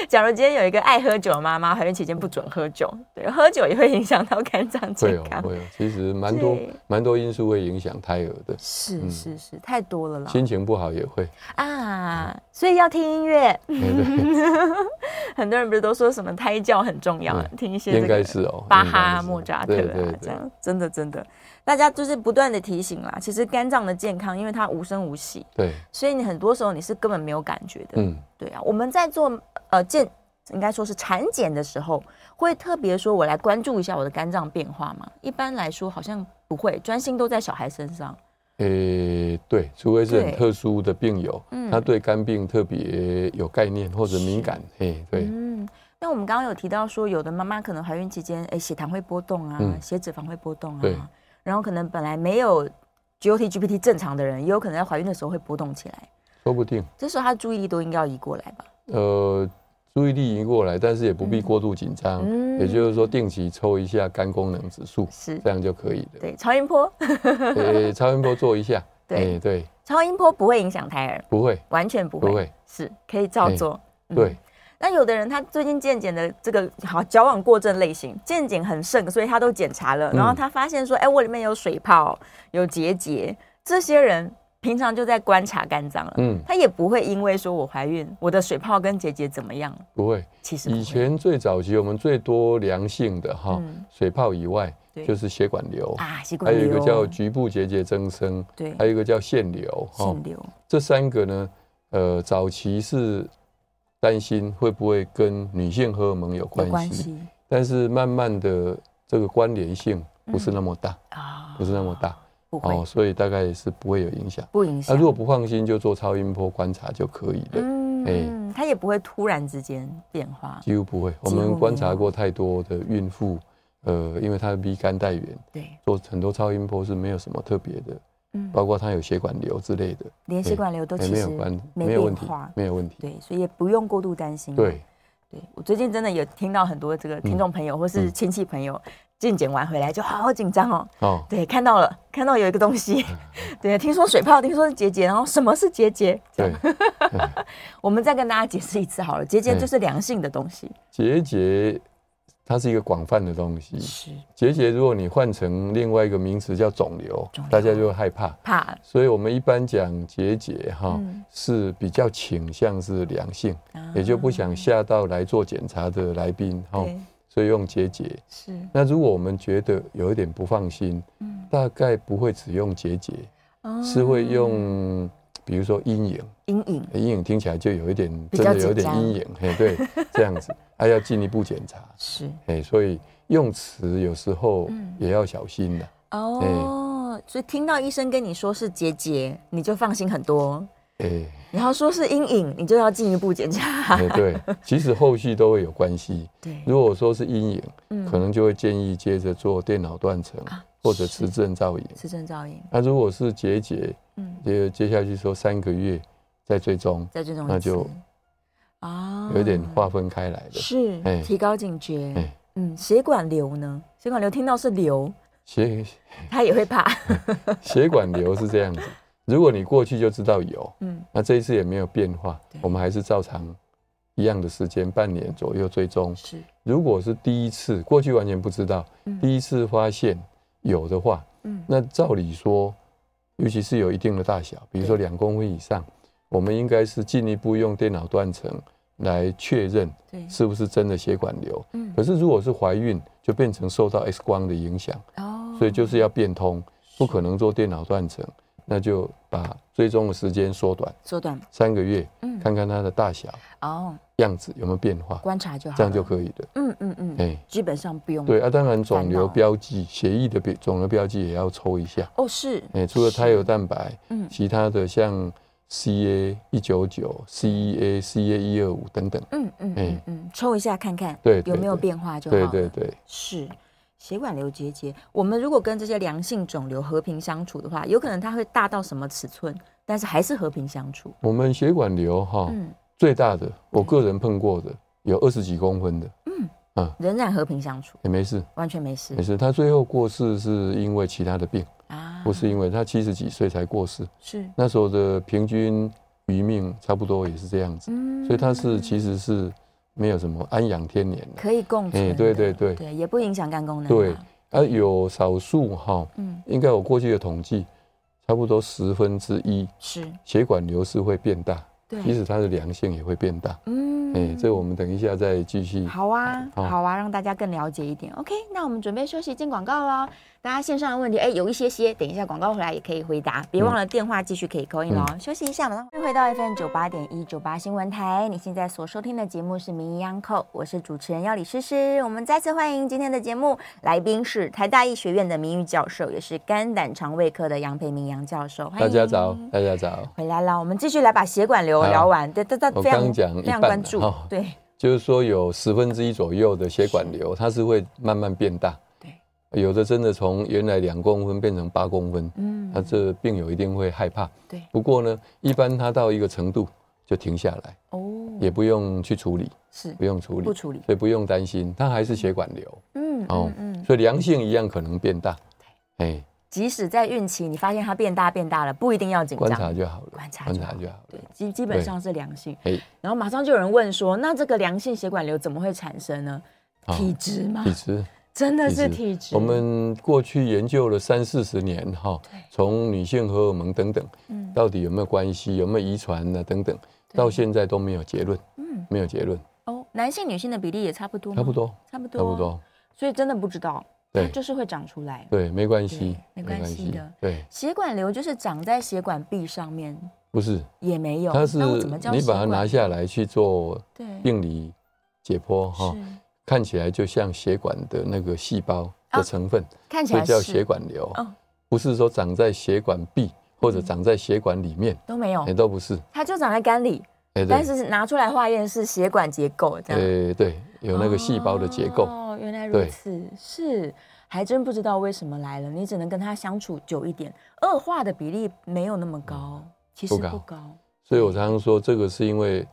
Speaker 2: 假如今天有一个爱喝酒的妈妈，怀孕期间不准喝酒，对，喝酒也会影响到肝脏
Speaker 3: 会
Speaker 2: 健
Speaker 3: 有
Speaker 2: 康。
Speaker 3: 会有，其实蛮多
Speaker 2: 对
Speaker 3: 蛮多因素会影响胎儿的，
Speaker 2: 是哦
Speaker 3: 嗯
Speaker 2: 是是，太多了啦
Speaker 3: 心情不好也会。
Speaker 2: 啊！所以要听音乐，
Speaker 3: 哎对，
Speaker 2: 很多人不是都说什么胎教很重要，啊
Speaker 3: 嗯
Speaker 2: 听一些这
Speaker 3: 应
Speaker 2: 个
Speaker 3: 该是哦
Speaker 2: 巴
Speaker 3: 应该
Speaker 2: 哈、
Speaker 3: 是
Speaker 2: 莫扎特
Speaker 3: 对
Speaker 2: 啊
Speaker 3: 对，
Speaker 2: 这
Speaker 3: 对
Speaker 2: 样真的真的，大家就是不断的提醒啦。其实肝脏的健康，因为它无声无息，
Speaker 3: 对，
Speaker 2: 所以你很多时候你是根本没有感觉的。
Speaker 3: 嗯，
Speaker 2: 对啊，我们在做呃健，应该说是产检的时候，会特别说我来关注一下我的肝脏变化吗？一般来说好像不会，专心都在小孩身上。
Speaker 3: 诶，呃对，除非是
Speaker 2: 对
Speaker 3: 很特殊的病友
Speaker 2: 嗯，
Speaker 3: 他对肝病特别有概念或者敏感，哎，对，
Speaker 2: 嗯，那我们刚刚有提到说，有的妈妈可能怀孕期间，哎，血糖会波动啊，
Speaker 3: 嗯
Speaker 2: 血脂肪会波动
Speaker 3: 对
Speaker 2: 啊，然后可能本来没有 GOT、GPT 正常的人，也有可能在怀孕的时候会波动起来，
Speaker 3: 说不定，
Speaker 2: 这时候她注意力都应该要移过来吧？
Speaker 3: 呃，注意力移过来，但是也不必过度紧张，
Speaker 2: 嗯
Speaker 3: 也就是说定期抽一下肝功能指数，
Speaker 2: 是
Speaker 3: 这样就可以了。
Speaker 2: 对，超音波，
Speaker 3: 诶，超音波做一下，
Speaker 2: 对
Speaker 3: 诶对，
Speaker 2: 超音波不会影响胎儿，
Speaker 3: 不会，
Speaker 2: 完全不会，
Speaker 3: 不会，
Speaker 2: 是可以照
Speaker 3: 哎
Speaker 2: 做。嗯
Speaker 3: 对，
Speaker 2: 那有的人他最近健检的这个好矫枉过正类型，健检很盛，所以他都检查了，
Speaker 3: 嗯
Speaker 2: 然后他发现说，哎、我里面有水泡，有结节，这些人平常就在观察肝脏了，
Speaker 3: 嗯，
Speaker 2: 他也不会因为说我怀孕，我的水泡跟结节怎么样，
Speaker 3: 不会。
Speaker 2: 其实不会
Speaker 3: 以前最早期我们最多良性的哈
Speaker 2: 嗯，
Speaker 3: 水泡以外
Speaker 2: 对，
Speaker 3: 就是血管瘤，
Speaker 2: 啊，习
Speaker 3: 哦还
Speaker 2: 惯
Speaker 3: 有一个
Speaker 2: 流
Speaker 3: 叫局部结节增生，
Speaker 2: 对
Speaker 3: 还有一哦个叫腺瘤，哈
Speaker 2: 腺，瘤，
Speaker 3: 这三个呢，呃，早期是担心会不会跟女性荷尔蒙有
Speaker 2: 有
Speaker 3: 关
Speaker 2: 关
Speaker 3: 系，
Speaker 2: 系
Speaker 3: 但是慢慢的这个关联性不是那么大，
Speaker 2: 啊，
Speaker 3: 不是那么大
Speaker 2: 不
Speaker 3: 哦
Speaker 2: 会、
Speaker 3: 所以大概是不会有影响。
Speaker 2: 不影
Speaker 3: 那、
Speaker 2: 响，
Speaker 3: 啊如果不放心，就做超音波观察就可以了，哎
Speaker 2: 嗯，他也不会突然之间变化，
Speaker 3: 几乎不会。我
Speaker 2: 几乎没有
Speaker 3: 们观察过太多的孕妇，呃，因为她的 B 肝带源，
Speaker 2: 对，
Speaker 3: 做很多超音波是没有什么特别的，
Speaker 2: 嗯，
Speaker 3: 包括她有血管瘤之类的，
Speaker 2: 连血管瘤都
Speaker 3: 哎
Speaker 2: 其
Speaker 3: 没
Speaker 2: 实
Speaker 3: 有关，没
Speaker 2: 没
Speaker 3: 有问
Speaker 2: 变
Speaker 3: 题
Speaker 2: 化，，
Speaker 3: 没有问题。
Speaker 2: 对，所以也不用过度担心，
Speaker 3: 对，嗯
Speaker 2: 对我最近真的有听到很多这个听众朋友或是亲戚朋友健检完回来就好紧张哦。
Speaker 3: 哦，
Speaker 2: 对，看到了，看到有一个东
Speaker 3: 嗯
Speaker 2: 西，对，听说水泡，听说是结节，然后什么是结节？这
Speaker 3: 对
Speaker 2: 样，我们再跟大家解释一次好了，结节就是良性的东西，
Speaker 3: 结节它是一个广泛的东西。
Speaker 2: 是
Speaker 3: 结节，如果你换成另外一个名词叫肿瘤，
Speaker 2: 肿瘤
Speaker 3: 大家就会害怕。
Speaker 2: 怕
Speaker 3: 所以我们一般讲结节哈、
Speaker 2: 嗯
Speaker 3: 是比较倾向是良性，
Speaker 2: 啊
Speaker 3: 也就不想吓到来做检查的来宾哈、
Speaker 2: 对
Speaker 3: 所以用结节。
Speaker 2: 是
Speaker 3: 那如果我们觉得有一点不放心，
Speaker 2: 嗯啊
Speaker 3: 大概不会只用结节，是会用比如说阴影，
Speaker 2: 哦阴影
Speaker 3: 阴影听起来就有一点
Speaker 2: 比
Speaker 3: 真
Speaker 2: 较
Speaker 3: 的有
Speaker 2: 紧
Speaker 3: 点
Speaker 2: 张
Speaker 3: 阴影，嘿，对，这样 子，还、要进一步检查，
Speaker 2: 是
Speaker 3: 哎，所以用词有时候
Speaker 2: 嗯
Speaker 3: 也要小心的、
Speaker 2: 哦，所以听到医生跟你说是结节，你就放心很多。
Speaker 3: 哎、
Speaker 2: 然后说是阴影，你就要进一步检查。
Speaker 3: 哎，对，其实后续都会有关系。
Speaker 2: 对，
Speaker 3: 如果说是阴影，
Speaker 2: 嗯
Speaker 3: 可能就会建议接着做电脑断层、
Speaker 2: 啊
Speaker 3: 或者
Speaker 2: 是
Speaker 3: 磁振造影。
Speaker 2: 磁振造影，
Speaker 3: 那如果是结节，
Speaker 2: 嗯，
Speaker 3: 接接下去说三个月再追踪，
Speaker 2: 在这种
Speaker 3: 那就
Speaker 2: 啊
Speaker 3: 有点划分开来的。
Speaker 2: 是
Speaker 3: 哎
Speaker 2: 提高警觉
Speaker 3: 哎。
Speaker 2: 嗯，血管瘤呢？血管瘤听到是瘤，
Speaker 3: 血
Speaker 2: 他也会怕。
Speaker 3: 血管瘤是这样子，如果你过去就知道有，
Speaker 2: 嗯，
Speaker 3: 那这一次也没有变化
Speaker 2: 对，
Speaker 3: 我们还是照常一样的时间，半年左右追踪。
Speaker 2: 是
Speaker 3: 如果是第一次，过去完全不知道
Speaker 2: 嗯，
Speaker 3: 第一次发现有的话，
Speaker 2: 嗯
Speaker 3: 那照理说，尤其是有一定的大小，比如说两公分以上，我们应该是进一步用电脑断层来确认
Speaker 2: 对，
Speaker 3: 是不是真的血管瘤。
Speaker 2: 嗯
Speaker 3: 可是如果是怀孕，就变成受到 X 光的影响，
Speaker 2: 哦
Speaker 3: 所以就是要变通，不可能做电脑断层，那就把追踪的时间缩短
Speaker 2: 缩短
Speaker 3: 三个月，
Speaker 2: 嗯
Speaker 3: 看看它的大小、
Speaker 2: 哦，
Speaker 3: 样子有没有变化，
Speaker 2: 观察就好了，
Speaker 3: 这样就可以了。
Speaker 2: 嗯嗯嗯，
Speaker 3: 哎，
Speaker 2: 基本上不用
Speaker 3: 对啊，当然肿
Speaker 2: 烦恼
Speaker 3: 瘤标记、血液的标肿瘤标记也要抽一下。
Speaker 2: 哦，是
Speaker 3: 哎，除了
Speaker 2: 是
Speaker 3: 胎油蛋白，
Speaker 2: 嗯
Speaker 3: 其他的像 CA 一九九、CEA、CA E 一二五等等。
Speaker 2: 嗯嗯嗯
Speaker 3: 哎
Speaker 2: 嗯，抽一下看看
Speaker 3: 对对
Speaker 2: 有没有
Speaker 3: 对
Speaker 2: 变化就好
Speaker 3: 对
Speaker 2: 了。
Speaker 3: 对对，
Speaker 2: 是血管瘤结节，我们如果跟这些良性肿瘤和平相处的话，有可能它会大到什么尺寸，但是还是和平相处。
Speaker 3: 我们血管瘤哈，
Speaker 2: 嗯，
Speaker 3: 最大的我个人碰过的有二十几公分的，
Speaker 2: 仍然和平相处，
Speaker 3: 也没事
Speaker 2: 完全没事
Speaker 3: 没事。他最后过世是因为其他的病，
Speaker 2: 啊
Speaker 3: 不是因为他七十几岁才过世，
Speaker 2: 是，
Speaker 3: 那时候的平均余命差不多也是这样子，
Speaker 2: 嗯
Speaker 3: 所以他是其实是没有什么安养天年的。
Speaker 2: 可以共存的，
Speaker 3: 哎对对对
Speaker 2: 对，也不影响肝功能。
Speaker 3: 对，啊，有少数哈，
Speaker 2: 嗯，
Speaker 3: 应该我过去的统计，差不多十分之一
Speaker 2: 是，
Speaker 3: 血管瘤是会变大，即
Speaker 2: 对，
Speaker 3: 使它的良性也会变大。
Speaker 2: 嗯
Speaker 3: 哎、这我们等一下再继续。
Speaker 2: 好啊，
Speaker 3: 嗯好哦
Speaker 2: 好啊，让大家更了解一点。OK，那我们准备休息进广告喽。大家线上的问题，哎，有一些些，等一下广告回来也可以回答，别忘
Speaker 3: 嗯
Speaker 2: 了电话继续可以扣 a 喽。休息一下，马上欢迎回到 FM 九八点一九八新闻台。你现在所收听的节目是《名医央叩》，我是主持人要李诗诗。我们再次欢迎今天的节目来宾是台大医学院的名誉教授，也是肝胆肠胃科的杨培明杨教授。欢
Speaker 3: 大
Speaker 2: 迎
Speaker 3: 家早，大家早。
Speaker 2: 回来了，我们继续来把血管瘤聊完。对，大家
Speaker 3: 我
Speaker 2: 非常
Speaker 3: 刚讲一
Speaker 2: 非常
Speaker 3: 半
Speaker 2: 关
Speaker 3: 了
Speaker 2: 注
Speaker 3: 哈，
Speaker 2: 对，
Speaker 3: 就是说有十分之一左右的血管瘤，它是会慢慢变大。对，有的真的从原来两公分变成八公分，
Speaker 2: 嗯
Speaker 3: 那、这病友一定会害怕。
Speaker 2: 对
Speaker 3: 不过呢，一般它到一个程度就停下来，
Speaker 2: 哦，
Speaker 3: 也不用去处理，
Speaker 2: 是
Speaker 3: 不用处理
Speaker 2: 不，处理。
Speaker 3: 所以不用担心，它还是血管瘤
Speaker 2: 嗯，
Speaker 3: 哦
Speaker 2: 嗯，嗯，
Speaker 3: 所以良性一样可能变大。哎、
Speaker 2: 即使在孕期，你发现它变大变大了，不一定要紧张，
Speaker 3: 观察就好了，
Speaker 2: 观察
Speaker 3: 观
Speaker 2: 就好
Speaker 3: 察就好了。
Speaker 2: 对，基基本上是良性。
Speaker 3: 哎，
Speaker 2: 然后马上就有人问说，那这个良性血管瘤怎么会产生呢？
Speaker 3: 哦
Speaker 2: 体质吗
Speaker 3: 体？质。
Speaker 2: 真的是体质。
Speaker 3: 我们过去研究了三四十年哈
Speaker 2: 对，
Speaker 3: 从女性荷尔蒙等等，
Speaker 2: 嗯
Speaker 3: 到底有没有关系，有没有遗传呢、等等，到现在都没有结论，
Speaker 2: 嗯
Speaker 3: 没有结论，
Speaker 2: 哦，男性女性的比例也差不多吗，
Speaker 3: 差不多，
Speaker 2: 差不多，
Speaker 3: 差不。多，
Speaker 2: 所以真的不知道，它
Speaker 3: 对
Speaker 2: 就是会长出来。
Speaker 3: 对，没关系，
Speaker 2: 对没关系的
Speaker 3: 对，
Speaker 2: 血管瘤就是长在血管壁上面，
Speaker 3: 不是，
Speaker 2: 也没有。
Speaker 3: 它是
Speaker 2: 那我怎么叫
Speaker 3: 你把它
Speaker 2: 血管
Speaker 3: 拿下来去做
Speaker 2: 对
Speaker 3: 病理解剖哈，
Speaker 2: 是
Speaker 3: 看起来就像血管的那个细胞
Speaker 2: 啊
Speaker 3: 的成分，
Speaker 2: 看起
Speaker 3: 所
Speaker 2: 来
Speaker 3: 以叫
Speaker 2: 是
Speaker 3: 血管瘤
Speaker 2: 哦，嗯
Speaker 3: 不是说长在血管壁或者长在血管里面，哎
Speaker 2: 都没有
Speaker 3: 也，都不是，
Speaker 2: 它就长在肝里，
Speaker 3: 哎，对
Speaker 2: 哦但。是拿出来化验是血管结构这样。
Speaker 3: 呃，对，有那个细胞的结构。
Speaker 2: 哦，原来如
Speaker 3: 对
Speaker 2: 此，是还真不知道为什么来了，你只能跟他相处久一点，恶化的比例没有那么高，其实
Speaker 3: 嗯不高
Speaker 2: 不高，
Speaker 3: 所以我常常说，这个是因为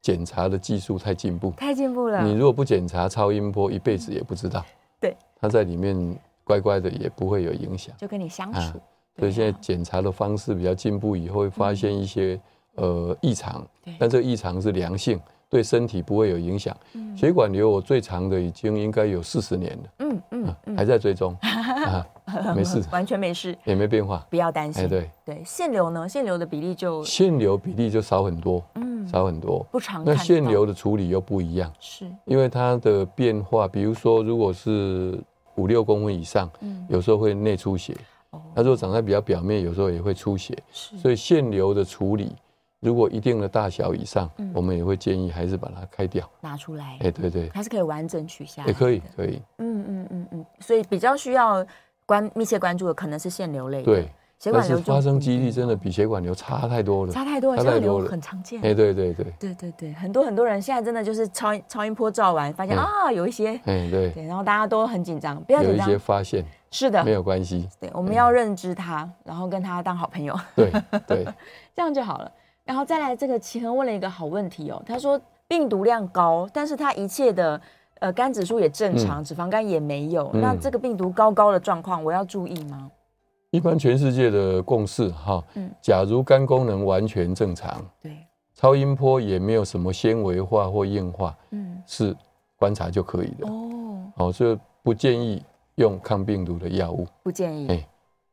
Speaker 3: 检查的技术太进步。
Speaker 2: 太进步了。
Speaker 3: 你如果不检查超音波，一辈子也不知道。
Speaker 2: 啊对，
Speaker 3: 它在里面乖乖的，也不会有影响。
Speaker 2: 就跟你相
Speaker 3: 啊
Speaker 2: 处，
Speaker 3: 所
Speaker 2: 对
Speaker 3: 以现在
Speaker 2: 啊
Speaker 3: 检查的方式比较进步，以后会发现一些呃异常
Speaker 2: 嗯对，
Speaker 3: 但这个异常是良性，对身体不会有影响。血管瘤我最长的已经应该有四十年了，
Speaker 2: 嗯嗯
Speaker 3: 啊，还在
Speaker 2: ，
Speaker 3: 追踪，啊，没事
Speaker 2: 完全没事，
Speaker 3: 也没变化。
Speaker 2: 不要担
Speaker 3: 哎，
Speaker 2: 心。
Speaker 3: 对，
Speaker 2: 对，腺瘤呢，腺瘤的比例就
Speaker 3: 腺瘤比例就少很多，
Speaker 2: 嗯
Speaker 3: 少很多。
Speaker 2: 不常看
Speaker 3: 那
Speaker 2: 到。
Speaker 3: 腺瘤的处理又不一样，
Speaker 2: 是
Speaker 3: 因为它的变化，比如说如果是五六公分以上，
Speaker 2: 嗯
Speaker 3: 有时候会内出血；
Speaker 2: 哦
Speaker 3: 它如果长在比较表面，有时候也会出血。
Speaker 2: 是
Speaker 3: 所以腺瘤的处理，如果一定的大小以上
Speaker 2: 嗯，
Speaker 3: 我们也会建议还是把它开掉。
Speaker 2: 拿出来，
Speaker 3: 哎，对对，
Speaker 2: 它是可以完整取下来，
Speaker 3: 也可以，，可以，
Speaker 2: 嗯嗯嗯嗯，所以比较需要关密切关注的可能是腺瘤类的，
Speaker 3: 对，。
Speaker 2: 血
Speaker 3: 但
Speaker 2: 管
Speaker 3: 是
Speaker 2: 瘤就
Speaker 3: 发生几率
Speaker 2: 不
Speaker 3: 真的比血管瘤差太多了。
Speaker 2: 差太多了，
Speaker 3: 差
Speaker 2: 血
Speaker 3: 太
Speaker 2: 管瘤
Speaker 3: 多了
Speaker 2: 很常见，
Speaker 3: 哎，对对对，
Speaker 2: 对对对，很多很多人现在真的就是超音超音波照完，发现、
Speaker 3: 嗯
Speaker 2: 啊有一些，
Speaker 3: 哎对，
Speaker 2: 对，然后大家都很紧张，不要
Speaker 3: 有
Speaker 2: 紧
Speaker 3: 一
Speaker 2: 张
Speaker 3: 些，发现
Speaker 2: 是的
Speaker 3: 没，有关系。
Speaker 2: 对，我们要认知它，然后跟它当好朋友，
Speaker 3: 对对，
Speaker 2: 这样就好了。然后再来这个齐恒问了一个好问题哦，他说病毒量高，但是他一切的呃肝指数也正常，脂肪肝也没有，
Speaker 3: 嗯
Speaker 2: 那这个病毒高高的状况，我要注意吗？
Speaker 3: 一般全世界的共识哈
Speaker 2: 嗯，
Speaker 3: 假如肝功能完全正常，
Speaker 2: 对，
Speaker 3: 超音波也没有什么纤维化或硬化，
Speaker 2: 嗯，
Speaker 3: 是观察就可以的。
Speaker 2: 哦，
Speaker 3: 哦，所以不建议用抗病毒的药物。
Speaker 2: 不建议，
Speaker 3: 哎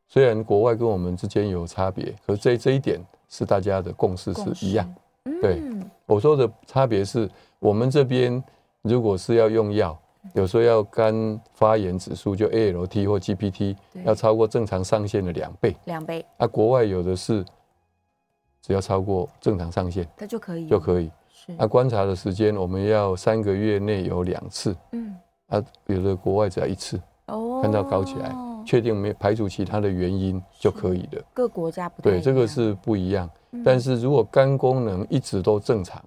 Speaker 3: 虽然国外跟我们之间有差别，可是这这一点是大家的共识
Speaker 2: 共识
Speaker 3: 是一样。
Speaker 2: 嗯
Speaker 3: 对我说的差别是我们这边如果是要用药，有时候要肝发炎指数就 ALT 或 GPT
Speaker 2: 对
Speaker 3: 要超过正常上限的两倍，
Speaker 2: 两杯
Speaker 3: 啊，国外有的是只要超过正常上限
Speaker 2: 它就可以，
Speaker 3: 就可以。
Speaker 2: 嗯是，
Speaker 3: 那、观察的时间我们要三个月内有两次，
Speaker 2: 嗯，
Speaker 3: 啊，有的国外只要一次，
Speaker 2: 哦
Speaker 3: 看到高起来，确定没排除其他的原因就可以了。
Speaker 2: 各国家不太
Speaker 3: 对，
Speaker 2: 一
Speaker 3: 这个
Speaker 2: 样，
Speaker 3: 是不一样。
Speaker 2: 嗯
Speaker 3: 但是如果肝功能一直都正常，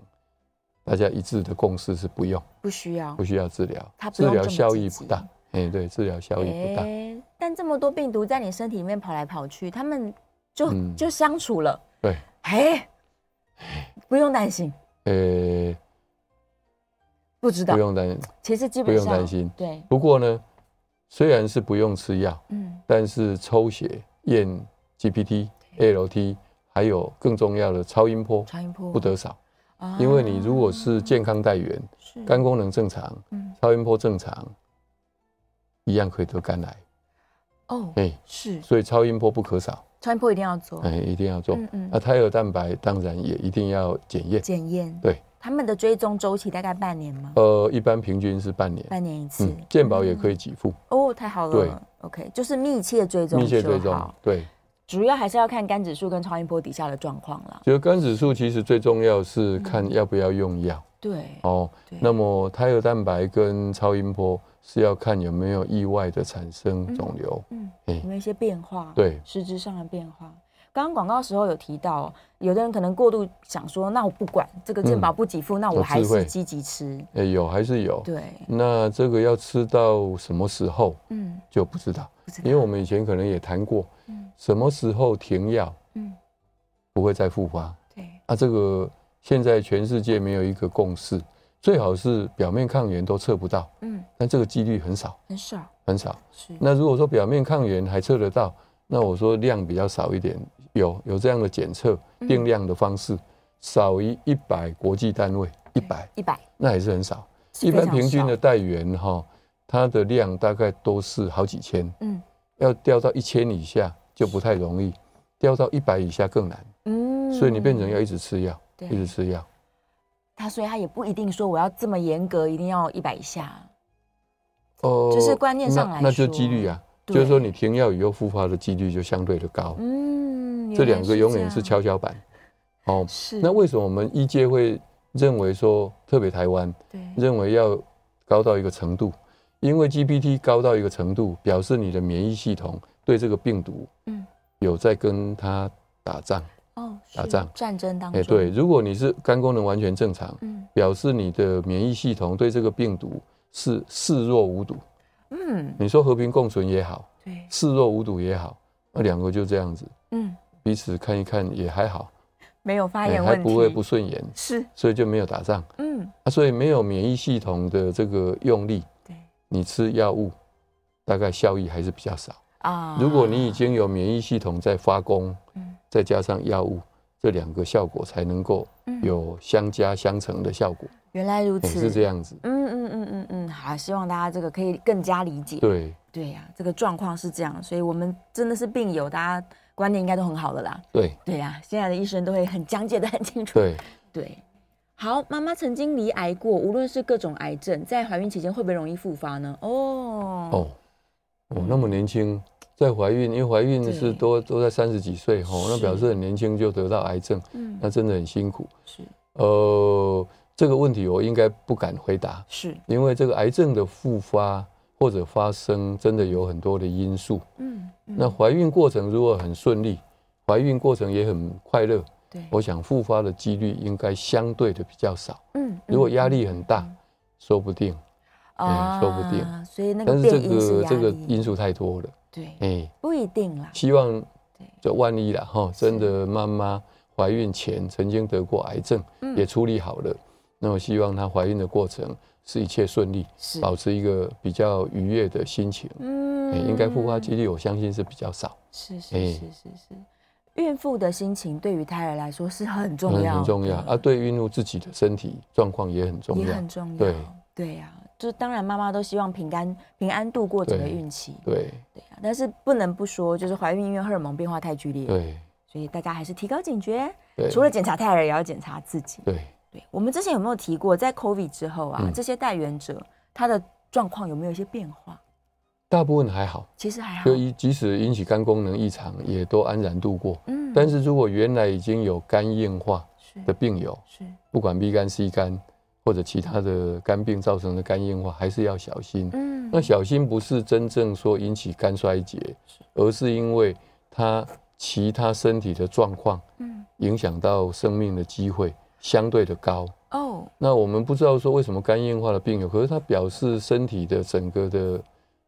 Speaker 3: 大家一致的共识是不用，
Speaker 2: 不需要
Speaker 3: 不需要治疗
Speaker 2: 它，不
Speaker 3: 治
Speaker 2: 用
Speaker 3: 疗
Speaker 2: 这么
Speaker 3: 效
Speaker 2: 积
Speaker 3: 益
Speaker 2: 极
Speaker 3: 不大。哎，对，治疗效益不大。
Speaker 2: 诶但这么多病毒在你身体里面跑来跑去，他们就、
Speaker 3: 嗯
Speaker 2: 就相处了，
Speaker 3: 对，
Speaker 2: 哎，不用担心，
Speaker 3: 呃，
Speaker 2: 不知道
Speaker 3: 不，用担
Speaker 2: 其实基
Speaker 3: 不
Speaker 2: 本
Speaker 3: 用
Speaker 2: 上
Speaker 3: 担，心。
Speaker 2: 对，
Speaker 3: 不过呢，虽然是不用吃药，
Speaker 2: 嗯，
Speaker 3: 但是抽血验 GPT、LT，还有更重要的超音波
Speaker 2: 超音波
Speaker 3: 不得少，
Speaker 2: 啊
Speaker 3: 因为你如果是健康带源，
Speaker 2: 是
Speaker 3: 肝功能正常
Speaker 2: 啊嗯，
Speaker 3: 超音波正常，一样可以得肝癌。
Speaker 2: 哦，
Speaker 3: 哎，
Speaker 2: 是
Speaker 3: 所以超音波不可少，
Speaker 2: 超音波一定要做
Speaker 3: 哎，一定要做
Speaker 2: 嗯嗯。
Speaker 3: 那胎儿蛋白当然也一定要检验。
Speaker 2: 检验，
Speaker 3: 对，
Speaker 2: 他们的追踪周期大概半年吗？
Speaker 3: 呃，一般平均是半年，
Speaker 2: 半年一次
Speaker 3: 嗯，，健保也可以给付，
Speaker 2: 哦，太好
Speaker 3: 对
Speaker 2: 了，OK，就是密切追踪，
Speaker 3: 密切追踪。。对，
Speaker 2: 主要还是要看肝指数跟超音波底下的状况啦。
Speaker 3: 就是肝指数其实最重要是看要不要用药
Speaker 2: 对，
Speaker 3: 哦。
Speaker 2: 对
Speaker 3: 那么胎儿蛋白跟超音波是要看有没有意外的产生肿瘤。
Speaker 2: 嗯，
Speaker 3: 哎
Speaker 2: 有没有一些变化？
Speaker 3: 对
Speaker 2: 实质上的变化。刚刚广告时候有提到，有的人可能过度想说，那我不管这个健保不给付，那我
Speaker 3: 有
Speaker 2: 还
Speaker 3: 智慧
Speaker 2: 是积极吃。
Speaker 3: 哎，有还是有。
Speaker 2: 对，
Speaker 3: 那这个要吃到什么时候
Speaker 2: 嗯，
Speaker 3: 就不知道，
Speaker 2: 不知道
Speaker 3: 因为我们以前可能也谈过，什么时候停药
Speaker 2: 嗯，
Speaker 3: 不会再复发。
Speaker 2: 对，
Speaker 3: 啊，这个现在全世界没有一个共识，最好是表面抗原都测不到，
Speaker 2: 嗯，
Speaker 3: 但这个几率很少
Speaker 2: 很少
Speaker 3: 很少。
Speaker 2: 是，
Speaker 3: 那如果说表面抗原还测得到，那我说量比较少一点，有有这样的检测
Speaker 2: 嗯
Speaker 3: 定量的方式，少于一百国际单位，一百
Speaker 2: 一百
Speaker 3: 那也是很少。
Speaker 2: 是
Speaker 3: 一般
Speaker 2: 非常
Speaker 3: 平均的
Speaker 2: 少，
Speaker 3: 带源哈，它的量大概都是好几千，
Speaker 2: 嗯
Speaker 3: 要掉到一千以下就不太容易，掉到一百以下更难，
Speaker 2: 嗯
Speaker 3: 所以你变成要一直吃药，
Speaker 2: 对
Speaker 3: 一直吃药。
Speaker 2: 他，所以他也不一定说我要这么严格，一定要一百以下。
Speaker 3: 哦
Speaker 2: 就是观念上来
Speaker 3: 那那就
Speaker 2: 说
Speaker 3: 几率啊，
Speaker 2: 对
Speaker 3: 就是说你停药以后复发的几率就相对的高。
Speaker 2: 嗯，
Speaker 3: 这
Speaker 2: 原来
Speaker 3: 两个永
Speaker 2: 这
Speaker 3: 远
Speaker 2: 样
Speaker 3: 是跷跷板。哦，
Speaker 2: 是
Speaker 3: 那为什么我们医界会认为说，特别台湾
Speaker 2: 对
Speaker 3: 认为要高到一个程度？因为 GPT 高到一个程度，表示你的免疫系统对这个病毒，
Speaker 2: 嗯
Speaker 3: 有在跟它打仗。
Speaker 2: 哦是
Speaker 3: 打仗
Speaker 2: 战争当
Speaker 3: 哎，
Speaker 2: 中，
Speaker 3: 对，，如果你是肝功能完全正常，
Speaker 2: 嗯
Speaker 3: 表示你的免疫系统对这个病毒是视若无睹。
Speaker 2: 嗯
Speaker 3: 你说和平共存也好，
Speaker 2: 对，
Speaker 3: 视若无睹也好，那两个就这样子，
Speaker 2: 嗯
Speaker 3: 彼此看一看也还好，
Speaker 2: 没有发
Speaker 3: 哎
Speaker 2: 言
Speaker 3: 还
Speaker 2: 问题，
Speaker 3: 不会不顺眼，
Speaker 2: 是
Speaker 3: 所以就没有打仗、
Speaker 2: 嗯
Speaker 3: 啊所以没有免疫系统的这个用力，
Speaker 2: 对
Speaker 3: 你吃药物大概效益还是比较少。
Speaker 2: 啊
Speaker 3: 如果你已经有免疫系统在发功，
Speaker 2: 嗯
Speaker 3: 再加上药物，这两个效果才能够
Speaker 2: 嗯
Speaker 3: 有相加相成的效果，
Speaker 2: 原来如
Speaker 3: 哎
Speaker 2: 此，
Speaker 3: 是这样子。
Speaker 2: 嗯嗯嗯嗯嗯，好，希望大家这个可以更加理解。
Speaker 3: 对
Speaker 2: 对呀、这个状况是这样，所以我们真的是病友，大家观念应该都很好的啦。
Speaker 3: 对
Speaker 2: 对呀、现在的医生都会很讲解的很清楚。
Speaker 3: 对，
Speaker 2: 对，好，妈妈曾经罹癌过，无论是各种癌症，在怀孕期间会不会容易复发呢？哦，
Speaker 3: 哦，我那么年轻，在怀孕，因为怀孕
Speaker 2: 对
Speaker 3: 是都都在三十几岁吼，那
Speaker 2: 是
Speaker 3: 表示很年轻就得到癌症，
Speaker 2: 嗯，
Speaker 3: 那真的很辛苦。
Speaker 2: 是
Speaker 3: 呃，这个问题我应该不敢回答，
Speaker 2: 是，
Speaker 3: 因为这个癌症的复发或者发生，真的有很多的因素。
Speaker 2: 嗯，嗯
Speaker 3: 那怀孕过程如果很顺利，怀孕过程也很快乐，
Speaker 2: 对，
Speaker 3: 我想复发的几率应该相对的比较少。
Speaker 2: 嗯，
Speaker 3: 如果压力很大，说不定，
Speaker 2: 嗯
Speaker 3: 哎说不定
Speaker 2: 啊所以那
Speaker 3: 但
Speaker 2: 个
Speaker 3: 是这
Speaker 2: 变因是
Speaker 3: 个
Speaker 2: 压
Speaker 3: 这个
Speaker 2: 力，
Speaker 3: 因素太多了，
Speaker 2: 对，
Speaker 3: 哎，
Speaker 2: 不一定啦，
Speaker 3: 希望
Speaker 2: 对
Speaker 3: 这万一了哈，真的妈妈怀孕前曾经得过癌症，
Speaker 2: 嗯
Speaker 3: 也处理好了，那我希望她怀孕的过程是一切顺利，
Speaker 2: 是，
Speaker 3: 保持一个比较愉悦的心情。哎，
Speaker 2: 嗯
Speaker 3: 应该复发几率我相信是比较少，
Speaker 2: 是
Speaker 3: 哎
Speaker 2: 是是是是，孕妇的心情对于胎儿来说是很重
Speaker 3: 很
Speaker 2: 要的，
Speaker 3: 很重要啊。对孕妇自己的身体状况也很重
Speaker 2: 也
Speaker 3: 要
Speaker 2: 很，重要。
Speaker 3: 对
Speaker 2: 对呀、就当然妈妈都希望平安平安度过整个
Speaker 3: 对
Speaker 2: 孕期，
Speaker 3: 对
Speaker 2: 对呀、但是不能不说，就是怀孕因为荷尔蒙变化太剧烈，
Speaker 3: 对
Speaker 2: 所以大家还是提高警觉，
Speaker 3: 对，
Speaker 2: 除了检查胎儿，也要检查自己。
Speaker 3: 对
Speaker 2: 对，我们之前有没有提过，在 COVID 之后啊，
Speaker 3: 嗯
Speaker 2: 这些带源者他的状况有没有一些变化？
Speaker 3: 大部分还好，
Speaker 2: 其实还好
Speaker 3: 就，一即使引起肝功能异常，也都安然度过。
Speaker 2: 嗯
Speaker 3: 但是如果原来已经有肝硬化
Speaker 2: 是
Speaker 3: 的病友，
Speaker 2: 是
Speaker 3: 不管 B 肝、C 肝或者其他的肝病造成的肝硬化，还是要小心。
Speaker 2: 嗯
Speaker 3: 那小心不是真正说引起肝衰竭，而是因为它其他身体的状况
Speaker 2: 嗯
Speaker 3: 影响到生命的机会相对的高。
Speaker 2: 哦
Speaker 3: 那我们不知道说为什么肝硬化的病友，可是它表示身体的整个的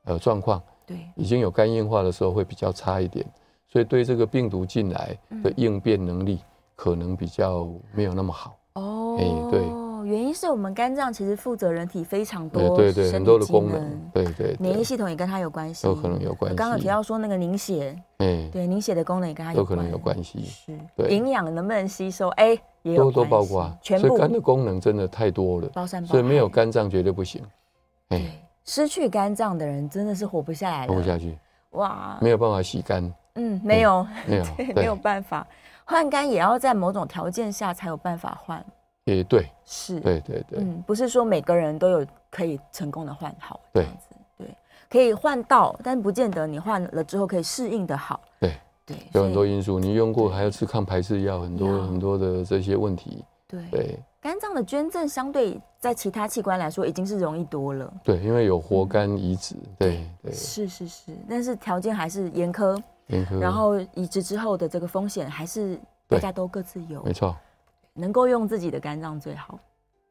Speaker 3: 呃状况
Speaker 2: 对
Speaker 3: 已经有肝硬化的时候会比较差一点，所以对这个病毒进来
Speaker 2: 嗯
Speaker 3: 的应变能力可能比较没有那么好。
Speaker 2: 哦
Speaker 3: 哎对
Speaker 2: 原因是我们肝脏其实负责人体非常
Speaker 3: 对
Speaker 2: 多
Speaker 3: 对对，
Speaker 2: 生
Speaker 3: 很
Speaker 2: 理
Speaker 3: 多的
Speaker 2: 机
Speaker 3: 功能，对对
Speaker 2: 免疫
Speaker 3: 对，
Speaker 2: 系统也跟它有关系，
Speaker 3: 都可能有关系。
Speaker 2: 刚刚有提到说那个凝血，
Speaker 3: 哎，
Speaker 2: 对凝血的功能也跟它
Speaker 3: 都可能有关系，
Speaker 2: 是
Speaker 3: 对
Speaker 2: 营养能不能吸收，哎，也有
Speaker 3: 都
Speaker 2: 关
Speaker 3: 都
Speaker 2: 系
Speaker 3: 包括。啊
Speaker 2: 全
Speaker 3: 所以
Speaker 2: 部
Speaker 3: 肝的功能真的太多了，
Speaker 2: 包山包海，
Speaker 3: 所以没有肝脏绝对不行。哎，
Speaker 2: 对。失去肝脏的人真的是活不下来
Speaker 3: 活不
Speaker 2: 了，
Speaker 3: 下去，
Speaker 2: 哇，
Speaker 3: 没有办法洗肝，
Speaker 2: 嗯，没有，
Speaker 3: 没有
Speaker 2: 对，没有
Speaker 3: 对，
Speaker 2: 办法，换肝也要在某种条件下才有办法换，
Speaker 3: 也对，
Speaker 2: 是，
Speaker 3: 对对对
Speaker 2: 嗯，不是说每个人都有可以成功的换好，
Speaker 3: 对
Speaker 2: 这样子，对，可以换到，但不见得你换了之后可以适应的好，
Speaker 3: 对，
Speaker 2: 对，
Speaker 3: 有很多
Speaker 2: 所以
Speaker 3: 因素，你用过还要吃抗排斥药，很
Speaker 2: 要
Speaker 3: 多很多的这些问题，
Speaker 2: 对
Speaker 3: 对
Speaker 2: 肝脏的捐赠相对在其他器官来说已经是容易多了，
Speaker 3: 对，因为有
Speaker 2: 嗯
Speaker 3: 活肝移植，对对，
Speaker 2: 是是是，但是条件还是严苛，
Speaker 3: 联合
Speaker 2: 然后移植之后的这个风险还是大
Speaker 3: 嗯对
Speaker 2: 家都各自有
Speaker 3: 没，错，
Speaker 2: 能够用自己的肝脏最好。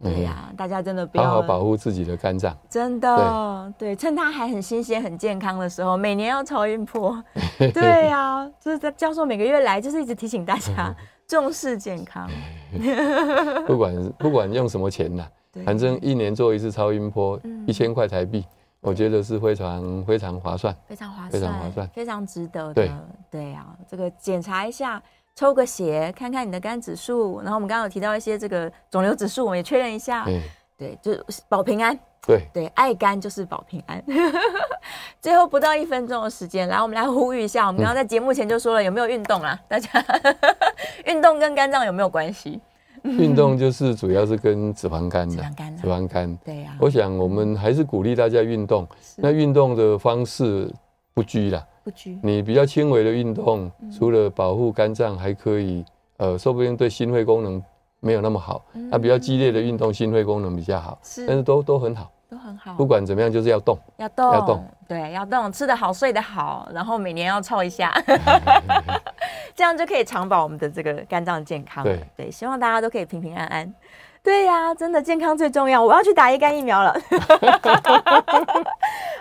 Speaker 3: 嗯
Speaker 2: 对呀、大家真的不要
Speaker 3: 好好保护自己的 肝脏，
Speaker 2: 真的对趁它还很新鲜、很健康的时候，每年要超音 波。对呀、就是在教授每个月来，就是一直提醒大
Speaker 3: 嗯
Speaker 2: 家重视健康。
Speaker 3: 不管不管用什么钱呐。
Speaker 2: 对
Speaker 3: 反正一年做一次超音波
Speaker 2: 嗯，
Speaker 3: 一千块台币，我觉得是非常非常划算。
Speaker 2: 非常划算，
Speaker 3: 非常划算
Speaker 2: 非常值得的。
Speaker 3: 对
Speaker 2: 对呀、这个检查一下，抽个血，看看你的肝指数。然后我们刚刚有提到一些这个肿瘤指数，我们也确认一下。
Speaker 3: 哎，
Speaker 2: 对，就是保平安。
Speaker 3: 对，
Speaker 2: 对，爱肝就是保平安。 最后不到一分钟的时间，来，我们来呼吁一下。我们
Speaker 3: 嗯
Speaker 2: 刚刚在节目前就说了，有没有运动啊？大家 运动跟肝脏有没有关系？
Speaker 3: 运动就是主要是跟脂肪肝
Speaker 2: 嗯脂
Speaker 3: 的
Speaker 2: 肪肝啊
Speaker 3: 脂肪肝。
Speaker 2: 对呀、
Speaker 3: 嗯我想我们还是鼓励大家运动，那运动的方式不拘啦。
Speaker 2: 不拘。嗯
Speaker 3: 你比较轻微的运动，除了保护肝脏，还可以，呃，说不定对心肺功能没有那么好。那比较激烈的运动，心肺功能比较好，
Speaker 2: 嗯是哦
Speaker 3: 但是都都很好。
Speaker 2: 都很好
Speaker 3: 嗯
Speaker 2: 啊
Speaker 3: 不，管怎么样，就是要动。
Speaker 2: 要动，
Speaker 3: 要动
Speaker 2: 对，要动，吃得好，睡得好，然后每年要凑一 下， 这样就可以长保我们的这个肝脏健康。
Speaker 3: 对
Speaker 2: 希望大家都可以平平安安。 对呀、真的健康最重要。我要去打乙肝疫苗了。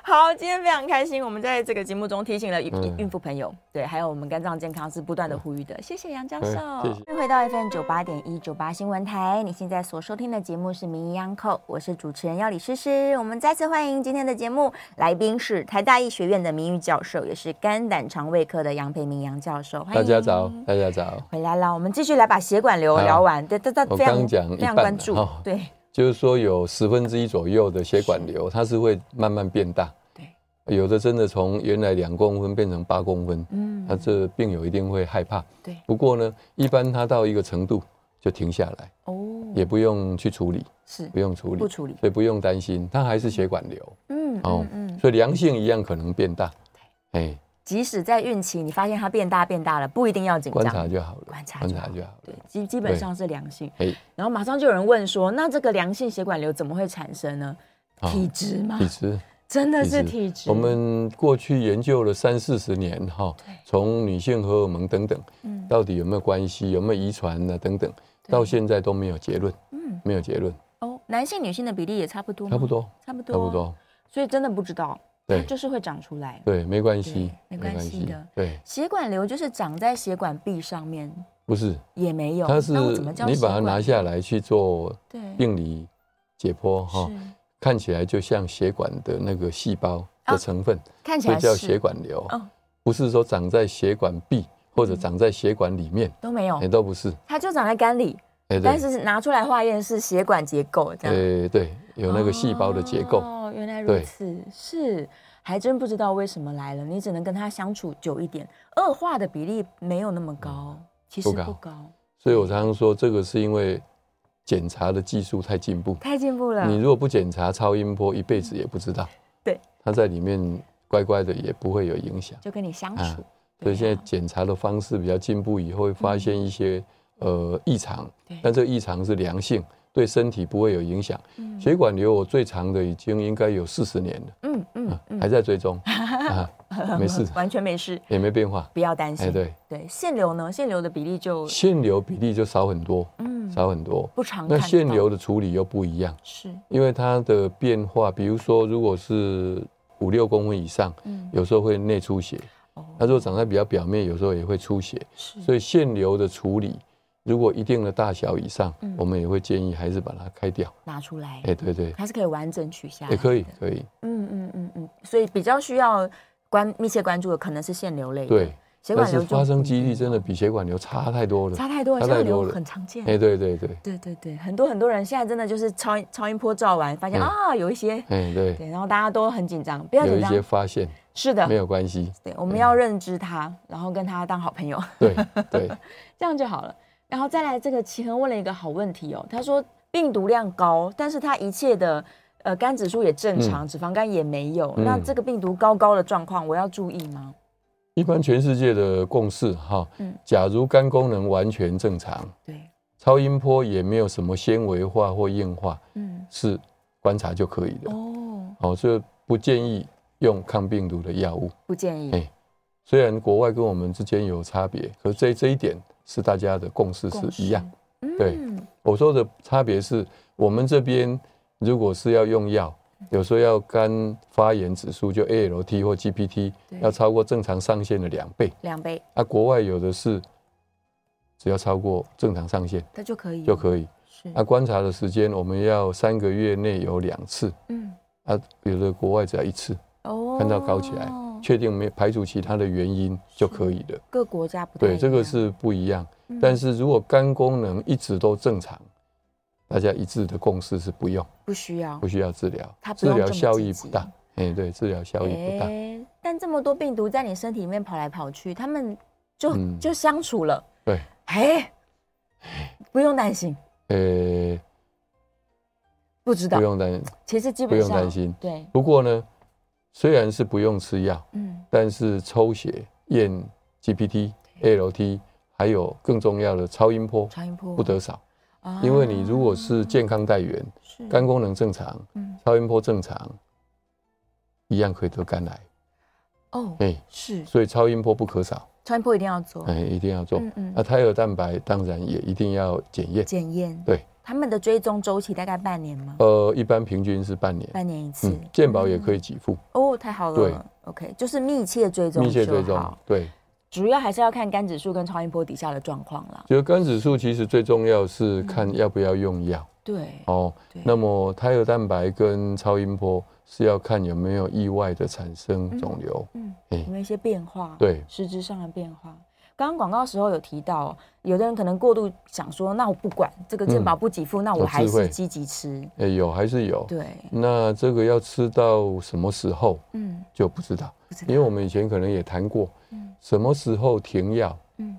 Speaker 2: 好，今天非常开心，我们在这个节目中提醒了孕
Speaker 3: 嗯
Speaker 2: 孕妇朋友，对，还有我们肝脏健康是不断的呼吁的。谢谢杨教授
Speaker 3: 嗯，谢谢
Speaker 2: 欢迎回到 FM 九八点一九八新闻台，你现在所收听的节目是《名医央叩》，我是主持人要李诗诗。我们再次欢迎今天的节目来宾是台大医学院的名誉教授，也是肝胆肠胃科的杨培明杨教授。欢迎
Speaker 3: 大家早，大家早。
Speaker 2: 回来了，我们继续来把血管瘤
Speaker 3: 好
Speaker 2: 聊完。对，这这
Speaker 3: 我
Speaker 2: 非常
Speaker 3: 刚讲一
Speaker 2: 非常
Speaker 3: 半
Speaker 2: 关
Speaker 3: 了哦
Speaker 2: 注
Speaker 3: 哈，
Speaker 2: 对，
Speaker 3: 就是说有十分之一左右的血管瘤，它是会慢慢变大。对，有的真的从原来两公分变成八公分，
Speaker 2: 嗯
Speaker 3: 那这病友一定会害怕。
Speaker 2: 对
Speaker 3: 不过呢，一般它到一个程度就停下来，
Speaker 2: 哦，
Speaker 3: 也不用去处理，
Speaker 2: 是
Speaker 3: 不用处理
Speaker 2: 不，处理，
Speaker 3: 所以不用担心，它还是血管瘤
Speaker 2: 嗯
Speaker 3: 哦
Speaker 2: 嗯嗯，
Speaker 3: 所以良性一样可能变大。哎，
Speaker 2: 即使在孕期，你发现它变大变大了，不一定要紧
Speaker 3: 观察
Speaker 2: 张，
Speaker 3: 就好了，
Speaker 2: 观察
Speaker 3: 观
Speaker 2: 就
Speaker 3: 察
Speaker 2: 好
Speaker 3: 就好了
Speaker 2: 对。，基基本上是良性
Speaker 3: 哎。
Speaker 2: 然后马上就有人问说，那这个良性血管瘤怎么会产生呢？
Speaker 3: 哦
Speaker 2: 体质啊吗？
Speaker 3: 体质。
Speaker 2: 真的是体质。
Speaker 3: 我们过去研究了三四十年哈
Speaker 2: 对，嗯
Speaker 3: 从女性荷尔蒙等等，到底有没有关系，有没有遗传呢、等等，到现在都没有结论，
Speaker 2: 嗯
Speaker 3: 没有结论，
Speaker 2: 哦，男性女性的比例也差不多吗，
Speaker 3: 差不多，
Speaker 2: 差不多，
Speaker 3: 差不。多，
Speaker 2: 所以真的不知道，它
Speaker 3: 对
Speaker 2: 就是会长出来。
Speaker 3: 对，没关系，
Speaker 2: 对没关系的
Speaker 3: 对，
Speaker 2: 血管瘤就是长在血管壁上面，
Speaker 3: 不是，
Speaker 2: 也没有。
Speaker 3: 它是
Speaker 2: 那我怎么叫
Speaker 3: 你
Speaker 2: 血
Speaker 3: 把它
Speaker 2: 管
Speaker 3: 拿下来去做
Speaker 2: 对
Speaker 3: 病理解剖哈，
Speaker 2: 是
Speaker 3: 看起来就像血管的那个细胞
Speaker 2: 啊
Speaker 3: 的成分，
Speaker 2: 看起
Speaker 3: 所以
Speaker 2: 来
Speaker 3: 叫
Speaker 2: 是
Speaker 3: 血管瘤
Speaker 2: 哦，嗯
Speaker 3: 不是说长在血管壁或者长在血管里面，
Speaker 2: 都没有
Speaker 3: 也，都不是，
Speaker 2: 它就长在肝里，
Speaker 3: 哎，对
Speaker 2: 但是拿出来化验是血管结构这样。
Speaker 3: 呃，对，有那个细胞的结构。
Speaker 2: 哦，原来如
Speaker 3: 对
Speaker 2: 此，是还真不知道为什么来了，你只能跟他相处久一点，恶化的比例没有那么高，其实
Speaker 3: 嗯不高
Speaker 2: 不高，
Speaker 3: 所以我常常说，这个是因为检查的技术太进步。
Speaker 2: 太进步了。
Speaker 3: 你如果不检查超音波，一辈子也不知道。
Speaker 2: 嗯对，
Speaker 3: 它在里面乖乖的，也不会有影响。
Speaker 2: 就跟你相
Speaker 3: 啊
Speaker 2: 处，
Speaker 3: 所以现在
Speaker 2: 对啊
Speaker 3: 检查的方式比较进步，以后会发现一些呃异常
Speaker 2: 对，
Speaker 3: 但这个异常是良性，对身体不会有影响。血管瘤我最长的已经应该有四十年了，
Speaker 2: 嗯嗯
Speaker 3: 啊还
Speaker 2: 嗯，
Speaker 3: 在追踪， 啊，没事，
Speaker 2: 完全没事，
Speaker 3: 也没变化。
Speaker 2: 不要担
Speaker 3: 哎，
Speaker 2: 心。
Speaker 3: 对，
Speaker 2: 对，腺瘤呢，腺瘤的比例就
Speaker 3: 腺瘤比例就少很多，
Speaker 2: 嗯
Speaker 3: 少很多。
Speaker 2: 不常看
Speaker 3: 那
Speaker 2: 到。
Speaker 3: 腺瘤的处理又不一样，
Speaker 2: 是
Speaker 3: 因为它的变化，比如说如果是五六公分以上，
Speaker 2: 嗯
Speaker 3: 有时候会内出血；
Speaker 2: 哦
Speaker 3: 它如果长在比较表面，有时候也会出血。
Speaker 2: 是
Speaker 3: 所以腺瘤的处理，如果一定的大小以上，
Speaker 2: 嗯
Speaker 3: 我们也会建议还是把它开掉。
Speaker 2: 拿出来
Speaker 3: 哎、，对对，
Speaker 2: 它是可以完整取下来
Speaker 3: 也
Speaker 2: 的，
Speaker 3: 可以，可以，
Speaker 2: 嗯嗯嗯嗯，所以比较需要关密切关注的可能是腺瘤类的，
Speaker 3: 对，。
Speaker 2: 血
Speaker 3: 但
Speaker 2: 管瘤
Speaker 3: 是
Speaker 2: 就
Speaker 3: 发生
Speaker 2: 不
Speaker 3: 几
Speaker 2: 一
Speaker 3: 率
Speaker 2: 定
Speaker 3: 真的比血管瘤差太多了。
Speaker 2: 差太多了，
Speaker 3: 嗯差
Speaker 2: 血管
Speaker 3: 太多
Speaker 2: 瘤
Speaker 3: 了
Speaker 2: 很常见。
Speaker 3: 哎、对对对，
Speaker 2: 对对对，很多很多人现在真的就是超音超音波照完，发现
Speaker 3: 嗯
Speaker 2: 啊有一些，
Speaker 3: 哎、对，
Speaker 2: 对，然后大家都很紧张，不要
Speaker 3: 有
Speaker 2: 紧
Speaker 3: 一些
Speaker 2: 张，
Speaker 3: 发现
Speaker 2: 是的
Speaker 3: 没，有关系。
Speaker 2: 对，我们要认知它，然后跟它当好朋 友，
Speaker 3: 对对，
Speaker 2: 这样就好了。然后再来这个齐恒问了一个好问题哦，他说病毒量高，但是他一切的呃肝指数也正常，脂肪肝也没有，
Speaker 3: 嗯
Speaker 2: 那这个病毒高高的状况我要注意吗？
Speaker 3: 一般全世界的共识哈，
Speaker 2: 嗯
Speaker 3: 假如肝功能完全正常，
Speaker 2: 对，
Speaker 3: 超音波也没有什么纤维化或硬化，
Speaker 2: 嗯，
Speaker 3: 是观察就可以的。
Speaker 2: 哦，
Speaker 3: 哦，所以不建议用抗病毒的药物。
Speaker 2: 不建议
Speaker 3: 哎虽然国外跟我们之间有差别，可这这一点是大家的共识
Speaker 2: 共
Speaker 3: 是一样
Speaker 2: 识。嗯
Speaker 3: 对我说的差别是我们这边如果是要用药，
Speaker 2: 嗯
Speaker 3: 有时候要肝发炎指数就 ALT 或 GPT
Speaker 2: 对
Speaker 3: 要超过正常上限的两倍，
Speaker 2: 两杯
Speaker 3: 啊，国外有的是只要超过正常上限
Speaker 2: 它就可以
Speaker 3: 就
Speaker 2: 以
Speaker 3: 可以。
Speaker 2: 是
Speaker 3: 啊，观察的时间我们要三个月内有两次，
Speaker 2: 嗯
Speaker 3: 啊，有的国外只要一次，
Speaker 2: 哦
Speaker 3: 看到高起来，确定没排除其他的原因就可以了。
Speaker 2: 各国家不太
Speaker 3: 对，
Speaker 2: 一
Speaker 3: 这个
Speaker 2: 样
Speaker 3: 是不一样。
Speaker 2: 嗯
Speaker 3: 但是如果肝功能一直都正常，大家一致的共识是不用，
Speaker 2: 不需要
Speaker 3: 不需要治疗
Speaker 2: 它，不
Speaker 3: 治
Speaker 2: 用
Speaker 3: 疗
Speaker 2: 这么
Speaker 3: 效
Speaker 2: 积
Speaker 3: 益
Speaker 2: 极
Speaker 3: 不大。哎，对，治疗效益不大。
Speaker 2: 诶哎但这么多病毒在你身体里面跑来跑去，他们就、
Speaker 3: 嗯
Speaker 2: 就相处了，
Speaker 3: 对，
Speaker 2: 哎，不用担心，
Speaker 3: 呃，
Speaker 2: 不知道
Speaker 3: 不，用担心。
Speaker 2: 其实基本
Speaker 3: 不
Speaker 2: 上
Speaker 3: 用担心
Speaker 2: 对，
Speaker 3: 不过呢，虽然是不用吃药，
Speaker 2: 嗯，
Speaker 3: 但是抽血验 GPT、LT，还有更重要的超音波
Speaker 2: 超音波
Speaker 3: 不得少，
Speaker 2: 啊
Speaker 3: 因为你如果是健康带源，
Speaker 2: 是
Speaker 3: 肝功能正常
Speaker 2: 嗯，
Speaker 3: 超音波正常，一样可以得肝癌。
Speaker 2: 哦
Speaker 3: 哎、
Speaker 2: 是
Speaker 3: 所以超音波不可少，哎
Speaker 2: 超音波一定要做
Speaker 3: 哎、一定要做。
Speaker 2: 哦嗯嗯
Speaker 3: 那胎儿蛋白当然也一定要检验，
Speaker 2: 检验，
Speaker 3: 对，
Speaker 2: 他们的追踪周期大概半年吗？
Speaker 3: 呃，一般平均是半年，嗯
Speaker 2: 半年一次。
Speaker 3: 健保也可以给付，
Speaker 2: 哦，太好
Speaker 3: 对
Speaker 2: 了。OK，就是密切追踪，
Speaker 3: 密切追踪。对，
Speaker 2: 主要还是要看肝指数跟超音波底下的状况啦。
Speaker 3: 就肝指数其实最重要是看要不要用药
Speaker 2: 嗯对，
Speaker 3: 哦
Speaker 2: 对。
Speaker 3: 那么胎儿蛋白跟超音波是要看有没有意外的产生肿瘤。
Speaker 2: 嗯，
Speaker 3: 嗯
Speaker 2: 有没有一些变化？
Speaker 3: 对
Speaker 2: 实质上的变化。刚刚广告时候有提到哦，有的人可能过度想说，那我不管这个健保不给付，那我
Speaker 3: 嗯有
Speaker 2: 还
Speaker 3: 智慧
Speaker 2: 是积极吃。
Speaker 3: 哎，有还是有。
Speaker 2: 对，
Speaker 3: 那这个要吃到什么时候
Speaker 2: 嗯，
Speaker 3: 就不知道，
Speaker 2: 不知道
Speaker 3: 因为我们以前可能也谈过
Speaker 2: 嗯，
Speaker 3: 什么时候停药
Speaker 2: 嗯，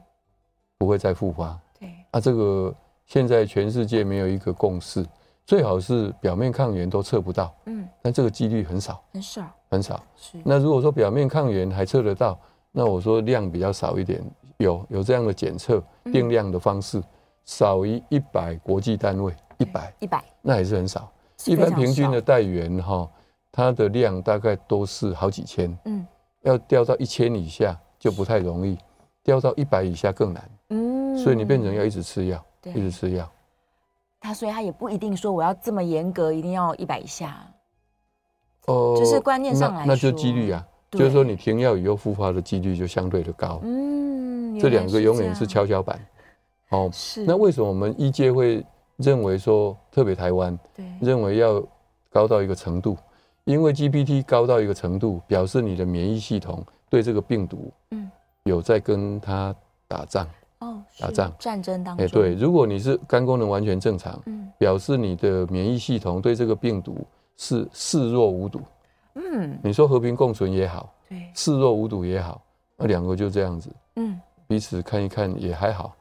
Speaker 3: 不会再复发。
Speaker 2: 对，
Speaker 3: 啊，这个现在全世界没有一个共识，最好是表面抗原都测不到，
Speaker 2: 嗯，
Speaker 3: 但这个几率很少
Speaker 2: 很少
Speaker 3: 很少。
Speaker 2: 是，
Speaker 3: 那如果说表面抗原还测得到，那我说量比较少一点，有有这样的检测
Speaker 2: 嗯
Speaker 3: 定量的方式，少于一百国际单位，一百
Speaker 2: 一百，
Speaker 3: 那还是很少。
Speaker 2: 是
Speaker 3: 一般
Speaker 2: 非常
Speaker 3: 平均
Speaker 2: 少
Speaker 3: 的，带源哈，它的量大概都是好几千，
Speaker 2: 嗯
Speaker 3: 要掉到一千以下就不太容易，掉到一百以下更难，
Speaker 2: 嗯
Speaker 3: 所以你变成要一直吃药，
Speaker 2: 对
Speaker 3: 一直吃药。
Speaker 2: 他，所以他也不一定说我要这么严格，一定要一百以下。
Speaker 3: 哦
Speaker 2: 就是观念上来
Speaker 3: 那那就
Speaker 2: 说
Speaker 3: 几率啊，
Speaker 2: 对
Speaker 3: 就是说你停药以后复发的几率就相对的高，
Speaker 2: 嗯，
Speaker 3: 这
Speaker 2: 原来
Speaker 3: 两个永远是
Speaker 2: 这样
Speaker 3: 跷跷板。哦，
Speaker 2: 是
Speaker 3: 那为什么我们医界会认为说，特别台湾
Speaker 2: 对
Speaker 3: 认为要高到一个程度？因为 GPT 高到一个程度，表示你的免疫系统对这个病毒，
Speaker 2: 嗯
Speaker 3: 有在跟它打仗。
Speaker 2: 哦是
Speaker 3: 打仗
Speaker 2: 战争当
Speaker 3: 哎，
Speaker 2: 中，
Speaker 3: 对，，如果你是肝功能完全正常，
Speaker 2: 嗯
Speaker 3: 表示你的免疫系统对这个病毒是视若无睹。
Speaker 2: 嗯
Speaker 3: 你说和平共存也好，
Speaker 2: 对，
Speaker 3: 视若无睹也好，那两个就这样子，
Speaker 2: 嗯
Speaker 3: 彼此看一看也还好，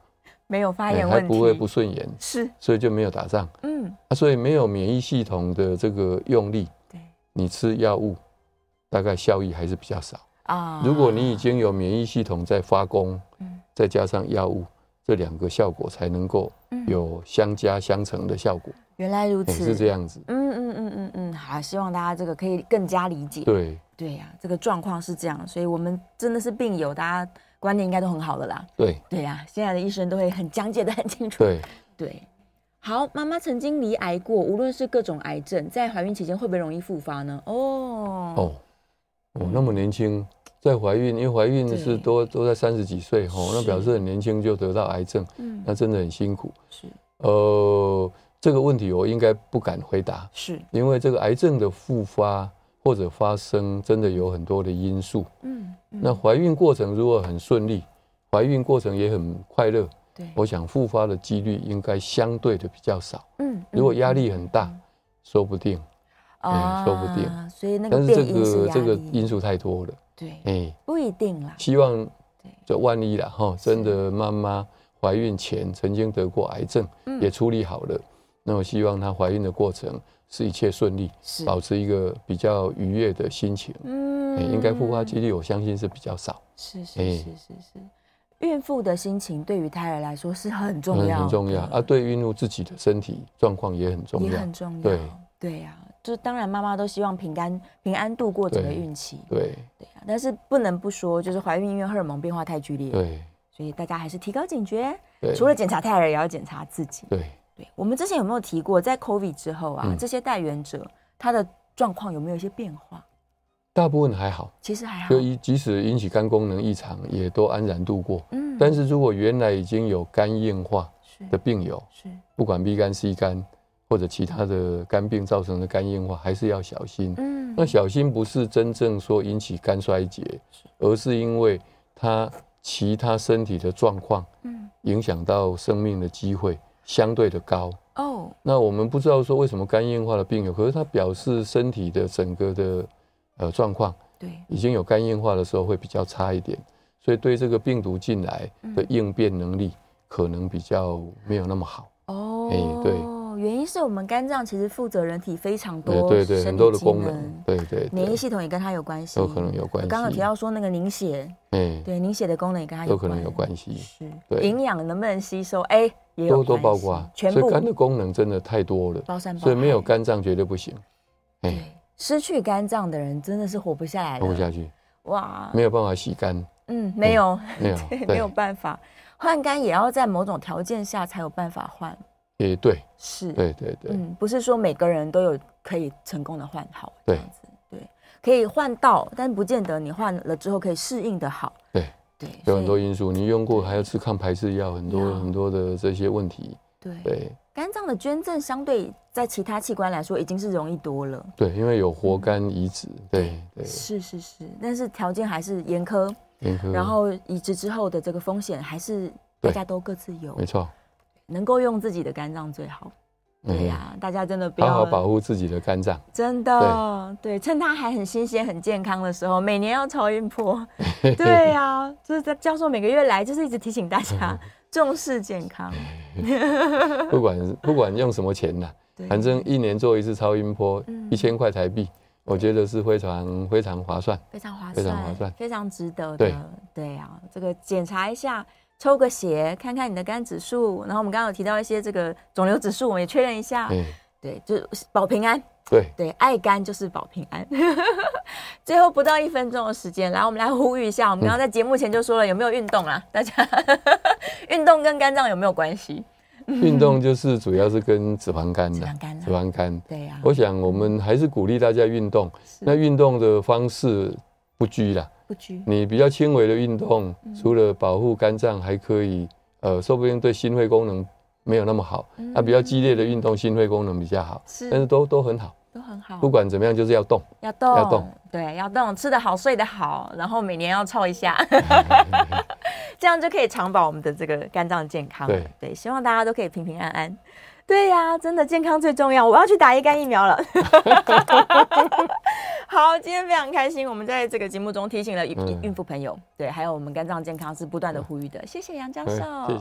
Speaker 2: 没有发
Speaker 3: 哎
Speaker 2: 言
Speaker 3: 还
Speaker 2: 问题，
Speaker 3: 不会不顺眼，
Speaker 2: 是
Speaker 3: 所以就没有打仗。
Speaker 2: 嗯
Speaker 3: 啊，所以没有免疫系统的这个用力，
Speaker 2: 对
Speaker 3: 你吃药物大概效益还是比较少。
Speaker 2: 啊
Speaker 3: 如果你已经有免疫系统在发功，
Speaker 2: 嗯
Speaker 3: 再加上药物，这两个效果才能够
Speaker 2: 嗯
Speaker 3: 有相加相乘的效果，
Speaker 2: 原来如
Speaker 3: 也
Speaker 2: 此，
Speaker 3: 哎是这样子。
Speaker 2: 嗯嗯嗯嗯嗯，好，希望大家这个可以更加理解。
Speaker 3: 对
Speaker 2: 对呀、这个状况是这样，所以我们真的是病友，大家观念应该都很好了啦。
Speaker 3: 对
Speaker 2: 对呀、现在的医生都会很讲解的很清楚。
Speaker 3: 对，
Speaker 2: 对好，妈妈曾经罹癌过，无论是各种癌症，在怀孕期间会不会容易复发呢？哦，
Speaker 3: 哦，我那么年轻。在怀孕，因为怀孕是
Speaker 2: 对
Speaker 3: 都都在三十几岁吼，那
Speaker 2: 是
Speaker 3: 表示很年轻就得到癌症，
Speaker 2: 嗯，
Speaker 3: 那真的很辛苦。
Speaker 2: 是
Speaker 3: 呃，这个问题我应该不敢回答，
Speaker 2: 是，
Speaker 3: 因为这个癌症的复发或者发生，真的有很多的因素。
Speaker 2: 嗯，嗯
Speaker 3: 那怀孕过程如果很顺利，怀孕过程也很快乐，
Speaker 2: 对，
Speaker 3: 我想复发的几率应该相对的比较少。
Speaker 2: 嗯，
Speaker 3: 如果
Speaker 2: 嗯
Speaker 3: 压力很大，说不定，哎说不定
Speaker 2: 啊所以那个
Speaker 3: 但是
Speaker 2: 变
Speaker 3: 这
Speaker 2: 因是
Speaker 3: 个
Speaker 2: 压
Speaker 3: 这个
Speaker 2: 力
Speaker 3: 因素太多了。
Speaker 2: 对，
Speaker 3: 哎，
Speaker 2: 不一定 啦，
Speaker 3: 希望
Speaker 2: 对
Speaker 3: 这万一了哈，真的妈妈怀孕前曾经得过癌症，
Speaker 2: 嗯
Speaker 3: 也处理好了，那我希望她怀孕的过程是一切顺利，
Speaker 2: 是
Speaker 3: 保持一个比较愉悦的心情。
Speaker 2: 嗯
Speaker 3: 哎应该复发几率我相信是比较少，
Speaker 2: 是是
Speaker 3: 哎
Speaker 2: 是是是，孕妇的心情对于胎儿来说是很重
Speaker 3: 很
Speaker 2: 要的，嗯
Speaker 3: 很重要啊。对孕妇自己的身体状况也很重
Speaker 2: 也
Speaker 3: 要
Speaker 2: 很，重要。
Speaker 3: 对
Speaker 2: 对呀、就当然妈妈都希望平安平安度过整个
Speaker 3: 对
Speaker 2: 孕期，
Speaker 3: 对
Speaker 2: 对呀、但是不能不说，就是怀孕因为荷尔蒙变化太剧烈，
Speaker 3: 对
Speaker 2: 所以大家还是提高警觉。
Speaker 3: 对，
Speaker 2: 除了检查胎儿，也要检查自己。
Speaker 3: 对
Speaker 2: 对，我们之前有没有提过，在 COVID 之后啊，
Speaker 3: 嗯
Speaker 2: 这些带源者他的状况有没有一些变化？
Speaker 3: 大部分还好，
Speaker 2: 其实还好
Speaker 3: 就，一即使引起肝功能异常，也都安然度过。
Speaker 2: 嗯
Speaker 3: 但是如果原来已经有肝硬化
Speaker 2: 是
Speaker 3: 的病友，
Speaker 2: 是，
Speaker 3: 不管 B 肝、C 肝或者其他的肝病造成的肝硬化，还是要小心。
Speaker 2: 嗯
Speaker 3: 那小心不是真正说引起肝衰竭，而是因为它其他身体的状况
Speaker 2: 嗯
Speaker 3: 影响到生命的机会相对的高。
Speaker 2: 哦
Speaker 3: 那我们不知道说为什么肝硬化的病友，可是它表示身体的整个的呃状况
Speaker 2: 对
Speaker 3: 已经有肝硬化的时候会比较差一点，所以对这个病毒进来
Speaker 2: 嗯
Speaker 3: 的应变能力可能比较没有那么好。
Speaker 2: 哦，
Speaker 3: 哎对
Speaker 2: 原因是我们肝脏其实负责人体非常
Speaker 3: 对
Speaker 2: 多
Speaker 3: 哎对对，
Speaker 2: 生
Speaker 3: 很
Speaker 2: 理
Speaker 3: 多的
Speaker 2: 机
Speaker 3: 功能，对对
Speaker 2: 免疫
Speaker 3: 对，
Speaker 2: 系统也跟它有关系，
Speaker 3: 都可能有关系。
Speaker 2: 刚刚有提到说那个凝血，
Speaker 3: 哎，
Speaker 2: 对凝血的功能也跟它
Speaker 3: 都
Speaker 2: 有
Speaker 3: 可能有
Speaker 2: 关
Speaker 3: 关系，
Speaker 2: 系，是
Speaker 3: 对
Speaker 2: 营养能不能吸收，哎，也有
Speaker 3: 都
Speaker 2: 关
Speaker 3: 都
Speaker 2: 系
Speaker 3: 包括。啊
Speaker 2: 全
Speaker 3: 所以
Speaker 2: 部
Speaker 3: 肝的功能真的太多了，
Speaker 2: 包山包海，
Speaker 3: 所以没有肝脏绝对不行，哎
Speaker 2: 对。失去肝脏的人真的是活不下来
Speaker 3: 活不
Speaker 2: 了，
Speaker 3: 下去，
Speaker 2: 哇，
Speaker 3: 没有办法洗肝，
Speaker 2: 嗯，没有，
Speaker 3: 没有
Speaker 2: 对，没有
Speaker 3: 对，
Speaker 2: 办法，换肝也要在某种条件下才有办法换，
Speaker 3: 也对，
Speaker 2: 是，
Speaker 3: 对对对，
Speaker 2: 嗯，不是说每个人都有可以成功的换好，
Speaker 3: 对
Speaker 2: 这样子，对，可以换到，但不见得你换了之后可以适应的好，
Speaker 3: 对，
Speaker 2: 对，
Speaker 3: 有很
Speaker 2: 所
Speaker 3: 多
Speaker 2: 以
Speaker 3: 因素，你用过还要吃抗排斥药，很多
Speaker 2: 药
Speaker 3: 很多的这些问题，
Speaker 2: 对，
Speaker 3: 对
Speaker 2: 肝脏的捐赠相对在其他器官来说已经是容易多了，
Speaker 3: 对，因为有活
Speaker 2: 嗯
Speaker 3: 肝移植，对对，
Speaker 2: 是是是，但是条件还是严苛，
Speaker 3: 严苛
Speaker 2: 然后移植之后的这个风险还是大
Speaker 3: 嗯对
Speaker 2: 家都各自有
Speaker 3: 没，错，
Speaker 2: 能够用自己的肝脏最好，对呀、大家真的不
Speaker 3: 嗯，
Speaker 2: 要
Speaker 3: 好好保护自己的 肝脏，
Speaker 2: 真的，对，趁它还很新鲜、很健康的时候，每年要超音 波。
Speaker 3: 嘿嘿
Speaker 2: 对啊，就是在教授每个月来，就是一直提醒大
Speaker 3: 嗯
Speaker 2: 家重视健康。
Speaker 3: 不管不管用什么钱呐、
Speaker 2: 对，嗯
Speaker 3: 反正一年做一次超音波，一千块台币，我觉得是非常非常划算。
Speaker 2: 非常划算，
Speaker 3: 非常划算
Speaker 2: 非常值得的。
Speaker 3: 对
Speaker 2: 对啊，这个检查一下，抽个血，看看你的肝指数，然后我们刚刚有提到一些这个肿瘤指数，我们也确认一下。
Speaker 3: 哎、
Speaker 2: 对，就是保平安。
Speaker 3: 对，
Speaker 2: 对，爱肝就是保平安。 最后不到一分钟的时间，来，我们来呼吁一下。我
Speaker 3: 嗯
Speaker 2: 们刚刚在节目前就说了，有没有运动啦？大家运动跟肝脏有没有关系？
Speaker 3: 运动就是主要是跟脂肪肝
Speaker 2: 嗯脂
Speaker 3: 的
Speaker 2: 肪肝啦
Speaker 3: 脂肪肝。
Speaker 2: 对呀、
Speaker 3: 嗯我想我们还是鼓励大家运动，
Speaker 2: 是
Speaker 3: 那运动的方式不拘啦，
Speaker 2: 不拘
Speaker 3: 你比较轻微的运动，
Speaker 2: 嗯
Speaker 3: 除了保护肝脏，还可以，呃，说不定对心肺功能没有那么好。那、比较激烈的运动，心肺功能比较好，
Speaker 2: 嗯是
Speaker 3: 但是都都很好。
Speaker 2: 都很好啊
Speaker 3: 不，管怎么样，就是要动。
Speaker 2: 要动，
Speaker 3: 要动
Speaker 2: 对，要动，吃得好，睡得好，然后每年要凑一 下，这样就可以长保我们的这个肝脏健康。
Speaker 3: 对
Speaker 2: 对，希望大家都可以平平安安。对呀、真的健康最重要。我要去打乙肝疫 苗了。好，今天非常开心，我们在这个节目中提醒了孕
Speaker 3: 嗯
Speaker 2: 孕妇朋友，对，还有我们肝脏健康是不断的呼吁的。谢谢杨教授，
Speaker 3: 哎谢谢。